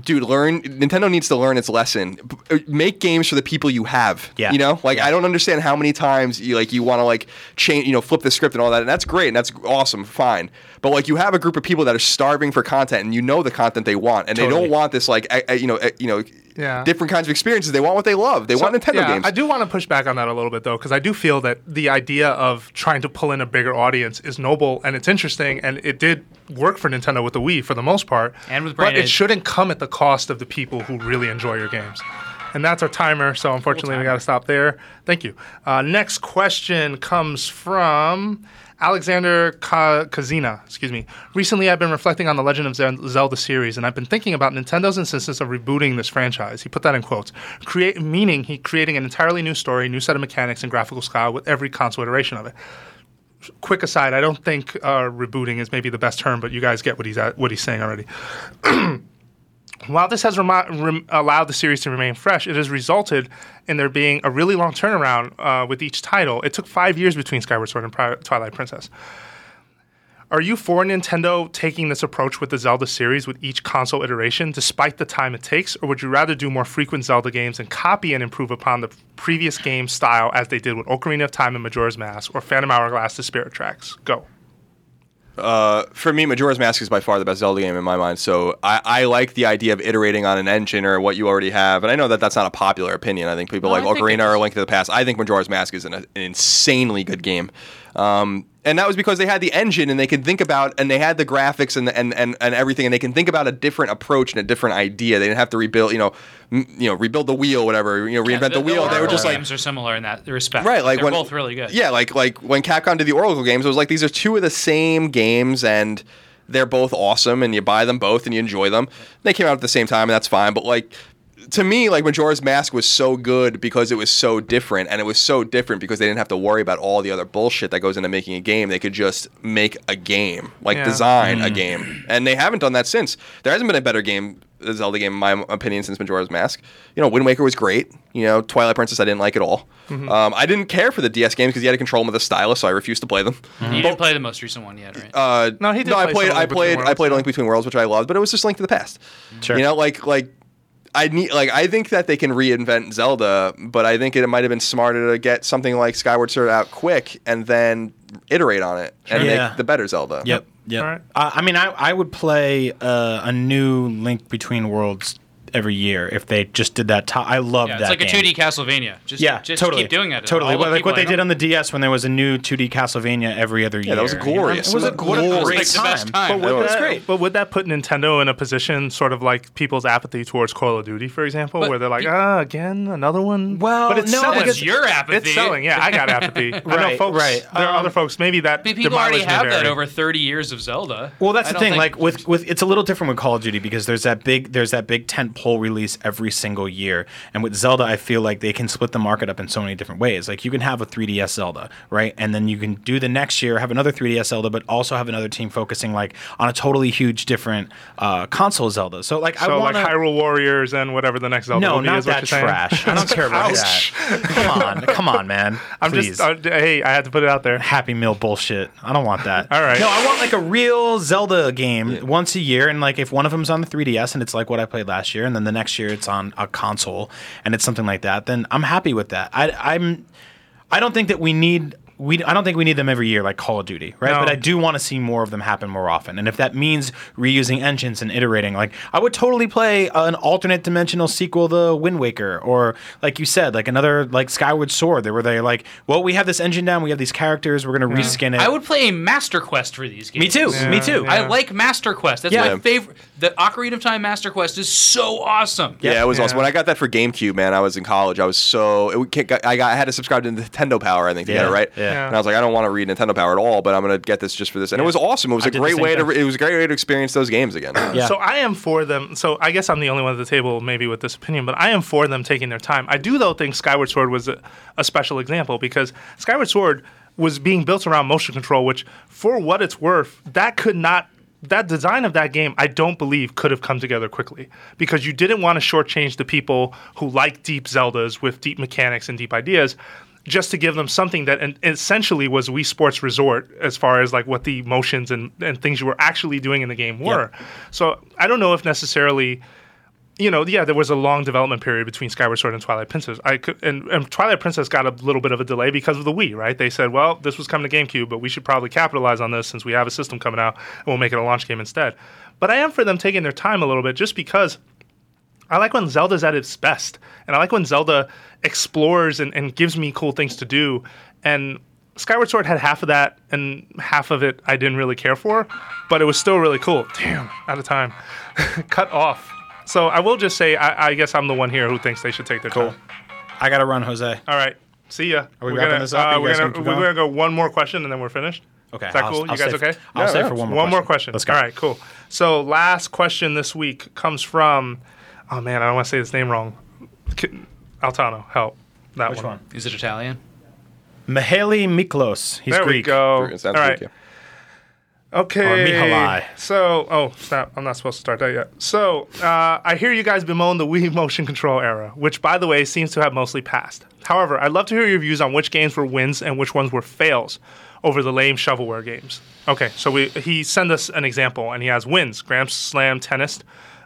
S3: dude learn Nintendo needs to learn its lesson. B- Make games for the people you have.
S5: Yeah.
S3: You know, like
S5: Yeah.
S3: I don't understand how many times you like you want to like change you know flip the script and all that and that's great and that's awesome fine. But like you have a group of people that are starving for content and you know the content they want and they
S5: Totally.
S3: don't want this like eh, eh, you know eh, you know
S2: Yeah.
S3: different kinds of experiences. They want what they love. They want
S2: So,
S3: Nintendo
S2: yeah,
S3: games.
S2: I do want to push back on that a little bit though, because I do feel that the idea of trying to pull in a bigger audience is noble and it's interesting, and it did work for Nintendo with the Wii for the most part.
S4: And with
S2: but
S4: Brain
S2: it
S4: Age.
S2: shouldn't come at the cost of the people who really enjoy your games. And that's our timer, so unfortunately we got to stop there. Thank you. Uh, next question comes from Alexander Ka- Kazina. Excuse me. Recently, I've been reflecting on the Legend of Zen- Zelda series, and I've been thinking about Nintendo's insistence of rebooting this franchise. He put that in quotes, create meaning he creating an entirely new story, new set of mechanics, and graphical style with every console iteration of it quick aside, I don't think uh, rebooting is maybe the best term, but you guys get what he's at, what he's saying already. While this has remi- rem- allowed the series to remain fresh, it has resulted in there being a really long turnaround uh, with each title. It took five years between Skyward Sword and Pri- Twilight Princess. Are you for Nintendo taking this approach with the Zelda series with each console iteration, despite the time it takes, or would you rather do more frequent Zelda games and copy and improve upon the previous game style as they did with Ocarina of Time and Majora's Mask, or Phantom Hourglass to Spirit Tracks? Go.
S3: Uh, for me, Majora's Mask is by far the best Zelda game in my mind. So I, I like the idea of iterating on an engine or what you already have. And I know that that's not a popular opinion. I think people
S4: No,
S3: like
S4: I think it
S3: Ocarina
S4: is.
S3: or Link to the Past. I think Majora's Mask is an, an insanely good game. Um, and that was because they had the engine and they could think about and they had the graphics and, and and and everything and they can think about a different approach and a different idea. They didn't have to rebuild, you know, m- you know, rebuild the wheel, whatever, you know, reinvent the, wheel. They were
S4: Oracle
S3: just like
S4: games are similar in that respect.
S3: Right, like
S4: they're
S3: when,
S4: both really good.
S3: Yeah, like like when Capcom did the Oracle games, it was like these are two of the same games and they're both awesome and you buy them both and you enjoy them. They came out at the same time and that's fine, but like to me, like Majora's Mask was so good because it was so different, and it was so different because they didn't have to worry about all the other bullshit that goes into making a game. They could just make a game, like
S2: Yeah.
S3: design
S5: Hmm.
S3: a game, and they haven't done that since. There hasn't been a better game, a Zelda game, in my opinion, since Majora's Mask. You know, Wind Waker was great. You know, Twilight Princess I didn't like at all.
S5: Mm-hmm.
S3: Um, I didn't care for the DS games because you had to control them with a stylus, so I refused to play them.
S5: Mm-hmm.
S4: you didn't play the most recent one yet, right?
S3: Uh,
S2: No, he did
S3: I
S2: play
S3: played.
S2: some Link
S3: I
S2: Between
S3: played. I
S2: Worlds,
S3: played
S2: yeah.
S3: Link Between Worlds, which I loved, but it was just Link to the Past.
S5: Sure.
S3: You know, like like I need like I think that they can reinvent Zelda, but I think it might have been smarter to get something like Skyward Sword out quick and then iterate on it and
S5: Sure. Yeah.
S3: make the better Zelda.
S5: Yep. Yep.
S2: All right.
S5: Uh, I mean, I, I would play uh, a new Link Between Worlds every year if they just did that. To- I love
S4: yeah, it's
S5: that.
S4: like
S5: game.
S4: a 2D Castlevania. Just,
S5: Yeah,
S4: just
S5: totally.
S4: keep doing it.
S5: Totally.
S4: I'll
S5: Well, like
S4: keep
S5: what they
S4: playing
S5: did
S4: it.
S5: on the DS when there was a new 2D Castlevania every other year.
S3: Yeah, that was glorious.
S5: It was a
S3: What a- it was,
S5: glorious
S3: like,
S4: the best time.
S5: time.
S2: But would,
S3: was
S2: that,
S5: great.
S2: but would that put Nintendo in a position, sort of like people's apathy towards Call of Duty, for example,
S4: But
S2: where they're like,
S4: pe-
S2: ah, again, another one?
S5: Well,
S2: but it's
S5: no,
S2: selling.
S5: because-
S4: That's your apathy.
S2: It's selling. Yeah, I got apathy. I know
S5: Right,
S2: folks,
S5: right.
S2: There are
S5: Um,
S2: other folks. Maybe that.
S4: I mean,
S2: their
S4: people already
S2: mileage may
S4: have that
S2: vary.
S4: over 30 years of Zelda.
S5: Well, that's the
S4: I don't
S5: thing.
S4: think-
S5: Like with with it's a little different with Call of Duty because there's that big there's that big tent pole release every single year, and with Zelda, I feel like they can split the market up in so many different ways. Like you can have a 3DS Zelda, right, and then you can do the next year have another 3DS Zelda, but also have another team focusing like on a totally huge different uh, console Zelda. So like I
S2: So
S5: want
S2: like Hyrule Warriors and whatever the next Zelda
S5: no,
S2: will be,
S5: not
S2: is what
S5: that
S2: you're saying.
S5: trash. I don't care about that.
S2: Ouch.
S5: Come on, come on, man.
S2: I'm
S5: Please.
S2: just. Uh, hey, I had to put it out there.
S5: Happy Meal bullshit. I don't want that.
S2: All right.
S5: No, I want like a real Zelda game once a year, and like if one of them's on the 3DS and it's like what I played last year, and then the next year it's on a console and it's something like that, then I'm happy with that. I, I'm, I don't think that we need. We, I don't think we need them every year like Call of Duty, right?
S2: No.
S5: But I do want to see more of them happen more often. And if that means reusing engines and iterating, like I would totally play an alternate dimensional sequel to Wind Waker or like you said, like another like Skyward Sword. They were they like, well, we have this engine down, we have these characters, we're going to reskin it.
S4: I would play a Master Quest for these games.
S5: Me too. Me too.
S2: Yeah.
S4: I like Master Quest. That's
S5: Yeah.
S4: my favorite. The Ocarina of Time Master Quest is so awesome.
S3: Yeah, it was
S2: Yeah.
S3: awesome. When I got that for GameCube, man, I was in college. I was so it, I got I had to subscribe to Nintendo Power, I think, to get
S5: Yeah,
S3: it right.
S5: yeah.
S3: And I was like, I don't want to read Nintendo Power at all, but I'm gonna get this just for this. And it was awesome. It was a
S5: did the
S3: great
S5: same
S3: way to
S5: thing.
S3: re- it was a great way to experience those games again.
S5: Yeah.
S2: So I am for them. So I guess I'm the only one at the table, maybe with this opinion, but I am for them taking their time. I do though think Skyward Sword was a, a special example because Skyward Sword was being built around motion control, which, for what it's worth, that could not. That design of that game, I don't believe, could have come together quickly because you didn't want to shortchange the people who like deep Zeldas with deep mechanics and deep ideas just to give them something that en- essentially was Wii Sports Resort as far as like what the motions and, and things you were actually doing in the game were. So I don't know if necessarily, you know, yeah, there was a long development period between Skyward Sword and Twilight Princess. I could, and, and Twilight Princess got a little bit of a delay because of the Wii, right? They said, well, this was coming to GameCube, but we should probably capitalize on this since we have a system coming out and we'll make it a launch game instead. But I am for them taking their time a little bit just because I like when Zelda's at its best, and I like when Zelda explores and, and gives me cool things to do. And Skyward Sword had half of that, and half of it I didn't really care for, but it was still really cool. Damn, out of time. Cut off. So I will just say, I, I guess I'm the one here who thinks they should take their time.
S5: I got to run, Jose.
S2: All right, see ya. Are
S5: we
S2: we're
S5: wrapping
S2: gonna, uh,
S5: this up? Are you
S2: we're,
S5: guys
S2: gonna,
S5: gonna keep
S2: we're
S5: going?
S2: gonna go one more question, and then we're finished.
S5: Okay.
S2: is that
S5: I'll-
S2: cool? you
S5: I'll
S2: guys
S5: stay-
S2: okay?
S5: I'll
S3: Yeah,
S5: stay
S3: yeah.
S5: for one more.
S2: One more question.
S5: question. Let's go.
S2: All right, cool. So last question this week comes from, oh man, I don't want to say his name wrong. K- Altano, help. That
S5: Which one?
S4: Is it Italian?
S5: Mihaly Miklos. He's
S2: There
S5: Greek.
S2: we go.
S3: It sounds
S2: All
S3: good,
S2: right.
S3: yeah.
S2: Okay.
S5: Mihalai.
S2: So, oh snap! I'm not supposed to start that yet. So, uh, I hear you guys bemoan the Wii motion control era, which, by the way, seems to have mostly passed. However, I'd love to hear your views on which games were wins and which ones were fails over the lame shovelware games. Okay, so we he sent us an example, and he has wins: Grand Slam Tennis,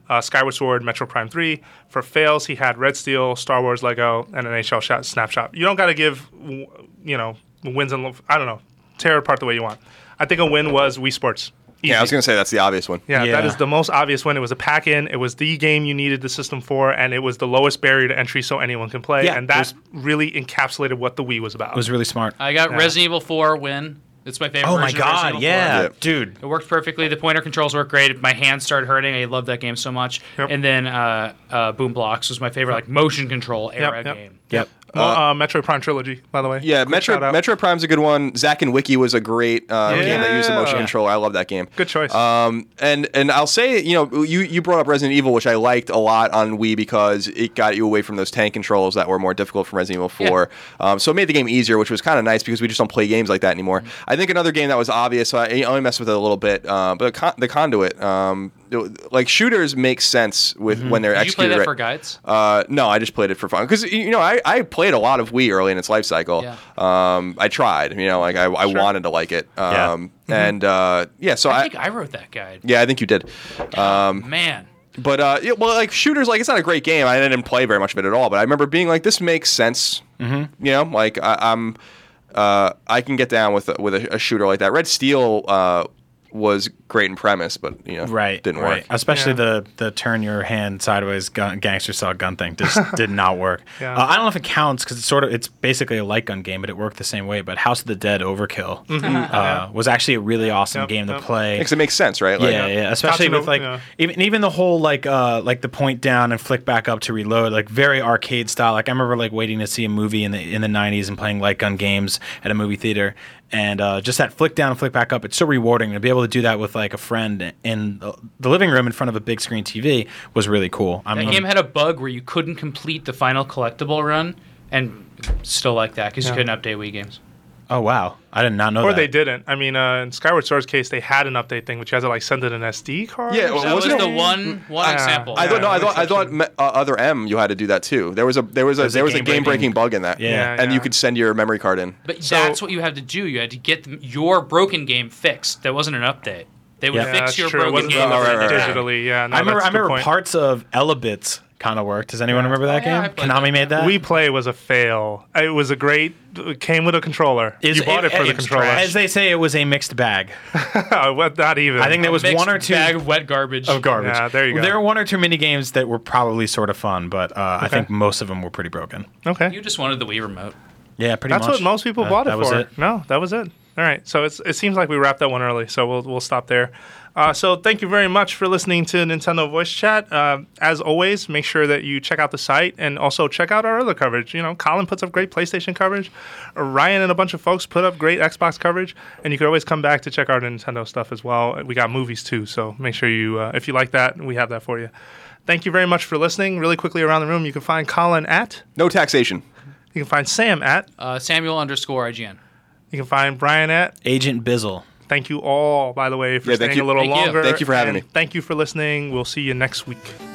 S2: uh, Skyward Sword, Metro Prime Three. For fails, he had Red Steel, Star Wars Lego, and NHL Shot Snapshot. You don't got to give, w- you know, wins and lo- I don't know, tear it apart the way you want. I I think a win was Wii Sports.
S3: Yeah, I was gonna say that's the obvious one.
S2: Yeah, that
S5: Yeah.
S2: is the most obvious one. It was a pack in. It was the game you needed the system for, and it was the lowest barrier to entry, so anyone can play.
S5: Yeah,
S2: and
S5: it
S2: that
S5: was-
S2: really encapsulated what the Wii was about.
S5: It was really smart.
S4: I got
S2: Yeah.
S4: Resident Evil 4 win. It's my favorite.
S5: oh my
S4: version of Resident
S5: god,
S4: Evil 4.
S5: yeah,
S3: Yeah.
S5: dude.
S4: It worked perfectly. The pointer controls worked great. My hands started hurting. I loved that game so much.
S2: Yep.
S4: And then uh, uh, Boom Blocks was my favorite, like motion control era
S2: Yep, yep.
S4: game.
S5: Yep.
S2: Well, uh, Metroid Prime trilogy, by the way.
S3: Yeah,
S2: Quick
S3: Metro
S2: shout out.
S3: Metro Prime's a good one. Zack and Wiki was a great uh, game that used the motion
S2: Yeah.
S3: control. I love that game.
S2: Good choice.
S3: Um, and and I'll say, you know, you you brought up Resident Evil, which I liked a lot on Wii because it got you away from those tank controls that were more difficult from Resident Evil Four. Um, so it made the game easier, which was kind of nice because we just don't play games like that anymore.
S2: Mm-hmm.
S3: I think another game that was obvious. So I I only messed with it a little bit, uh, but con- the Conduit. Um, it- like shooters make sense with when they're
S4: Mm-hmm. Did you play
S3: executed.
S4: that
S3: right-
S4: for guides?
S3: uh, no, I just played it for fun because you know I, I played a lot of Wii early in its life cycle.
S4: Yeah.
S3: Um, I tried, you know, like I, I wanted to like it.
S5: Yeah.
S3: Um, and uh, yeah, so I,
S4: I, think I wrote that guide. Oh,
S3: yeah, I think you did. Um,
S4: Man.
S3: but uh, yeah, well, like shooters, like it's not a great game. I didn't play very much of it at all. But I remember being like, this makes sense. Mm-hmm. You know, like I, I'm, uh, I can get down with with a, a shooter like that. Red Steel uh, was great in premise, but you know,
S5: Right.
S3: didn't
S5: right.
S3: work.
S5: Especially
S2: Yeah.
S5: the the turn your hand sideways gun, gangster saw gun thing just did not work.
S2: Yeah.
S5: Uh, I don't know if it counts because it's sort of it's basically a light gun game, but it worked the same way. But House of the Dead Overkill uh, was actually a really awesome
S2: Mm-hmm. Yep,
S5: game
S2: yep.
S5: to play.
S3: Because it makes sense, right? Like,
S5: yeah, yeah, especially
S2: Tatsunoko-
S5: with like
S2: yeah.
S5: even even the whole like uh like the point down and flick back up to reload, like very arcade style. Like I remember like waiting to see a movie in the in the '90s and playing light gun games at a movie theater, and uh, just that flick down and flick back up. It's so rewarding to be able to do that with like a friend in the- the living room in front of a big screen TV was really cool. I
S4: That
S3: mm-hmm.
S5: mean,
S4: game had a bug where you couldn't complete the final collectible run and still like that because
S2: Yeah.
S4: you couldn't update Wii games.
S5: oh wow, I did not know.
S2: or
S5: that.
S2: they didn't. I mean, uh, in Skyward Sword's case, they had an update thing, which has to like send it an SD card.
S3: Yeah,
S2: or
S3: well,
S4: That was
S3: wasn't
S4: the
S3: it-
S4: one one
S2: Yeah.
S4: example.
S3: I
S2: Yeah.
S3: thought no, I thought I thought
S2: exception.
S3: me- uh, other M you had to do that too. There was a there was a there was a game breaking bug in that.
S5: Yeah. Yeah,
S3: and you
S2: yeah.
S3: could send your memory card in.
S4: But
S2: So-
S4: that's what you had to do. You had to get them, your broken game fixed. That wasn't an update. They would
S5: Yeah,
S4: fix
S2: that's
S4: your
S2: true. It
S4: broken
S2: wasn't
S4: game
S3: the-
S4: with
S3: Oh, right,
S4: an
S3: right, right.
S4: attack.
S2: digitally. Yeah, no,
S5: I remember.
S2: Oh, that's
S5: I
S2: a good
S5: remember
S2: point.
S5: parts of Elabits kind of worked. Does anyone remember that
S4: Oh, yeah, I
S5: game?
S4: played
S5: Konami
S4: that.
S5: made that.
S2: Wii Play was a fail. It was a great. It came with a controller.
S5: Is-
S2: you bought it, for the
S5: it's
S2: controller.
S5: trash. As they say, it was a mixed bag.
S2: What- Not even.
S5: I think there was
S4: Mixed
S5: one or two
S4: bag of wet garbage.
S5: of garbage.
S2: Yeah, Uh, there you go.
S5: There were one or two mini games that were probably sort of fun, but uh, I
S2: Okay.
S5: think most of them were pretty broken.
S2: okay.
S4: You just wanted the Wii remote.
S5: Yeah, pretty
S2: That's
S5: much.
S2: what most people
S5: Uh,
S2: bought it
S5: that
S2: for.
S5: Was it.
S2: No, that was it. All right. So it's, it seems like we wrapped that one early. So we'll we'll stop there. Uh, so thank you very much for listening to Nintendo Voice Chat. Uh, as always, make sure that you check out the site and also check out our other coverage. You know, Colin puts up great PlayStation coverage. Ryan and a bunch of folks put up great Xbox coverage, and you can always come back to check out our Nintendo stuff as well. We got movies too, so make sure you uh, if you like that, we have that for you. Thank you very much for listening. Really quickly around the room, you can find Colin at,
S3: No taxation.
S2: you can find Sam at,
S4: Uh, Samuel underscore IGN.
S2: you can find Brian at,
S5: Agent Bizzle.
S2: Thank you all, by the way, for
S3: Yeah, thank
S2: staying
S3: you.
S2: a little
S4: Thank you.
S2: longer.
S3: Thank you for having
S2: and
S3: me.
S2: Thank you for listening. We'll see you next week.